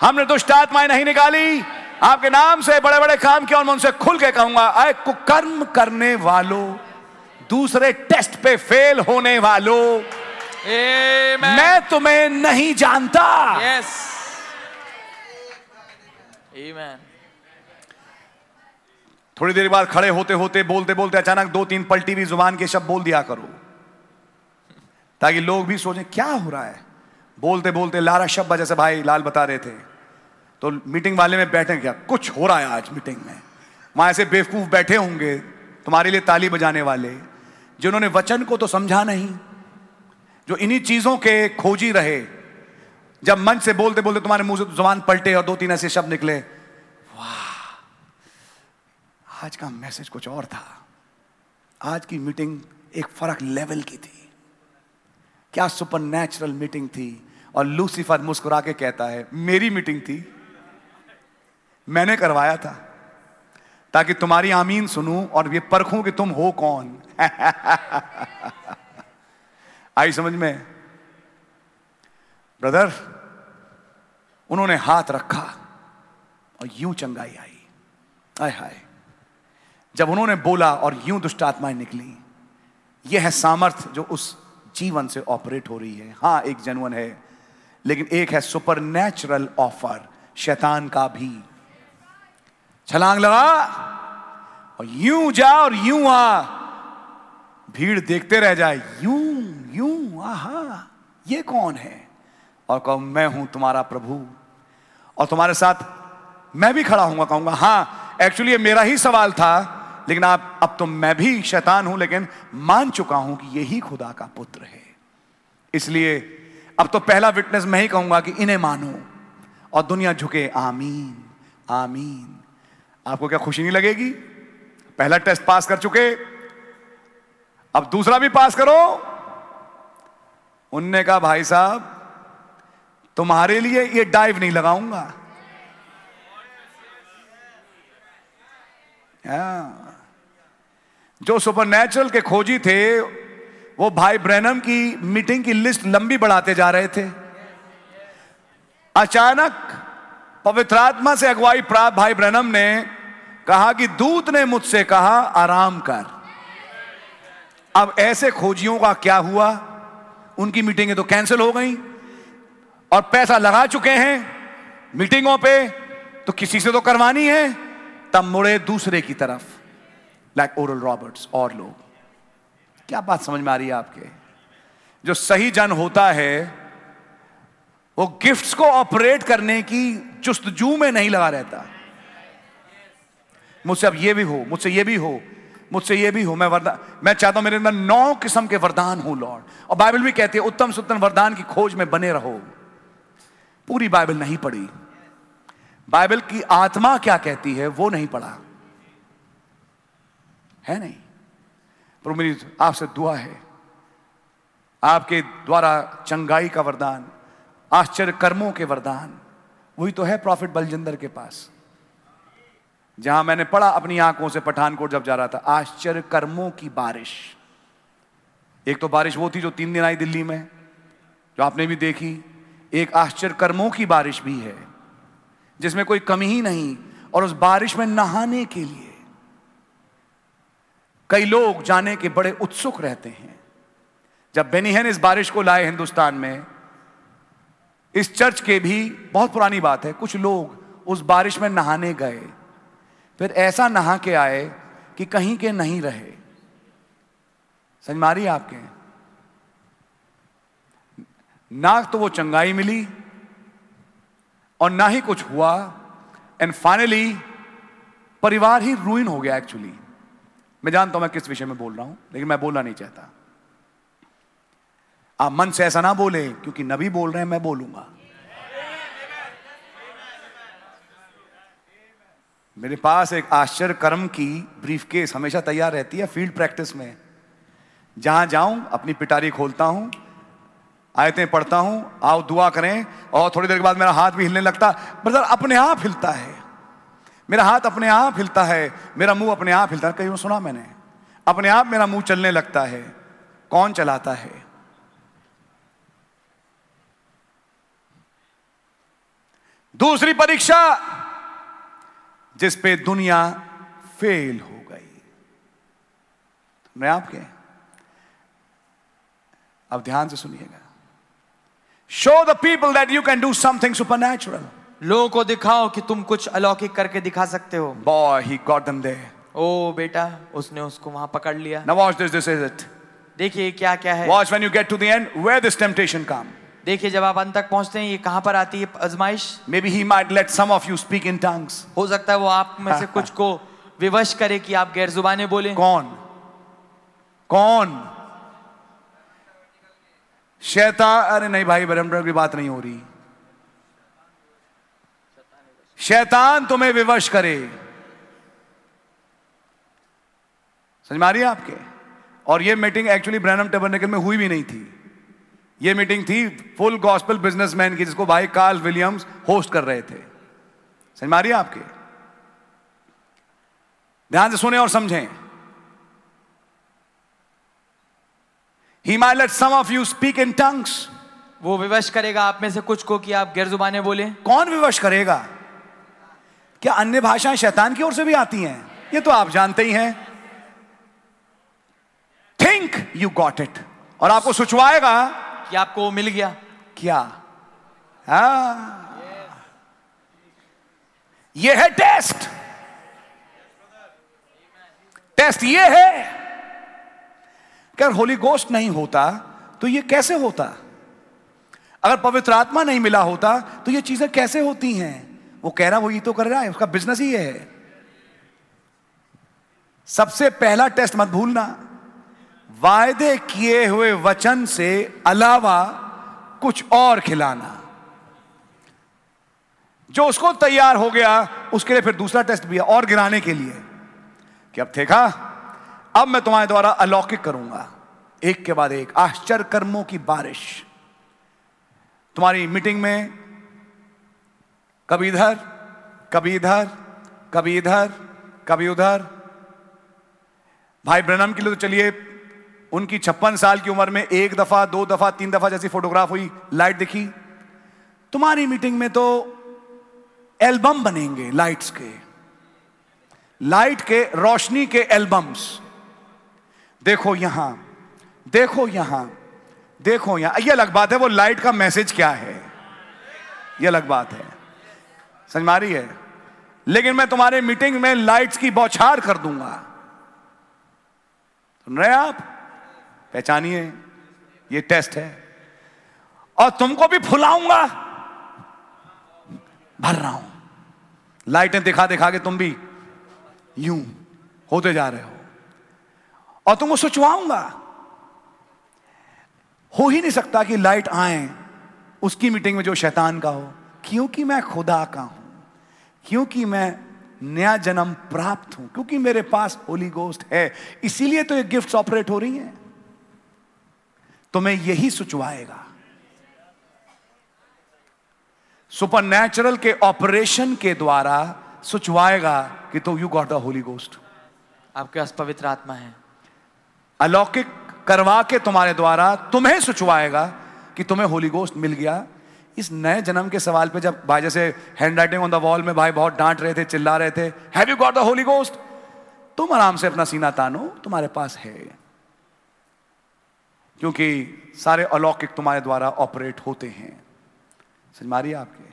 हमने दुष्ट आत्माएं नहीं निकाली आपके नाम से बड़े बड़े काम किया और मैं उनसे खुल के कहूंगा अय कुकर्म करने वालों दूसरे टेस्ट पे फेल होने वालों
Amen.
मैं तुम्हें नहीं जानता
Yes. Amen.
थोड़ी देर बाद खड़े होते होते बोलते बोलते अचानक दो तीन पलटी हुई जुबान के शब्द बोल दिया करो ताकि लोग भी सोचें क्या हो रहा है बोलते बोलते लारा शब्द जैसे भाई लाल बता रहे थे तो मीटिंग वाले में बैठे क्या कुछ हो रहा है आज मीटिंग में वहां ऐसे बेवकूफ बैठे होंगे तुम्हारे लिए ताली बजाने वाले जिन्होंने वचन को तो समझा नहीं जो इन्हीं चीजों के खोजी रहे जब मन से बोलते बोलते तुम्हारे मुंह से जुबान पलटे और दो तीन ऐसे शब्द निकले आज का मैसेज कुछ और था आज की मीटिंग एक फर्क लेवल की थी क्या सुपर नेचुरल मीटिंग थी और लूसीफर मुस्कुरा के कहता है मेरी मीटिंग थी मैंने करवाया था ताकि तुम्हारी आमीन सुनूं और ये परखूं कि तुम हो कौन आई समझ में ब्रदर उन्होंने हाथ रखा और यूं चंगाई आई आय हाय जब उन्होंने बोला और यूं दुष्ट आत्माएं निकली यह है सामर्थ जो उस जीवन से ऑपरेट हो रही है हाँ एक जेनुअन है लेकिन एक है सुपर नेचुरल ऑफर शैतान का भी छलांग लगा और यूं जा और यूं आ भीड़ देखते रह जाए यूं यूं आहा ये कौन है और कहो मैं हूं तुम्हारा प्रभु और तुम्हारे साथ मैं भी खड़ा हूंगा कहूंगा हाँ एक्चुअली ये मेरा ही सवाल था लेकिन आप अब तो मैं भी शैतान हूं लेकिन मान चुका हूं कि यही खुदा का पुत्र है इसलिए अब तो पहला विटनेस मैं ही कहूंगा कि इन्हें मानो और दुनिया झुके आमीन आमीन आपको क्या खुशी नहीं लगेगी पहला टेस्ट पास कर चुके अब दूसरा भी पास करो उनने कहा भाई साहब तुम्हारे लिए ये डाइव नहीं लगाऊंगा हाँ। जो सुपरनेचुरल के खोजी थे वो भाई ब्रैनम की मीटिंग की लिस्ट लंबी बढ़ाते जा रहे थे अचानक पवित्र आत्मा से अगुवाई प्राप्त भाई ब्रैनम ने कहा कि दूत ने मुझसे कहा आराम कर अब ऐसे खोजियों का क्या हुआ उनकी मीटिंगें तो कैंसिल हो गई और पैसा लगा चुके हैं मीटिंगों पे तो किसी से तो करवानी है तब मुड़े दूसरे की तरफ लाइक ओरल रॉबर्ट्स और लोग क्या बात समझ में आ रही है आपके जो सही जन होता है वो गिफ्ट्स को ऑपरेट करने की जुस्तजू में नहीं लगा रहता मुझसे अब ये भी हो मुझसे ये भी हो मुझसे ये भी हो मैं वरदान मैं चाहता हूं मेरे अंदर नौ किस्म के वरदान हो लॉर्ड और बाइबल भी कहती है उत्तम से उत्तम वरदान की खोज में बने रहो पूरी बाइबल नहीं पढ़ी बाइबल की आत्मा क्या कहती है वो नहीं पढ़ा है नहीं पर मेरी आपसे दुआ है आपके द्वारा चंगाई का वरदान आश्चर्य कर्मों के वरदान वही तो है प्रॉफिट बलजिंदर के पास जहां मैंने पढ़ा अपनी आंखों से पठानकोट जब जा रहा था आश्चर्य कर्मों की बारिश एक तो बारिश वो थी जो तीन दिन आई दिल्ली में जो आपने भी देखी एक आश्चर्य कर्मों की बारिश भी है जिसमें कोई कमी ही नहीं और उस बारिश में नहाने के लिए कई लोग जाने के बड़े उत्सुक रहते हैं जब बेनिहन इस बारिश को लाए हिंदुस्तान में इस चर्च के भी बहुत पुरानी बात है कुछ लोग उस बारिश में नहाने गए फिर ऐसा नहा के आए कि कहीं के नहीं रहे समझ मारी आपके ना तो वो चंगाई मिली और ना ही कुछ हुआ एंड फाइनली परिवार ही रूइन हो गया एक्चुअली मैं जानता हूं मैं किस विषय में बोल रहा हूं लेकिन मैं बोलना नहीं चाहता आप मन से ऐसा ना बोले क्योंकि नबी बोल रहे हैं मैं बोलूंगा मेरे पास एक आश्चर्य कर्म की ब्रीफ केस हमेशा तैयार रहती है फील्ड प्रैक्टिस में जहां जाऊं अपनी पिटारी खोलता हूं आयतें पढ़ता हूं आओ दुआ करें और थोड़ी देर के बाद मेरा हाथ भी हिलने लगता ब्रदर अपने आप हिलता है मेरा हाथ अपने आप हिलता है मेरा मुंह अपने आप हिलता है कहीं सुना मैंने अपने आप मेरा मुंह चलने लगता है कौन चलाता है दूसरी परीक्षा जिस पे दुनिया फेल हो गई मैं आपके अब ध्यान से सुनिएगा show the people that you can do something supernatural
लोगों को दिखाओ कि तुम कुछ अलौकिक करके दिखा सकते हो
बॉय ही गॉट दम दे
ओ बेटा उसने उसको वहां पकड़ लिया
Now watch this, this is it.
देखिए क्या क्या है
Watch when you get to the end where this temptation come.
देखिए जब आप अंत तक पहुंचते हैं ये कहां पर आती है आजमाइश
Maybe he might let some of you speak in tongues.
हो सकता है वो आप में से कुछ को विवश करे कि आप गैर जुबाने बोले
कौन कौन शैता अरे नहीं भाई ब्रह्म की बात नहीं हो रही शैतान तुम्हें विवश करे समझ में आ रही है आपके और ये मीटिंग एक्चुअली ब्रैनम टेबरनेकल में हुई भी नहीं थी ये मीटिंग थी फुल गॉस्पल बिजनेसमैन की जिसको भाई कार्ल विलियम्स होस्ट कर रहे थे समझ में आ रही है आपके ध्यान से सुने और समझें he may let some of you speak in tongues
वो विवश करेगा आप में से कुछ को कि आप गैर जुबाने बोले
कौन विवश करेगा क्या अन्य भाषाएं शैतान की ओर से भी आती हैं ये तो आप जानते ही हैं थिंक यू गॉट इट और आपको सोचवाएगा
कि आपको वो मिल गया
क्या हाँ ये है टेस्ट टेस्ट ये है कि अगर होली गोस्ट नहीं होता तो ये कैसे होता अगर पवित्र आत्मा नहीं मिला होता तो ये चीजें कैसे होती हैं वो कह रहा वो ये तो कर रहा है उसका बिजनेस ही ये है सबसे पहला टेस्ट मत भूलना वायदे किए हुए वचन से अलावा कुछ और खिलाना जो उसको तैयार हो गया उसके लिए फिर दूसरा टेस्ट भी है और गिराने के लिए कि अब देखा अब मैं तुम्हारे द्वारा अलौकिक करूंगा एक के बाद एक आश्चर्य कर्मों की बारिश तुम्हारी मीटिंग में कभी इधर कभी इधर कभी इधर कभी उधर भाई ब्रनम के लिए तो चलिए उनकी छप्पन साल की उम्र में एक दफा दो दफा तीन दफा जैसी फोटोग्राफ हुई लाइट दिखी तुम्हारी मीटिंग में तो एल्बम बनेंगे लाइट्स के लाइट के रोशनी के एल्बम्स देखो यहां देखो यहां देखो यहां ये अलग बात है वो लाइट का मैसेज क्या है ये अलग बात है समझ में आ रही है लेकिन मैं तुम्हारे मीटिंग में लाइट्स की बौछार कर दूंगा सुन रहे हैं आप पहचानिए ये टेस्ट है और तुमको भी फुलाऊंगा भर रहा हूं लाइटें दिखा दिखा के तुम भी यूं होते जा रहे हो और तुमको सुचवाऊंगा हो ही नहीं सकता कि लाइट आए उसकी मीटिंग में जो शैतान का हो क्योंकि मैं खुदा का हूं क्योंकि मैं नया जन्म प्राप्त हूं क्योंकि मेरे पास होली गोस्ट है इसीलिए तो ये गिफ्ट्स ऑपरेट हो रही हैं तुम्हें यही सुचवाएगा सुपरनैचुरल के ऑपरेशन के द्वारा सुचवाएगा कि तो you got the holy ghost
आपके पास पवित्र आत्मा है
अलौकिक करवा के तुम्हारे द्वारा तुम्हें सुचवाएगा कि तुम्हें होली गोस्ट मिल गया इस नए जन्म के सवाल पे जब भाई जैसे hand writing on the wall में भाई बहुत डांट रहे थे चिल्ला रहे थे have you got the holy ghost तुम आराम से अपना सीना तानो तुम्हारे पास है क्योंकि सारे अलौकिक तुम्हारे द्वारा ऑपरेट होते हैं समझ मारिए आपके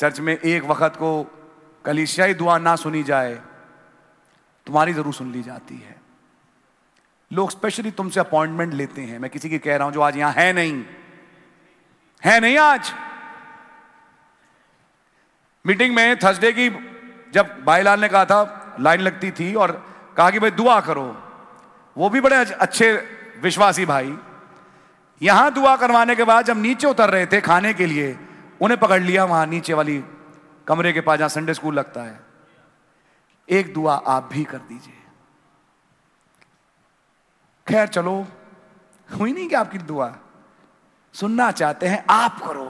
चर्च में एक वक्त को कलीसियाई दुआ ना सुनी जाए तुम्हारी जरूर सुन ली जाती है लोग स्पेशली तुमसे अपॉइंटमेंट लेते हैं मैं किसी की कह रहा हूं जो आज यहां है नहीं है नहीं आज मीटिंग में थर्सडे की जब भाईलाल ने कहा था लाइन लगती थी और कहा कि भाई दुआ करो वो भी बड़े अच्छ- अच्छे विश्वासी भाई यहां दुआ करवाने के बाद जब नीचे उतर रहे थे खाने के लिए उन्हें पकड़ लिया वहां नीचे वाली कमरे के पास जहां संडे स्कूल लगता है एक दुआ आप भी कर दीजिए खैर चलो हुई नहीं कि आपकी दुआ सुनना चाहते हैं आप करो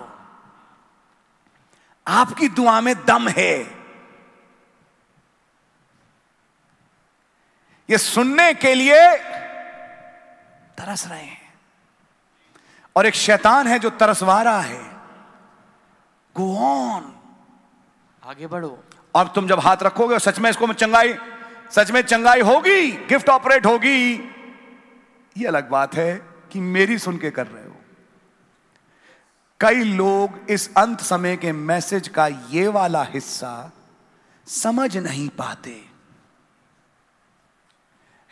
आपकी दुआ में दम है ये सुनने के लिए तरस रहे हैं और एक शैतान है जो तरसवा रहा है गो ऑन
आगे बढ़ो
और तुम जब हाथ रखोगे और सच में इसको में चंगाई सच में चंगाई होगी गिफ्ट ऑपरेट होगी ये अलग बात है कि मेरी सुन के कर रहे हो कई लोग इस अंत समय के मैसेज का ये वाला हिस्सा समझ नहीं पाते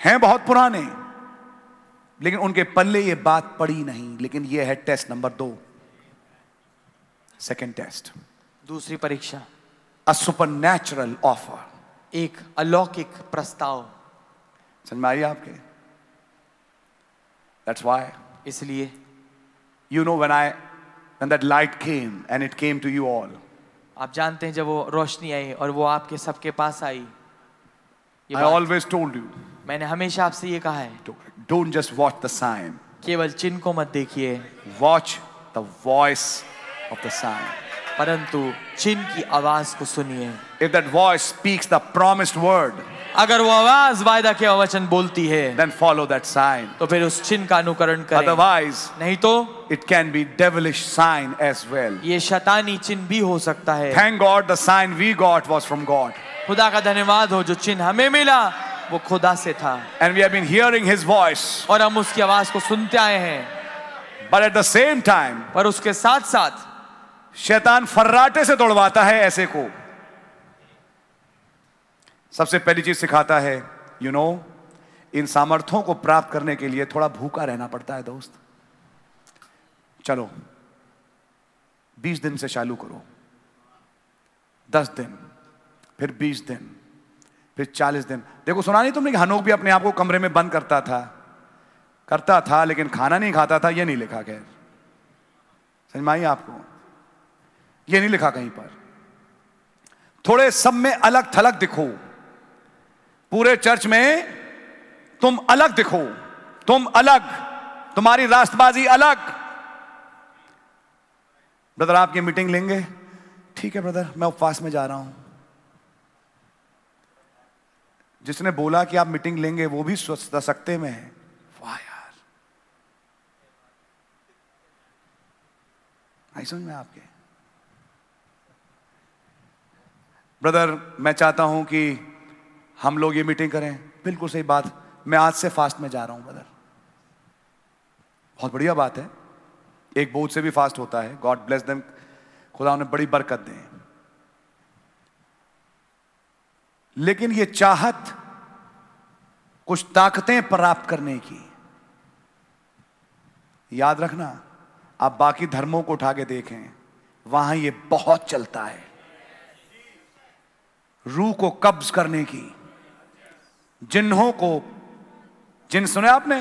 हैं बहुत पुराने लेकिन उनके पल्ले ये बात पड़ी नहीं लेकिन ये है टेस्ट नंबर दो सेकंड टेस्ट
दूसरी परीक्षा
अ सुपरनैचुरल ऑफर
एक अलौकिक प्रस्ताव
समझ में आई आपके दैट्स वाई
इसलिए
you know when I when that light came and it came to you all
आप जानते हैं जब वो रोशनी आई और वो आपके सबके पास आई ये
i
बात-
always told you
मैंने हमेशा आपसे ये कहा है
don't- don't just watch the sign
केवल चिन्ह को मत देखिए
watch the voice of the sign
परंतु चिन्ह की आवाज को सुनिए
if that voice speaks the promised word
अगर वो आवाज वायदा के वचन बोलती है
then follow that sign
तो फिर उस चिन्ह का अनुकरण करें
otherwise
नहीं तो
it can be devilish sign as well
ये शैतानी चिन्ह भी हो सकता है
thank god the sign we got was from god
खुदा का धन्यवाद हो जो चिन्ह हमें मिला वो खुदा से था
and we have been hearing his voice
और हम उसकी आवाज को सुनते आए हैं
but at the same time
पर उसके साथ साथ
शैतान फर्राटे से दौड़वाता है ऐसे को सबसे पहली चीज सिखाता है यू you नो know, इन सामर्थ्यों को प्राप्त करने के लिए थोड़ा भूखा रहना पड़ता है दोस्त चलो बीस दिन से चालू करो दस दिन फिर बीस दिन फिर चालीस दिन देखो सुना नहीं तुमने कि हनोक भी अपने आप को कमरे में बंद करता था करता था लेकिन खाना नहीं खाता था यह नहीं लिखा खैर समझ में आई आपको ये नहीं लिखा कहीं पर थोड़े सब में अलग थलग दिखो पूरे चर्च में तुम अलग दिखो तुम अलग तुम्हारी रास्तबाजी अलग ब्रदर आप ये मीटिंग लेंगे ठीक है ब्रदर मैं उपवास में जा रहा हूं जिसने बोला कि आप मीटिंग लेंगे वो भी स्वस्थता सकते में है वाह यार आई समझ में आपके ब्रदर मैं चाहता हूं कि हम लोग ये मीटिंग करें बिल्कुल सही बात मैं आज से फास्ट में जा रहा हूं ब्रदर बहुत बढ़िया बात है एक बोझ से भी फास्ट होता है गॉड ब्लेस देम खुदा उन्हें बड़ी बरकत दें लेकिन ये चाहत कुछ ताकतें प्राप्त करने की याद रखना आप बाकी धर्मों को उठा के देखें वहां ये बहुत चलता है रूह को कब्ज करने की जिन्हों को जिन सुने आपने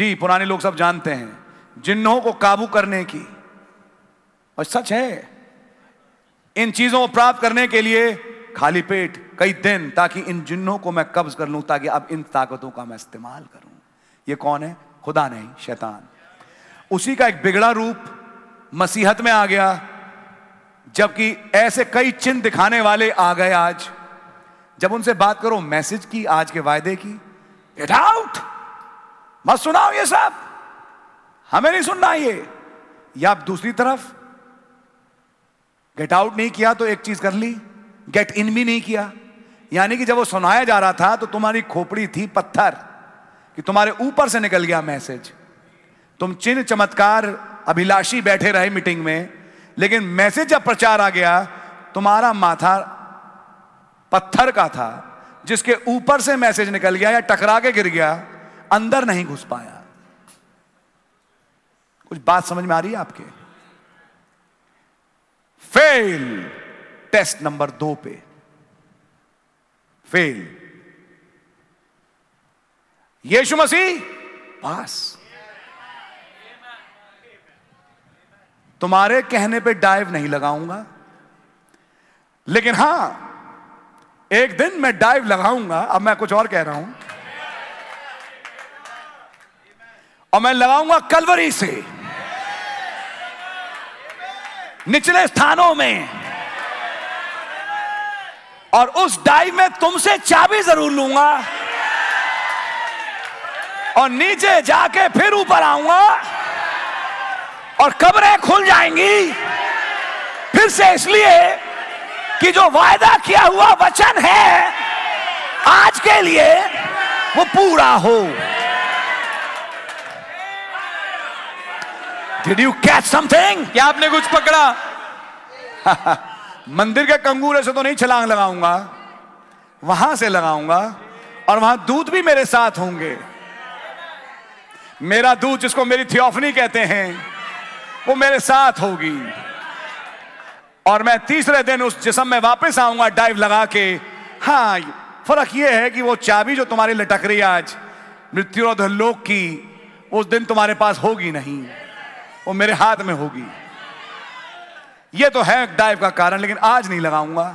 जी पुराने लोग सब जानते हैं जिन्हों को काबू करने की और सच है इन चीजों को प्राप्त करने के लिए खाली पेट कई दिन ताकि इन जिन्नों को मैं कब्ज कर लूं ताकि अब इन ताकतों का मैं इस्तेमाल करूं ये कौन है खुदा नहीं शैतान उसी का एक बिगड़ा रूप मसीहत में आ गया जबकि ऐसे कई चिन्ह दिखाने वाले आ गए आज जब उनसे बात करो मैसेज की आज के वायदे की गेट आउट मत सुनाओ ये सब हमें नहीं सुनना ये या आप दूसरी तरफ गेट आउट नहीं किया तो एक चीज कर ली गेट इन भी नहीं किया यानी कि जब वो सुनाया जा रहा था तो तुम्हारी खोपड़ी थी पत्थर कि तुम्हारे ऊपर से निकल गया मैसेज तुम चिन्ह चमत्कार अभिलाषी बैठे रहे मीटिंग में लेकिन मैसेज जब प्रचार आ गया तुम्हारा माथा पत्थर का था जिसके ऊपर से मैसेज निकल गया या टकरा के गिर गया अंदर नहीं घुस पाया कुछ बात समझ में आ रही है आपके फेल टेस्ट नंबर दो पे फेल यीशु मसीह पास तुम्हारे कहने पे डाइव नहीं लगाऊंगा लेकिन हां एक दिन मैं डाइव लगाऊंगा अब मैं कुछ और कह रहा हूं और मैं लगाऊंगा कलवरी से निचले स्थानों में और उस डाइव में तुमसे चाबी जरूर लूंगा और नीचे जाके फिर ऊपर आऊंगा और कब्रें खुल जाएंगी फिर से इसलिए कि जो वायदा किया हुआ वचन है आज के लिए वो पूरा हो डिड यू कैच समथिंग
क्या आपने कुछ पकड़ा
मंदिर के कंगूरे से तो नहीं छलांग लगाऊंगा वहां से लगाऊंगा और वहां दूध भी मेरे साथ होंगे मेरा दूध जिसको मेरी थियोफनी कहते हैं वो मेरे साथ होगी और मैं तीसरे दिन उस जिसम में वापस आऊंगा डाइव लगा के हाँ फर्क ये है कि वो चाबी जो तुम्हारी लटक रही है आज मृत्यु और धल्लोक की उस दिन तुम्हारे पास होगी नहीं वो मेरे हाथ में होगी ये तो है डाइव का कारण लेकिन आज नहीं लगाऊंगा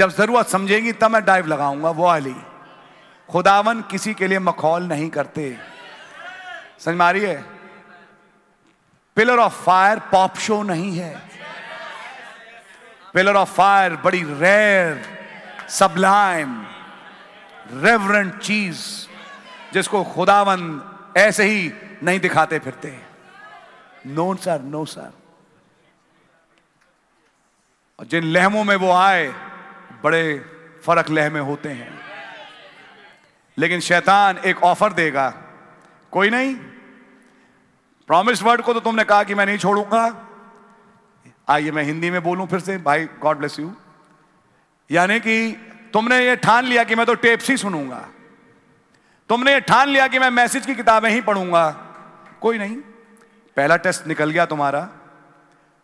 जब जरूरत समझेगी तब मैं डाइव लगाऊंगा वो वाली खुदावन किसी के लिए मखौल नहीं करते समझ में आ रही है pillar of fire pop show नहीं है पिलर ऑफ फायर बड़ी रेयर सबलाइम रेवरेंट चीज जिसको खुदावन ऐसे ही नहीं दिखाते फिरते नो सर नो सर और जिन लहमों में वो आए बड़े फर्क लहमे होते हैं लेकिन शैतान एक ऑफर देगा कोई नहीं प्रॉमिस वर्ड को तो तुमने कहा कि मैं नहीं छोड़ूंगा आइए मैं हिंदी में बोलूं फिर से भाई गॉड ब्लेस यू यानी कि तुमने ये ठान लिया कि मैं तो टेप्स ही सुनूंगा तुमने ये ठान लिया कि मैं मैसेज की किताबें ही पढ़ूंगा कोई नहीं पहला टेस्ट निकल गया तुम्हारा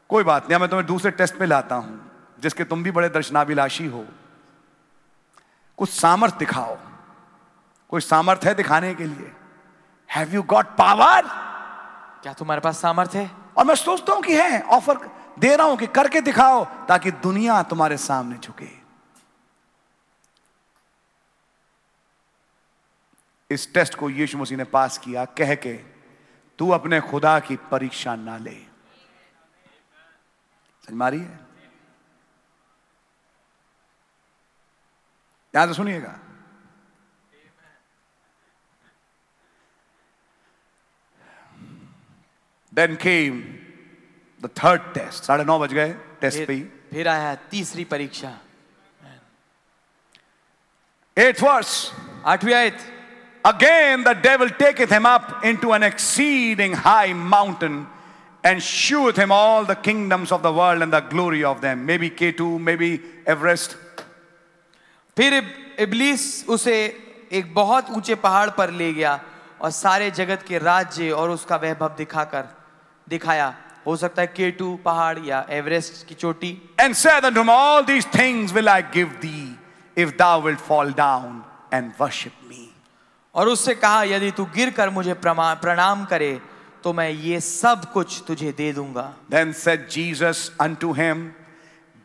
कोई बात नहीं अब मैं तुम्हें दूसरे टेस्ट पे लाता हूं जिसके तुम भी बड़े दर्शनाभिलाषी हो कुछ सामर्थ दिखाओ कोई सामर्थ है दिखाने के लिए हैव यू गॉट पावर
क्या तुम्हारे पास सामर्थ्य है
और मैं सोचता हूं कि है ऑफर दे रहा हूं कि करके दिखाओ ताकि दुनिया तुम्हारे सामने झुके इस टेस्ट को यीशु मसीह ने पास किया कह के तू अपने खुदा की परीक्षा ना ले समझ मारी है ध्यान से सुनिएगा then came the third test साढ़े नौ बज गए टेस्ट पे ही
फिर, फिर आया तीसरी परीक्षा
एट वर्स
आठवीं आयत
Again, the devil taketh him up into an exceeding high mountain and sheweth him all the kingdoms of the world and the glory of them. Maybe K2, maybe Everest.
फिर इब- इबलीस उसे एक बहुत ऊंचे पहाड़ पर ले गया और सारे जगत के राज्य और उसका वैभव दिखाकर दिखाया हो सकता है केटू पहाड़ या एवरेस्ट की चोटी
and said unto him, All these things will I give thee if thou wilt fall down and worship me.
और उससे कहा यदि तू गिर कर मुझे प्रमा- प्रणाम करे तो मैं ये सब कुछ तुझे दे दूंगा
Then said Jesus unto him,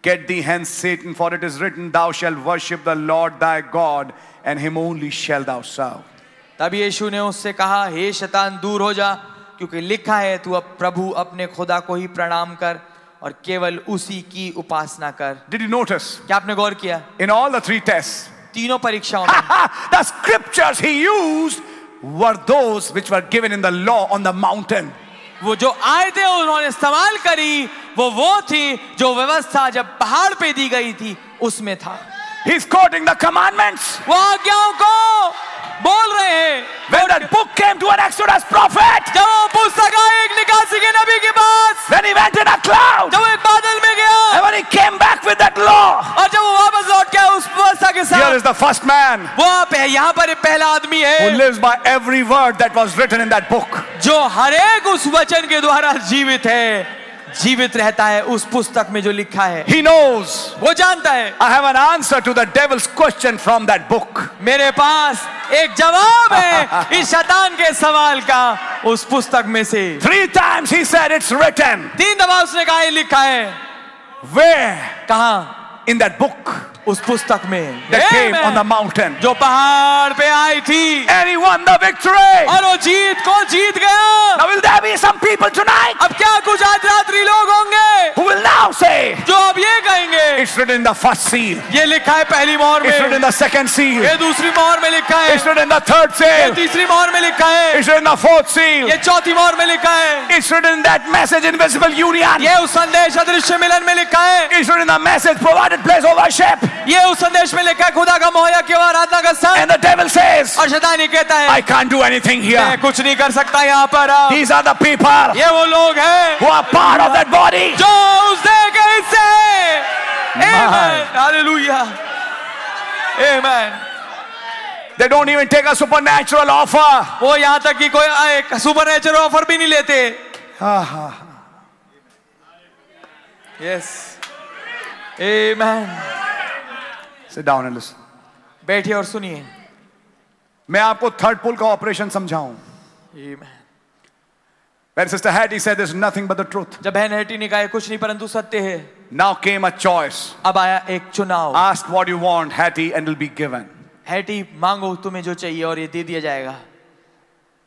Get thee hence, Satan, for it is written, Thou shalt worship the Lord thy God, and him only shalt thou serve.
तब यीशु ने उससे कहा हे शैतान दूर हो जा क्योंकि लिखा है तू अब प्रभु अपने खुदा को ही प्रणाम कर और केवल उसी की उपासना कर
Did you notice?
क्या आपने गौर किया
In all the three tests,
तीनों परीक्षाओं में
the scriptures he used were those which were given in the law on the mountain.
वो जो आयतें उन्होंने इस्तेमाल करी वो वो थी जो व्यवस्था जब पहाड़ पे दी गई थी उसमें था
He's quoting the commandments.
वो आज्ञाओं को बोल रहे हैं
When that book came to an Exodus prophet,
जब वो पुस्तक आई एक निकासी के नबी के पास
when he went in a cloud,
जब वो एक बादल में गया
and when he came back with that law,
और जब वो वापस लौट के आया उस व्यवस्था के
here
साथ
is the first man
वो आप है यहाँ पर एक पहला आदमी
who
है
lives by every word that was written in that book.
जो हर एक उस वचन के द्वारा जीवित है जीवित रहता है उस पुस्तक में जो लिखा है
He knows
वो जानता है
I have an answer to the devil's question from that book.
मेरे पास एक जवाब है इस शैतान के सवाल का उस पुस्तक में से
Three times he said, It's written.
तीन दफा उसने कहा ये लिखा है
Where?
कहा
In that book
उस पुस्तक में
that came
Amen.
on the mountain.
जो पहाड़ पे आई थी
And he won the victory.
और वो जीत को जीत गया
Now, will there be some people tonight
अब क्या कुछ आज रात्रि लोग होंगे
who will now say,
जो अब ये कहेंगे
It's written in the first seal,
ये लिखा है पहली मोहर
it's written
में
in the second seal,
ये दूसरी मोहर में लिखा है
it's written in the third
ये
seal,
तीसरी मोहर में लिखा है
it's written in the fourth seal,
ये चौथी मोहर में लिखा है
it's written in that message, invisible union,
ये उस संदेश अदृश्य मिलन में लिखा है
it's written in the message, provided place of worship.
ये उस संदेश में लिखा है खुदा का मोहया क्यों आराधना का स्थान
And the devil says,
और शैतान ये कहता है
I can't do anything
मैं
here.
कुछ नहीं कर सकता यहाँ पर अब।
These are the people
ये वो लोग हैं
who are part of that body.
जो उस देह के हिस्से हैं hallelujah amen
They don't even take a supernatural offer.
वो यहाँ तक कि कोई आ, एक सुपरनेचुरल ऑफर भी नहीं लेते yes amen
Sit down and listen.
बैठिए और सुनिए
मैं आपको थर्ड पुल का ऑपरेशन समझाऊं
Amen.
When Sister Hattie said there's nothing but the truth.
जब बहन हेटी ने कहा कुछ नहीं परंतु सत्य है
Now came a choice.
अब आया एक चुनाव
Ask what you want, Hattie, and it'll be given.
हेटी मांगो तुम्हें जो चाहिए और ये दे दिया जाएगा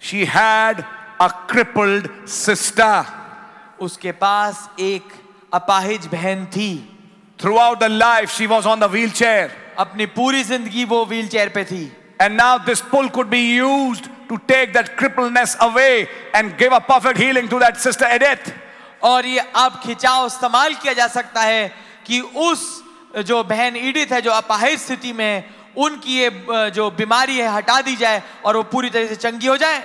She had a crippled sister.
उसके पास एक अपाहिज बहन थी
Throughout the life, she was on the wheelchair.
अपनी पूरी जिंदगी वो व्हील चेयर पे थी
And now this pull could be used to take that crippledness away and give a perfect healing to that sister Edith.
और ये अब खिंचाव इस्तेमाल किया जा सकता है कि उस जो बहन ईडिथ है जो अपाहिज स्थिति में है उनकी ये अ, जो बीमारी है हटा दी जाए और वो पूरी तरह से चंगी हो जाए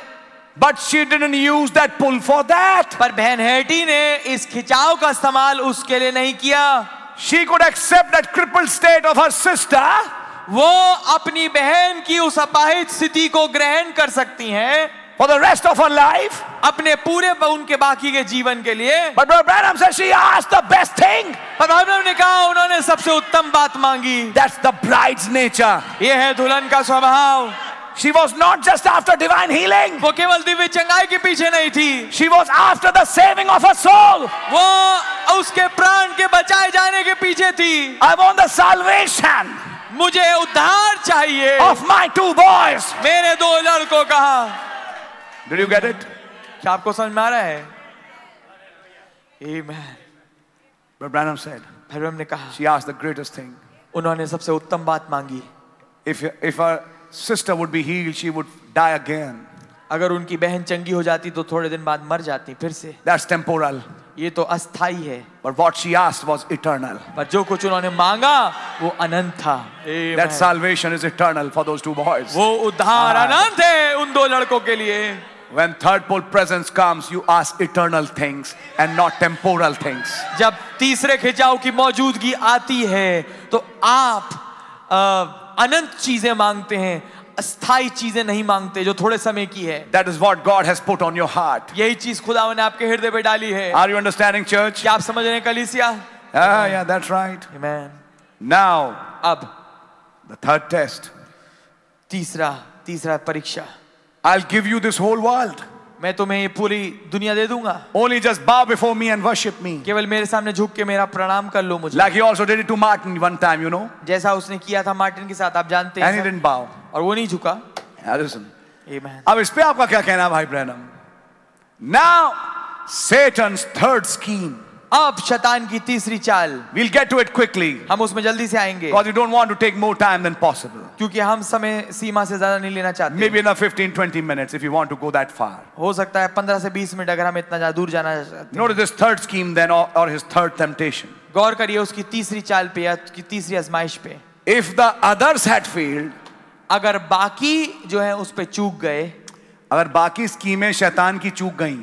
But she didn't use that pull for that.
पर बहन हेटी ने इस खिंचाव का इस्तेमाल उसके लिए नहीं किया
She could accept that crippled state of her sister
वो अपनी बहन की उस अपाहिज स्थिति को ग्रहण कर सकती हैं
for the rest of her life.
अपने पूरे ब- उनके बाकी के जीवन के लिए
But Brother Branham says she asked the best thing.
पर हमने ने कहा उन्होंने सबसे उत्तम बात मांगी
That's the bride's nature.
ये है दुल्हन का स्वभाव
She was not just after divine healing,
वो केवल दिव्य चंगाई के पीछे नहीं थी
she was after the saving of her soul.
वो उसके प्राण के बचाए जाने के पीछे थी
I want the salvation
मुझे उद्धार चाहिए
of my two boys.
मेरे दो लड़कों का
Did you get it?
क्या आपको समझ में आ रहा है Amen.
Brother Branham said
फिर हमने कहा
she asked the greatest thing.
उन्होंने सबसे उत्तम बात मांगी
If, if her sister would be healed, she would die again.
अगर उनकी बहन चंगी हो जाती तो थोड़े दिन बाद मर जाती फिर से
That's temporal.
ये तो अस्थाई है
But what she asked was eternal.
पर जो कुछ उन्होंने मांगा वो अनंत था Amen.
That salvation is eternal for those two boys.
वो उद्धार अनंत है उन दो लड़कों के लिए
When third pole presence comes, you ask eternal things and not temporal things.
जब तीसरे खिंचाव की मौजूदगी आती है तो आप अ, अनंत चीजें मांगते हैं अस्थाई चीजें नहीं मांगते जो थोड़े समय की है
That is what God has put on your heart.
यही चीज खुदा ने आपके हृदय पे डाली है
Are you understanding, church?
क्या आप समझ रहे हैं कलीसिया
Ah, yeah, that's right.
Amen.
Now,
अब
the third test.
तीसरा तीसरा परीक्षा
I'll give you this whole world.
मैं तुम्हें ये पूरी दुनिया दे दूंगा
Only just bow before me and worship me.
केवल मेरे सामने झुक के मेरा प्रणाम कर लो मुझे
Like he also did it to Martin one time, you know.
जैसा उसने किया था मार्टिन के साथ आप जानते
And he
हैं सब।
didn't bow.
और वो नहीं झुका
Yeah, listen.
Amen.
अब इस पे आपका क्या कहना है भाई Branham now Satan's third scheme
अब शतान की तीसरी चाल
will get to it quickly
हम उसमें जल्दी से आएंगे
because you don't want to take more time than possible
क्योंकि हम समय सीमा से ज्यादा नहीं लेना चाहते
may be in 15 20 minutes if you want to go that far
हो सकता है पंद्रह से बीस मिनट अगर हम इतना ज्यादा दूर जाना चाहते हैं।
notice this third scheme then or, or his third temptation
गौर करिए उसकी तीसरी चाल पे या उसकी तीसरी आजमाइश पे
if the others had failed
अगर बाकी जो है उस पे चूक गए
अगर बाकी स्कीमें शैतान की चूक गईं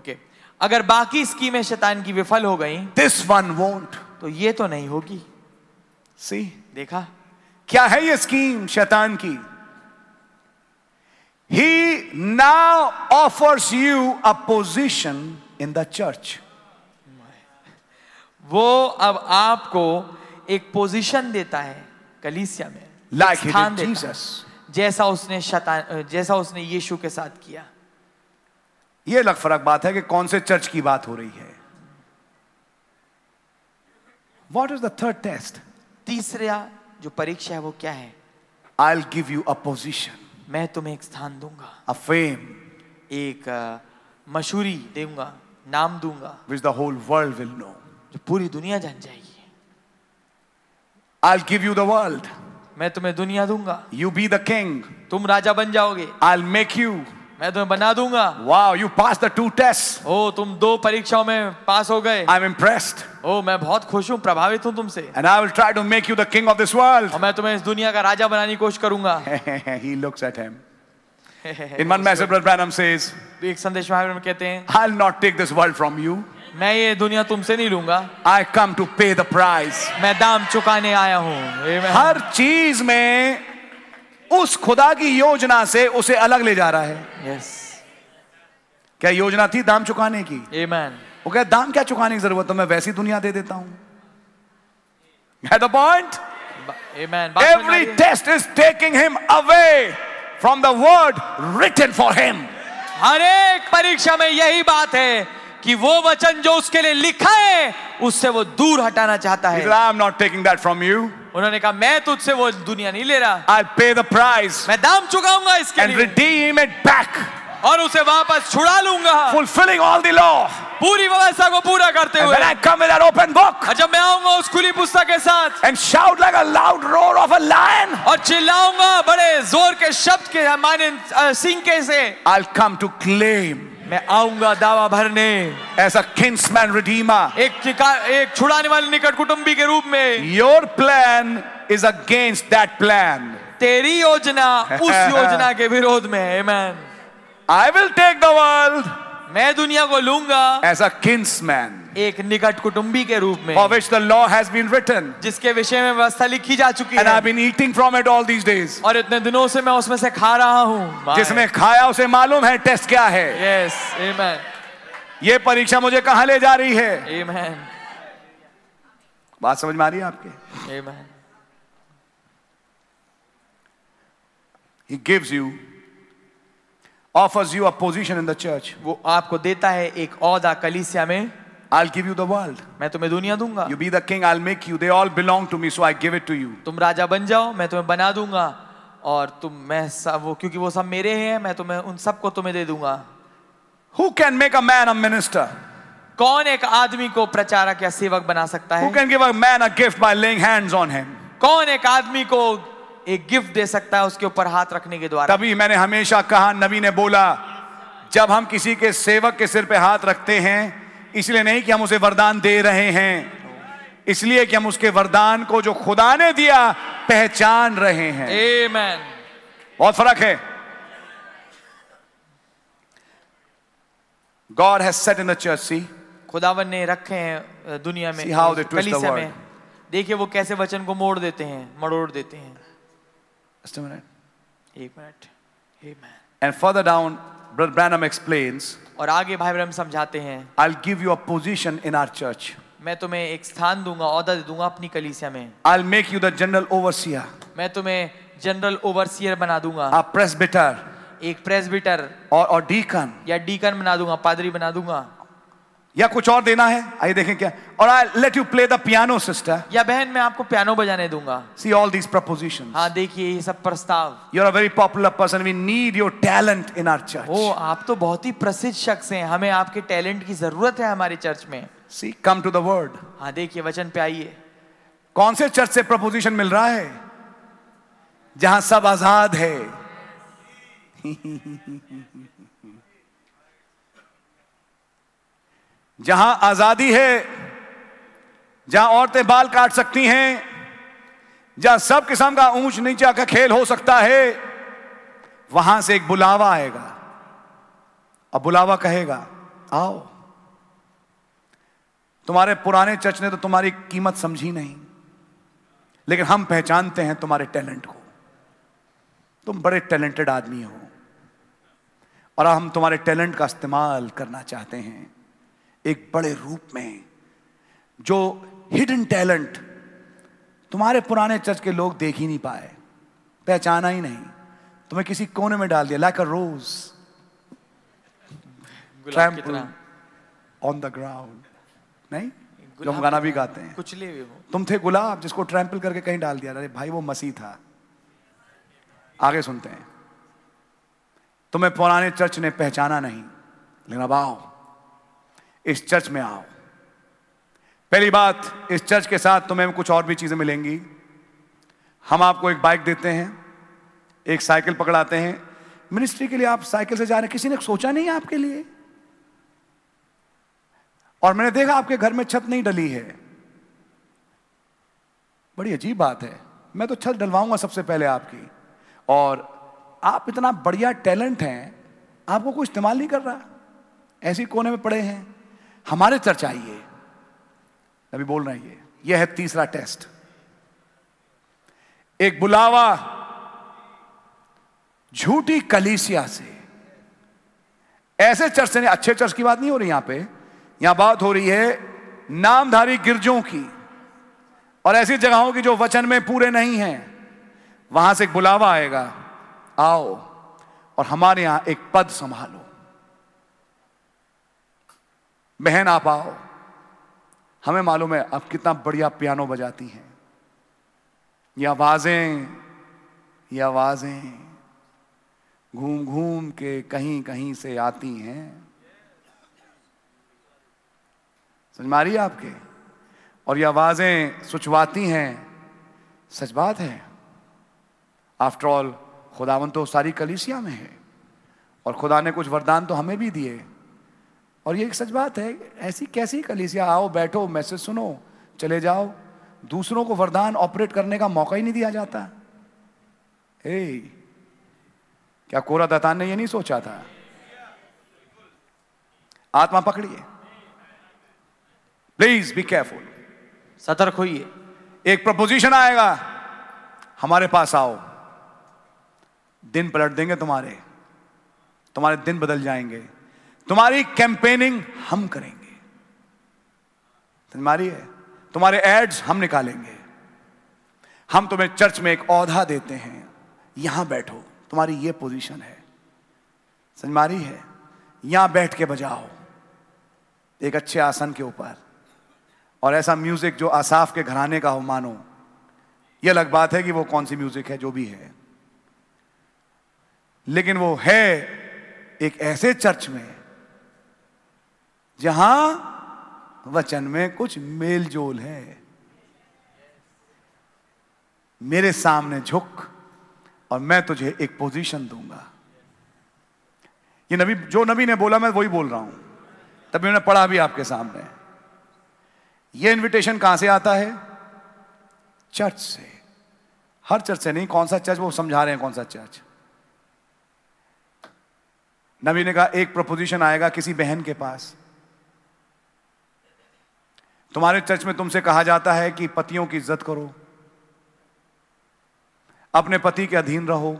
ओके अगर बाकी स्कीमें शैतान की विफल हो गई
this one won't
तो ये तो नहीं होगी
see
देखा
क्या है ये स्कीम शैतान की ही now offers you a position in the church
वो अब आपको एक पोजीशन देता है कलीसिया में
लाइक
एक स्थान देता है।
जीसस
जैसा उसने शतान जैसा उसने यीशु के साथ किया
ये अलग फर्क बात है कि कौन से चर्च की बात हो रही है what is the third test
तीसरा जो परीक्षा है वो क्या है
I will give you a position
मैं तुम्हें एक स्थान दूंगा
अ फेम
एक अ, मशहूरी दूंगा नाम दूंगा
which the whole world will know
जो पूरी दुनिया जान जाएगी
I will give you the world
मैं तुम्हें दुनिया दूंगा
यू बी द किंग
तुम राजा बन जाओगे
आई विल मेक यू
मैं तुम्हें बना दूंगा
wow you pass the two test
ओ तुम दो परीक्षाओं में पास हो गए
आई एम इम्प्रेस्ड
ओ मैं बहुत खुश हूँ प्रभावित हूँ तुमसे
And I will try to make you the king of this world.
और मैं तुम्हें इस दुनिया का राजा बनाने की कोशिश करूंगा
he looks at him. In one message, Brother Branham says,
एक संदेश महावीर में कहते हैं
I'll not take this world from you.
मैं ये दुनिया तुमसे नहीं लूंगा
I come to pay the price.
मैं दाम चुकाने आया हूँ
हर चीज में उस खुदा की योजना से उसे अलग ले जा रहा है
यस
क्या योजना थी दाम चुकाने की
आमेन
वो कह दाम क्या चुकाने की जरूरत है मैं वैसी दुनिया दे देता हूं At the point,
amen
every test is taking him away from the word written for him.
हर एक परीक्षा में यही बात है कि वो वचन जो उसके लिए लिखा है उससे वो दूर हटाना चाहता
He said,
है
I'm not taking that from you.
उन्होंने कहा मैं तुझसे वो दुनिया नहीं ले रहा
I'll pay the price
मैं दाम चुकाऊंगा इसके
and
लिए
redeem it back,
और उसे वापस छुड़ा लूंगा
fulfilling all the law.
पूरी व्यवस्था को पूरा करते
And
हुए
when I come with that open book
और जब मैं आऊंगा उस खुली पुस्तक के साथ
and shout like a loud roar of a lion,
और चिल्लाऊंगा बड़े जोर के शब्द के माने अ, सिंह के से
I'll come to claim
मैं आऊंगा दावा भरने
as a kinsman redeemer.
एक चिका- एक छुड़ाने वाले निकट कुटुंबी के रूप में
Your plan is against that plan.
तेरी योजना उस योजना के विरोध में है man
I will take the world
मैं दुनिया को लूंगा
as a kinsman
एक निकट कुटुंबी के रूप में
for which the law has been written.
जिसके विषय में व्यवस्था लिखी जा चुकी
And
है
I've been eating from it all these days.
और इतने दिनों से मैं उसमें से खा रहा हूँ
जिसने खाया उसे मालूम है टेस्ट क्या है
यस amen
ये परीक्षा मुझे कहां ले जा रही है
amen
बात समझ में आ रही है आपके
amen
He gives you, offers you a position in the church.
वो आपको देता है एक औदा कलीसिया में
I'll give you the world.
मैं तुम्हें दुनिया दूंगा
You be the king, I'll make you. They all belong to me, so I give it to you.
तुम राजा बन जाओ मैं तुम्हें बना दूंगा और तुम मैं सब वो क्योंकि वो सब मेरे हैं मैं तुम्हें उन सबको तुम्हें दे दूंगा
Who can make a man a minister?
कौन एक आदमी को प्रचारक या सेवक बना सकता
Who
है
can give a man a gift by laying hands on him?
कौन एक आदमी को एक गिफ्ट दे सकता है उसके ऊपर हाथ रखने के द्वारा
तभी मैंने हमेशा कहा नबी ने बोला जब हम किसी के सेवक के सिर पे हाथ रखते हैं इसलिए नहीं कि हम उसे वरदान दे रहे हैं इसलिए कि हम उसके वरदान को जो खुदा ने दिया पहचान रहे हैं
Amen.
बहुत फर्क है God has set in the church, see,
खुदावन ने रखे हैं अ, दुनिया में
See how they twist the
कलीसिया
word.
में देखिए वो कैसे वचन को मोड़ देते हैं मरोड़ देते हैं
Just a minute.
एक मिनट amen
And further down, Brother Branham explains,
और आगे भाई ब्रह्म समझाते हैं
I'll give you a position in our church.
मैं तुम्हें एक स्थान दूंगा औहदा दे दूंगा अपनी कलीसिया में
I'll make you the general overseer,
मैं तुम्हें जनरल ओवरसियर बना दूंगा
a presbyter,
एक प्रेसबिटर
or, or deacon.
या डीकन बना दूंगा पादरी बना दूंगा
या कुछ और देना है आइए देखें क्या और I let you play the piano sister
या बहन मैं आपको पियानो बजाने दूंगा
सी ऑल दीज प्रपोजिशन
हाँ देखिए ये सब प्रस्ताव
you are a very popular person we need your talent in R
O
church
आप तो बहुत ही प्रसिद्ध शख्स हैं हमें आपके टैलेंट की जरूरत है हमारे चर्च में
see come to the word
हाँ देखिए वचन पे आइए
कौन से चर्च से प्रपोजिशन मिल रहा है जहां सब आजाद है जहां आजादी है जहां औरतें बाल काट सकती हैं जहां सब किस्म का ऊंच नीचा का खेल हो सकता है वहां से एक बुलावा आएगा और बुलावा कहेगा आओ तुम्हारे पुराने चर्च ने तो तुम्हारी कीमत समझी नहीं लेकिन हम पहचानते हैं तुम्हारे टैलेंट को तुम बड़े टैलेंटेड आदमी हो और हम तुम्हारे टैलेंट का इस्तेमाल करना चाहते हैं एक बड़े रूप में जो हिडन टैलेंट तुम्हारे पुराने चर्च के लोग देख ही नहीं पाए पहचाना ही नहीं तुम्हें किसी कोने में डाल दिया लाइक अ रोज
गुलाब की तरह
ऑन द ग्राउंड नहीं जो हम
गुलाब
गाना
की
भी
तरह
गाते हैं
कुचले हुए हो
तुम थे गुलाब जिसको ट्रैम्पल करके कहीं डाल दिया अरे भाई वो मसीह था आगे सुनते हैं तुम्हें पुराने चर्च ने पहचाना नहीं लेकिन अब आओ इस चर्च में आओ पहली बात इस चर्च के साथ तुम्हें कुछ और भी चीजें मिलेंगी हम आपको एक बाइक देते हैं एक साइकिल पकड़ाते हैं मिनिस्ट्री के लिए आप साइकिल से जा रहे हैं किसी ने सोचा नहीं आपके लिए और मैंने देखा आपके घर में छत नहीं डली है बड़ी अजीब बात है मैं तो छत डलवाऊंगा सबसे पहले आपकी और आप इतना बढ़िया टैलेंट हैं आपको कोई इस्तेमाल नहीं कर रहा ऐसी कोने में पड़े हैं हमारे चर्च आइए अभी बोल रहे हैं ये यह है तीसरा टेस्ट एक बुलावा झूठी कलीसिया से ऐसे चर्च से नहीं अच्छे चर्च की बात नहीं हो रही यहां पे यहां बात हो रही है नामधारी गिरजों की और ऐसी जगहों की जो वचन में पूरे नहीं हैं वहां से एक बुलावा आएगा आओ और हमारे यहां एक पद संभालो बहन आप आओ हमें मालूम है आप कितना बढ़िया पियानो बजाती हैं ये आवाजें ये आवाजें घूम घूम के कहीं कहीं से आती हैं समझ में आ रही है आपके और ये आवाज़ें सुचवाती हैं सच बात है आफ्टर ऑल खुदावन तो सारी कलीसिया में है और खुदा ने कुछ वरदान तो हमें भी दिए और ये एक सच बात है ऐसी कैसी कलीसिया आओ बैठो मैसेज सुनो चले जाओ दूसरों को वरदान ऑपरेट करने का मौका ही नहीं दिया जाता हे क्या कोरा दतान ने ये नहीं सोचा था आत्मा पकड़िए प्लीज बी केयरफुल
सतर्क होइए
एक प्रपोजिशन आएगा हमारे पास आओ दिन पलट देंगे तुम्हारे तुम्हारे दिन बदल जाएंगे तुम्हारी कैंपेनिंग हम करेंगे तुम्हारी है तुम्हारे एड्स हम निकालेंगे हम तुम्हें चर्च में एक औधा देते हैं यहां बैठो तुम्हारी ये पोजीशन है समझ में आ रही है यहां बैठ के बजाओ एक अच्छे आसन के ऊपर और ऐसा म्यूजिक जो आसाफ के घराने का हो मानो ये अलग बात है कि वो कौन सी म्यूजिक है जो भी है लेकिन वो है एक ऐसे चर्च में जहां वचन में कुछ मेल जोल है मेरे सामने झुक और मैं तुझे एक पोजीशन दूंगा ये नबी जो नबी ने बोला मैं वही बोल रहा हूं तभी मैंने पढ़ा भी आपके सामने ये इनविटेशन कहां से आता है चर्च से हर चर्च से नहीं कौन सा चर्च वो समझा रहे हैं कौन सा चर्च नबी ने कहा एक प्रपोजिशन आएगा किसी बहन के पास तुम्हारे चर्च में तुमसे कहा जाता है कि पतियों की इज्जत करो अपने पति के अधीन रहो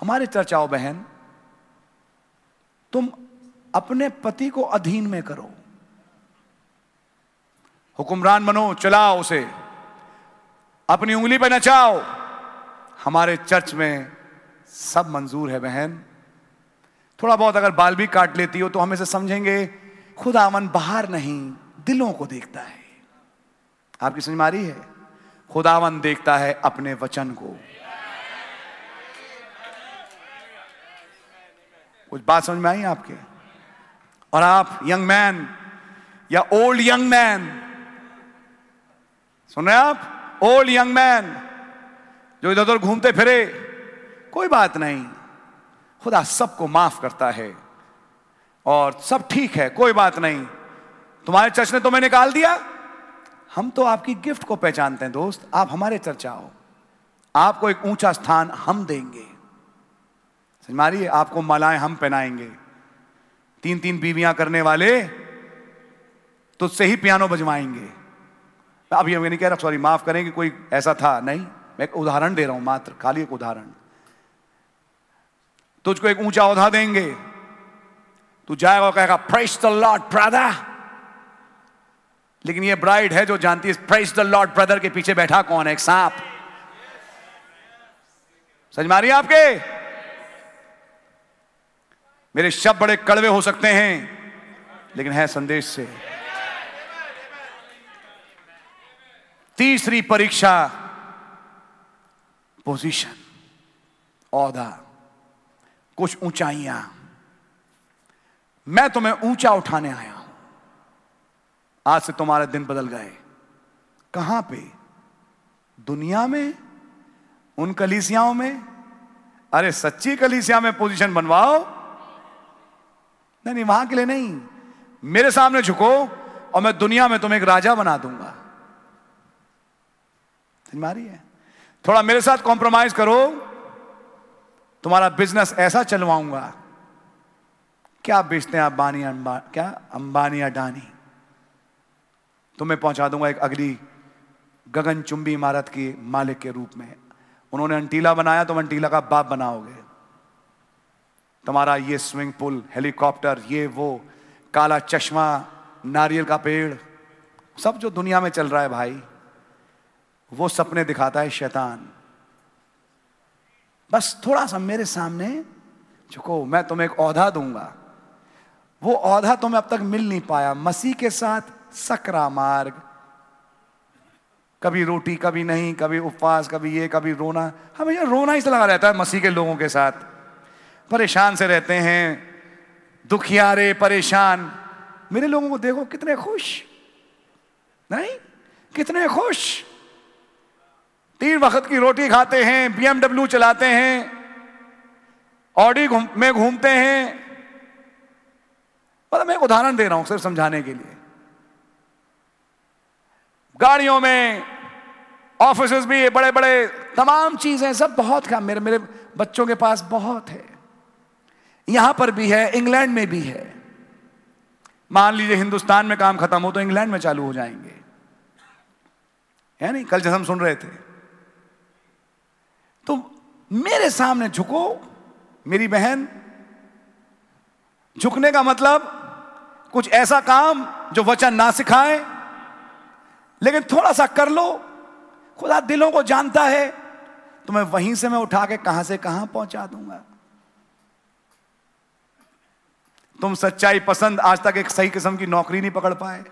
हमारे चर्चाओं बहन तुम अपने पति को अधीन में करो हुक्मरान बनो चलाओ उसे अपनी उंगली पर नचाओ हमारे चर्च में सब मंजूर है बहन थोड़ा बहुत अगर बाल भी काट लेती हो तो हम इसे समझेंगे खुदावन बाहर नहीं दिलों को देखता है आपकी समझ में आ रही है खुदावन देखता है अपने वचन को कुछ बात समझ में आई आपके और आप यंग मैन या ओल्ड यंग मैन सुन रहे हैं आप ओल्ड यंग मैन जो इधर उधर घूमते फिरे कोई बात नहीं खुदा सबको माफ करता है और सब ठीक है कोई बात नहीं तुम्हारे चर्च ने तुम्हें निकाल दिया हम तो आपकी गिफ्ट को पहचानते हैं दोस्त आप हमारे चर्च आओ आपको एक ऊंचा स्थान हम देंगे समझ में आ रही है आपको मालाएं हम पहनाएंगे तीन तीन बीवियां करने वाले तुझसे ही पियानो बजवाएंगे अब ये मैं नहीं कह रहा सॉरी माफ करें कि कोई ऐसा था नहीं मैं एक उदाहरण दे रहा हूं मात्र खाली एक उदाहरण तुझको एक ऊंचा औधा देंगे तू जाएगा और कहेगा प्रेस द लॉर्ड ब्रदर लेकिन ये ब्राइड है जो जानती है प्रेस द लॉर्ड ब्रदर के पीछे बैठा कौन है एक सांप समझ में आ रही है आपके मेरे शब्द बड़े कड़वे हो सकते हैं लेकिन है संदेश से तीसरी परीक्षा पोजीशन औदा कुछ ऊंचाइयां मैं तुम्हें ऊंचा उठाने आया हूं आज से तुम्हारे दिन बदल गए कहां पे दुनिया में उन कलीसियाओं में अरे सच्ची कलीसिया में पोजीशन बनवाओ नहीं नहीं वहां के लिए नहीं मेरे सामने झुको और मैं दुनिया में तुम्हें एक राजा बना दूंगा समझ में आ रही है थोड़ा मेरे साथ कॉम्प्रोमाइज करो तुम्हारा बिजनेस ऐसा चलवाऊंगा क्या बेचते हैं अंबानी अंबा क्या अंबानी अडानी तुम्हें पहुंचा दूंगा एक अगली गगनचुंबी इमारत की मालिक के रूप में उन्होंने अंटीला बनाया तुम अंटीला का बाप बनाओगे तुम्हारा ये स्विमिंग पूल हेलीकॉप्टर ये वो काला चश्मा नारियल का पेड़ सब जो दुनिया में चल रहा है भाई वो सपने दिखाता है शैतान बस थोड़ा सा मेरे सामने झुको मैं तुम्हें एक औधा दूंगा वो औधा तुम्हें अब तक मिल नहीं पाया मसीह के साथ सकरा मार्ग कभी रोटी कभी नहीं कभी उपवास कभी ये कभी रोना हमेशा रोना ही लगा रहता है मसीह के लोगों के साथ परेशान से रहते हैं दुखियारे परेशान मेरे लोगों को देखो कितने खुश नहीं कितने खुश तीन वक्त की रोटी खाते हैं बीएमडब्ल्यू चलाते हैं ऑडी घूम में घूमते हैं मतलब मैं एक उदाहरण दे रहा हूं सिर्फ समझाने के लिए गाड़ियों में ऑफिस भी बड़े बड़े तमाम चीजें सब बहुत काम मेरे मेरे बच्चों के पास बहुत है यहां पर भी है इंग्लैंड में भी है मान लीजिए हिंदुस्तान में काम खत्म हो तो इंग्लैंड में चालू हो जाएंगे है नहीं कल जैसे हम सुन रहे थे तो मेरे सामने झुको मेरी बहन झुकने का मतलब कुछ ऐसा काम जो वचन ना सिखाए लेकिन थोड़ा सा कर लो खुदा दिलों को जानता है तो मैं वहीं से मैं उठा के कहां से कहां पहुंचा दूंगा तुम सच्चाई पसंद आज तक एक सही किस्म की नौकरी नहीं पकड़ पाए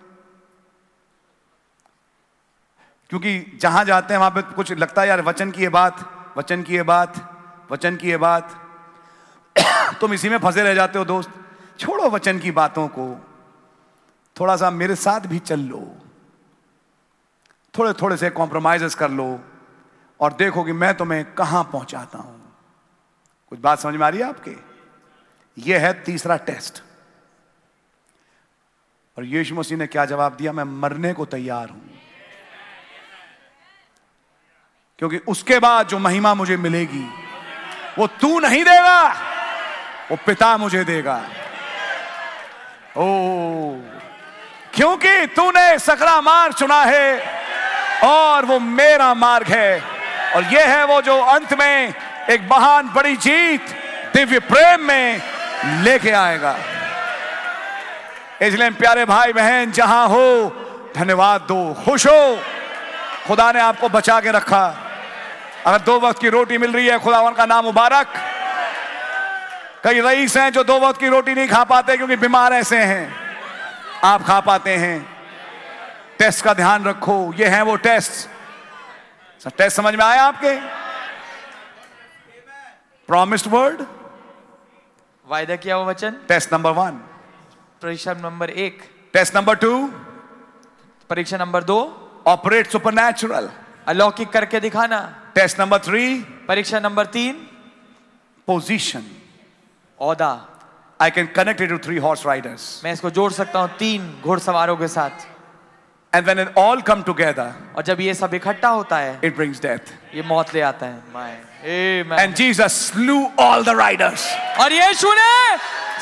क्योंकि जहां जाते हैं वहां पे कुछ लगता है यार वचन की ये बात वचन की ये बात वचन की ये बात तुम इसी में फंसे रह जाते हो दोस्त छोड़ो वचन की बातों को थोड़ा सा मेरे साथ भी चल लो थोड़े थोड़े से कॉम्प्रोमाइज कर लो और देखो कि मैं तुम्हें कहां पहुंचाता हूं कुछ बात समझ में आ रही है आपके यह है तीसरा टेस्ट और यीशु मसीह ने क्या जवाब दिया मैं मरने को तैयार हूं क्योंकि उसके बाद जो महिमा मुझे मिलेगी वो तू नहीं देगा वो पिता मुझे देगा ओ क्योंकि तूने सकरा मार्ग चुना है और वो मेरा मार्ग है और ये है वो जो अंत में एक महान बड़ी जीत दिव्य प्रेम में लेके आएगा इसलिए प्यारे भाई बहन जहां हो धन्यवाद दो खुश हो खुदा ने आपको बचा के रखा अगर दो वक्त की रोटी मिल रही है खुदावन का नाम मुबारक कई रईस हैं जो दो वक्त की रोटी नहीं खा पाते क्योंकि बीमार ऐसे हैं आप खा पाते हैं टेस्ट का ध्यान रखो ये हैं वो टेस्ट सर, टेस्ट समझ में आया आपके प्रॉमिस्ड वर्ड
वायदा किया हुआ वचन
टेस्ट नंबर वन
परीक्षा नंबर एक
टेस्ट नंबर टू
परीक्षा नंबर दो
ऑपरेट सुपरनेचुरल
अलौकिक करके दिखाना
टेस्ट नंबर थ्री
परीक्षा नंबर तीन
पोजीशन
औदा
I can connect it to three horse riders.
मैं इसको जोड़ सकता हूँ तीन घुड़सवारों के साथ
And when it all come together,
और जब ये सब इकट्ठा होता है
it brings death.
ये मौत ले आता है my
And
amen
Jesus slew all the riders.
और यीशु ने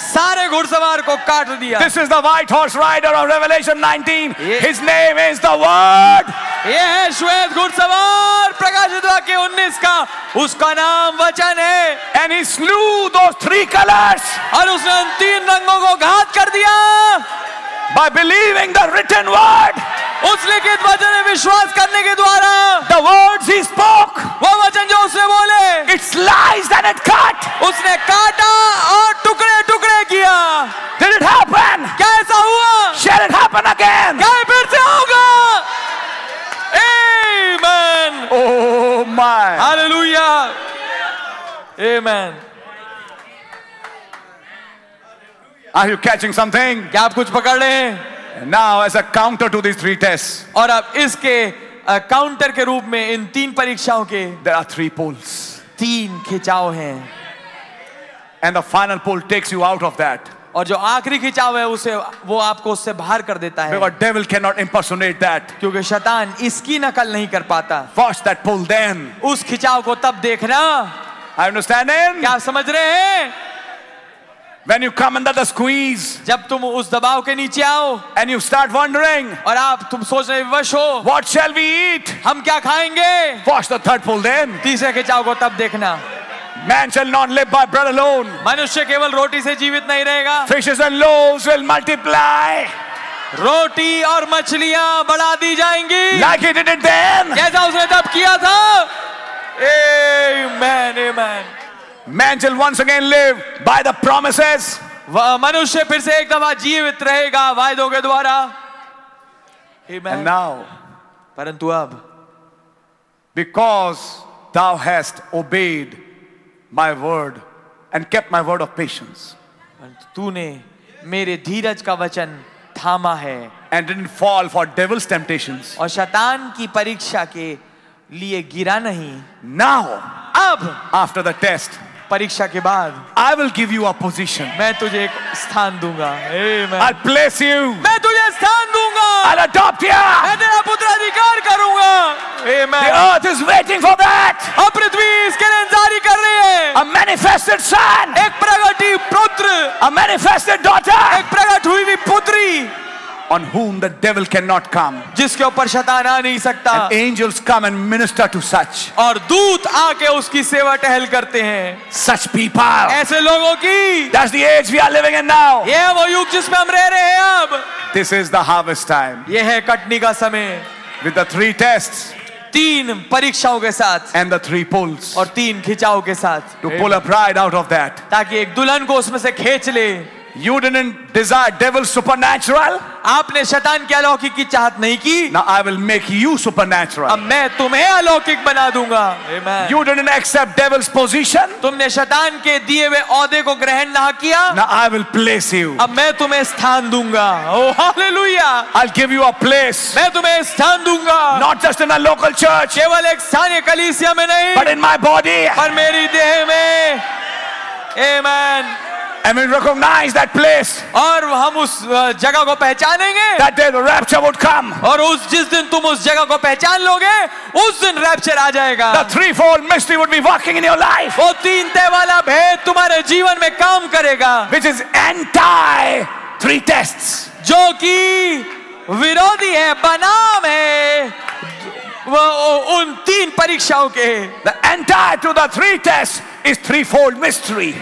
सारे घुड़सवार को काट दिया
This is the white horse rider of Revelation 19.
Yeah.
His name is the Word.
ये है श्वेत घुड़सवार प्रकाशित वाक्य 19 का उसका नाम वचन है
And he slew those three colors
और उसने उन तीन रंगों को घात कर दिया
by believing the written word.
उस लिखित वचन में विश्वास करने के द्वारा
The words he spoke,
वो वचन जो उसने बोले
it sliced and it cut.
उसने काटा और टुकड़े टुकड़े किया
Did it happen?
क्या ऐसा हुआ
Shall it happen again?
क्या ये फिर से होगा amen
Oh my.
Hallelujah amen
Are you catching something?
क्या आप कुछ पकड़ रहे हैं
And now, as a counter to these three tests,
और अब इसके अ, काउंटर के रूप में इन तीन परीक्षाओं के
there are three poles.
तीन खिंचाव हैं
And the final poll takes you out of that.
और जो आखिरी खिंचाव है उसे वो आपको उससे बाहर कर देता है
Because devil cannot impersonate that.
क्योंकि शैतान इसकी नकल नहीं कर पाता
Watch that poll then.
उस खिंचाव को तब देखना
Are you understanding?
क्या आप समझ रहे हैं
When you come under the squeeze
जब तुम उस दबाव के नीचे आओ
and you start wondering,
और आप तुम सोचने में विवश हो
what shall we eat?
हम क्या खाएंगे
Watch the third poll then.
तीसरे खिंचाव को तब देखना
Man shall not live by bread alone.
मनुष्य केवल रोटी से जीवित नहीं रहेगा
Fishes and loaves will multiply
रोटी और मछलियां बढ़ा दी जाएंगी
like he did it then.
जैसा उसने तब किया था Amen, amen.
Man shall once again live by the promises.
वह मनुष्य फिर से एक दफा जीवित रहेगा वायदों के द्वारा
And
Amen.
now,
परंतु अब
because thou hast obeyed my word and kept my word of patience.
परंतु तूने मेरे धीरज का वचन थामा है
and didn't fall for devil's temptations.
और शैतान की परीक्षा के लिए गिरा नहीं
Now,
अब
after the test,
परीक्षा के बाद
I will give you a position.
मैं तुझे एक स्थान दूंगा Amen.
I'll place you.
मैं तुझे स्थान दूंगा
I'll adopt you.
मैं तेरा पुत्राधिकार करूंगा
The
Amen.
earth is waiting for that.
और पृथ्वी इसके लिए इंतजार कर रही है
A manifested son,
एक प्रगति पुत्र
a manifested daughter,
एक प्रकट हुई हुई पुत्री
on whom the devil cannot come.
जिसके ऊपर शैतान आ नहीं सकता
And angels come and minister to such,
और दूत आके उसकी सेवा टहल करते हैं
such people.
ऐसे लोगों की
That's the age we are living in now.
यह है वो युग जिसमें हम रह रहे हैं अब
This is the harvest time
यह है कटनी का समय
with the three tests
तीन परीक्षाओं के साथ
and the three pulls
और तीन खिंचाव के साथ
to pull a bride out of that.
ताकि एक दुल्हन को उसमें से खींच ले
You didn't desire devil's supernatural.
आपने शैतान की अलौकिक की चाहत नहीं की
Now I will make you
अब
supernatural.
मैं तुम्हें अलौकिक बना दूंगा Amen.
You didn't accept devil's position.
तुमने शैतान के दिए हुए औहदे को ग्रहण ना किया
Now I will place you.
अब मैं तुम्हें स्थान दूंगा ओ hallelujah
I'll give you a place,
मैं तुम्हें स्थान दूंगा
not just in a local church,
केवल एक स्थानीय कलीसिया में
but
नहीं
in my body.
पर मेरी देह में Amen.
And we recognize that place
और हम उस अ, जगह को पहचानेंगे
that day the rapture would come.
और उस जिस दिन तुम उस जगह को पहचान लोगे उस दिन रैप्चर आ जाएगा
The threefold mystery would be working in your life,
वो तीन तय वाला भेद तुम्हारे जीवन में काम करेगा
which is anti three tests.
जो कि विरोधी है बनाम है वह उन तीन परीक्षाओं के हैं
The entire to the three tests is threefold mystery.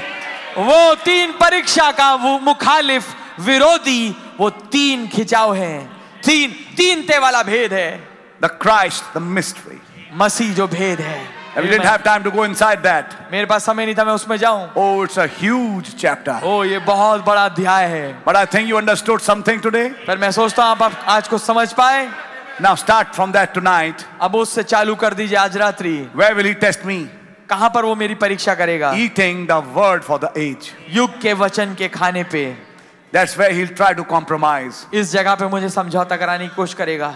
वो तीन परीक्षा का वो मुखालिफ विरोधी वो तीन खिंचाव है तीन तीन ते वाला भेद है
The Christ, the mystery.
मसीह जो भेद है
And we didn't have time to go inside that.
मेरे पास समय नहीं था मैं उसमें जाऊं
Oh, it's a huge chapter.
ओ ये बहुत बड़ा अध्याय है
But I think you understood something today.
पर मैं सोचता हूं आप, आप आज को समझ पाए
Now start from that tonight.
अब उससे चालू कर दीजिए आज रात्रि
Where will he test me?
कहां पर वो मेरी परीक्षा करेगा
Eating the word for the age.
युग के वचन के खाने पे
That's where he'll try to compromise.
इस जगह पे मुझे समझौता कराने की कोशिश करेगा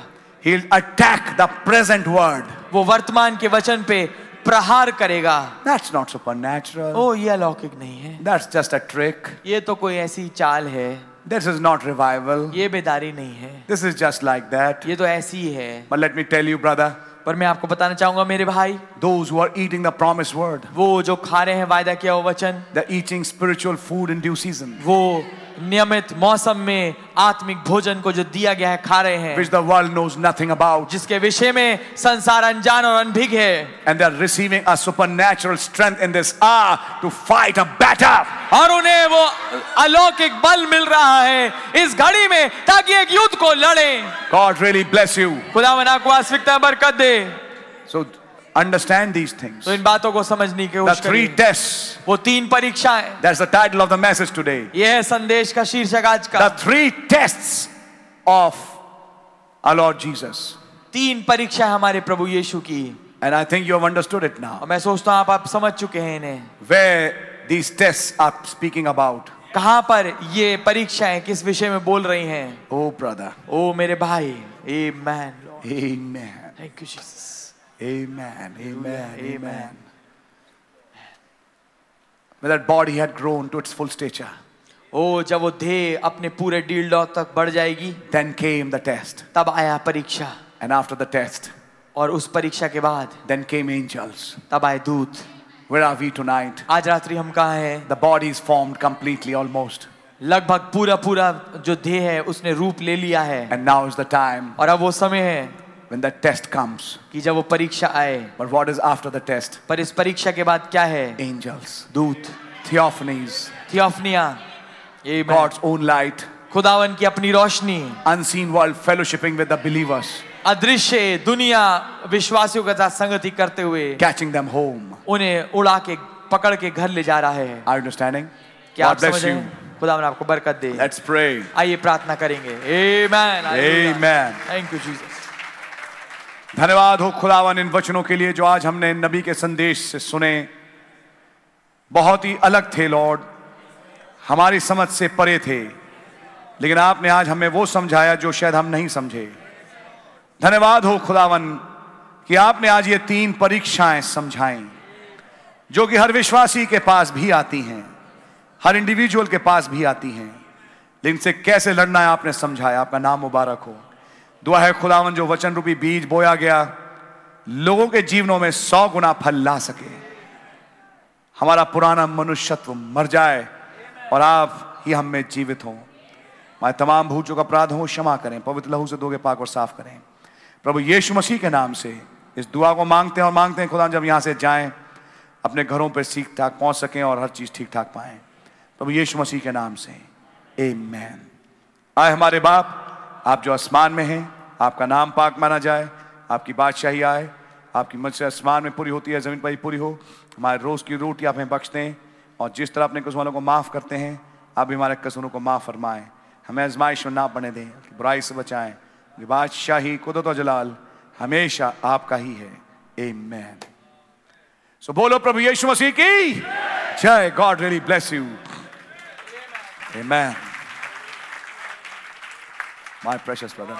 He'll attack the present word.
वो वर्तमान के वचन पे प्रहार करेगा
That's not supernatural.
ओ ये अलौकिक नहीं है
That's just a trick.
ये तो कोई ऐसी चाल है
This is not revival.
ये बेदारी नहीं है
This is just like that.
ये तो ऐसी ही है
But let me tell you, brother,
पर मैं आपको बताना चाहूंगा मेरे भाई
those who are eating the promised word,
वो जो खा रहे हैं वायदा किया हुआ वचन
they're eating spiritual food in due season,
वो नियमित मौसम में आत्मिक भोजन को जो दिया गया है खा रहे हैं
which the world knows nothing about.
जिसके विषय में संसार अनजान और अनभिग है
And they're receiving a supernatural strength in this hour to fight a battle.
और उन्हें वो अलौकिक बल मिल रहा है इस घड़ी में ताकि एक युद्ध को लड़े
God really bless you.
खुदावन आपको वास्तविकता बरकत दे
So understand these things.
तो इन बातों को समझने की
The
कोशिश
three
करिए।
tests.
वो तीन परीक्षाएं
That's the title of the message today.
यह है संदेश का शीर्षक आज का
The three tests of our Lord Jesus.
तीन परीक्षा हमारे प्रभु यीशु की
And I think you have understood it now.
और मैं सोचता हूं आप आप समझ चुके हैं इन्हें
Where these tests are speaking about.
कहां पर ये परीक्षाएं किस विषय में बोल रही हैं
Oh, brother.
ओ मेरे भाई amen
Amen.
Thank you Jesus
Amen. Amen. Amen.
Amen.
When that body had grown to its full stature,
ओ जब वो ध्येय अपने पूरे डीलडॉ तक बढ़ जाएगी
then came the test.
तब आया परीक्षा
And after the test,
और उस परीक्षा के बाद
then came angels.
तब आए दूत
Where are we tonight?
आज रात्रि हम कहा हैं
The body is formed completely almost.
लगभग पूरा पूरा जो ध्येय है उसने रूप ले लिया है
And now is the time
और अब वो समय है
when the test comes.
कि जब वो परीक्षा आए
But what is after the test?
पर इस परीक्षा के बाद क्या है
Angels,
दूत
theophanies,
थियोफनिया आमेन
God's own light,
खुदावन की अपनी रोशनी
unseen world fellowshipping with the believers,
अदृश्य दुनिया विश्वासियों के साथ संगति करते हुए
catching them home.
उन्हें उड़ा के पकड़ के घर ले जा रहा है
Are you understanding?
क्या
God
आप
bless
समझ रहे
you.
हैं खुदावन आपको बरकत दे
Let's pray.
आइए प्रार्थना करेंगे amen
Amen.
Thank you Jesus
धन्यवाद हो खुदावन इन वचनों के लिए जो आज हमने नबी के संदेश से सुने बहुत ही अलग थे लॉर्ड हमारी समझ से परे थे लेकिन आपने आज हमें वो समझाया जो शायद हम नहीं समझे धन्यवाद हो खुदावन कि आपने आज ये तीन परीक्षाएं समझाई जो कि हर विश्वासी के पास भी आती हैं हर इंडिविजुअल के पास भी आती हैं लेकिन से कैसे लड़ना है आपने समझाया आपका नाम मुबारक हो दुआ है खुदावन जो वचन रूपी बीज बोया गया लोगों के जीवनों में सौ गुना फल ला सके हमारा पुराना मनुष्यत्व मर जाए और आप ही हम में जीवित हों हमारे तमाम भूल चुक अपराध हों क्षमा करें पवित्र लहू से दोगे पाक और साफ करें प्रभु यीशु मसीह के नाम से इस दुआ को मांगते हैं और मांगते हैं खुदा जब यहाँ से जाएं अपने घरों पर ठीक ठाक पहुँच सकें और हर चीज़ ठीक ठाक पाएं प्रभु यीशु मसीह के नाम से आमेन आए हमारे बाप आप जो आसमान में हैं आपका नाम पाक माना जाए आपकी बादशाही आए आपकी मर्जी आसमान में पूरी होती है ज़मीन पर भी पूरी हो हमारे रोज़ की रोटी आप हमें बख्श दें और जिस तरह अपने कसूरों को माफ़ करते हैं आप भी हमारे कसूरों को माफ़ फरमाएं हमें आजमाइश में ना पड़ने दें बल्कि बुराई से बचाएं कि बादशाही कुदरत और जलाल हमेशा आपका ही है आमेन सो बोलो प्रभु यीशु मसीह की जय god really bless you amen My precious brother.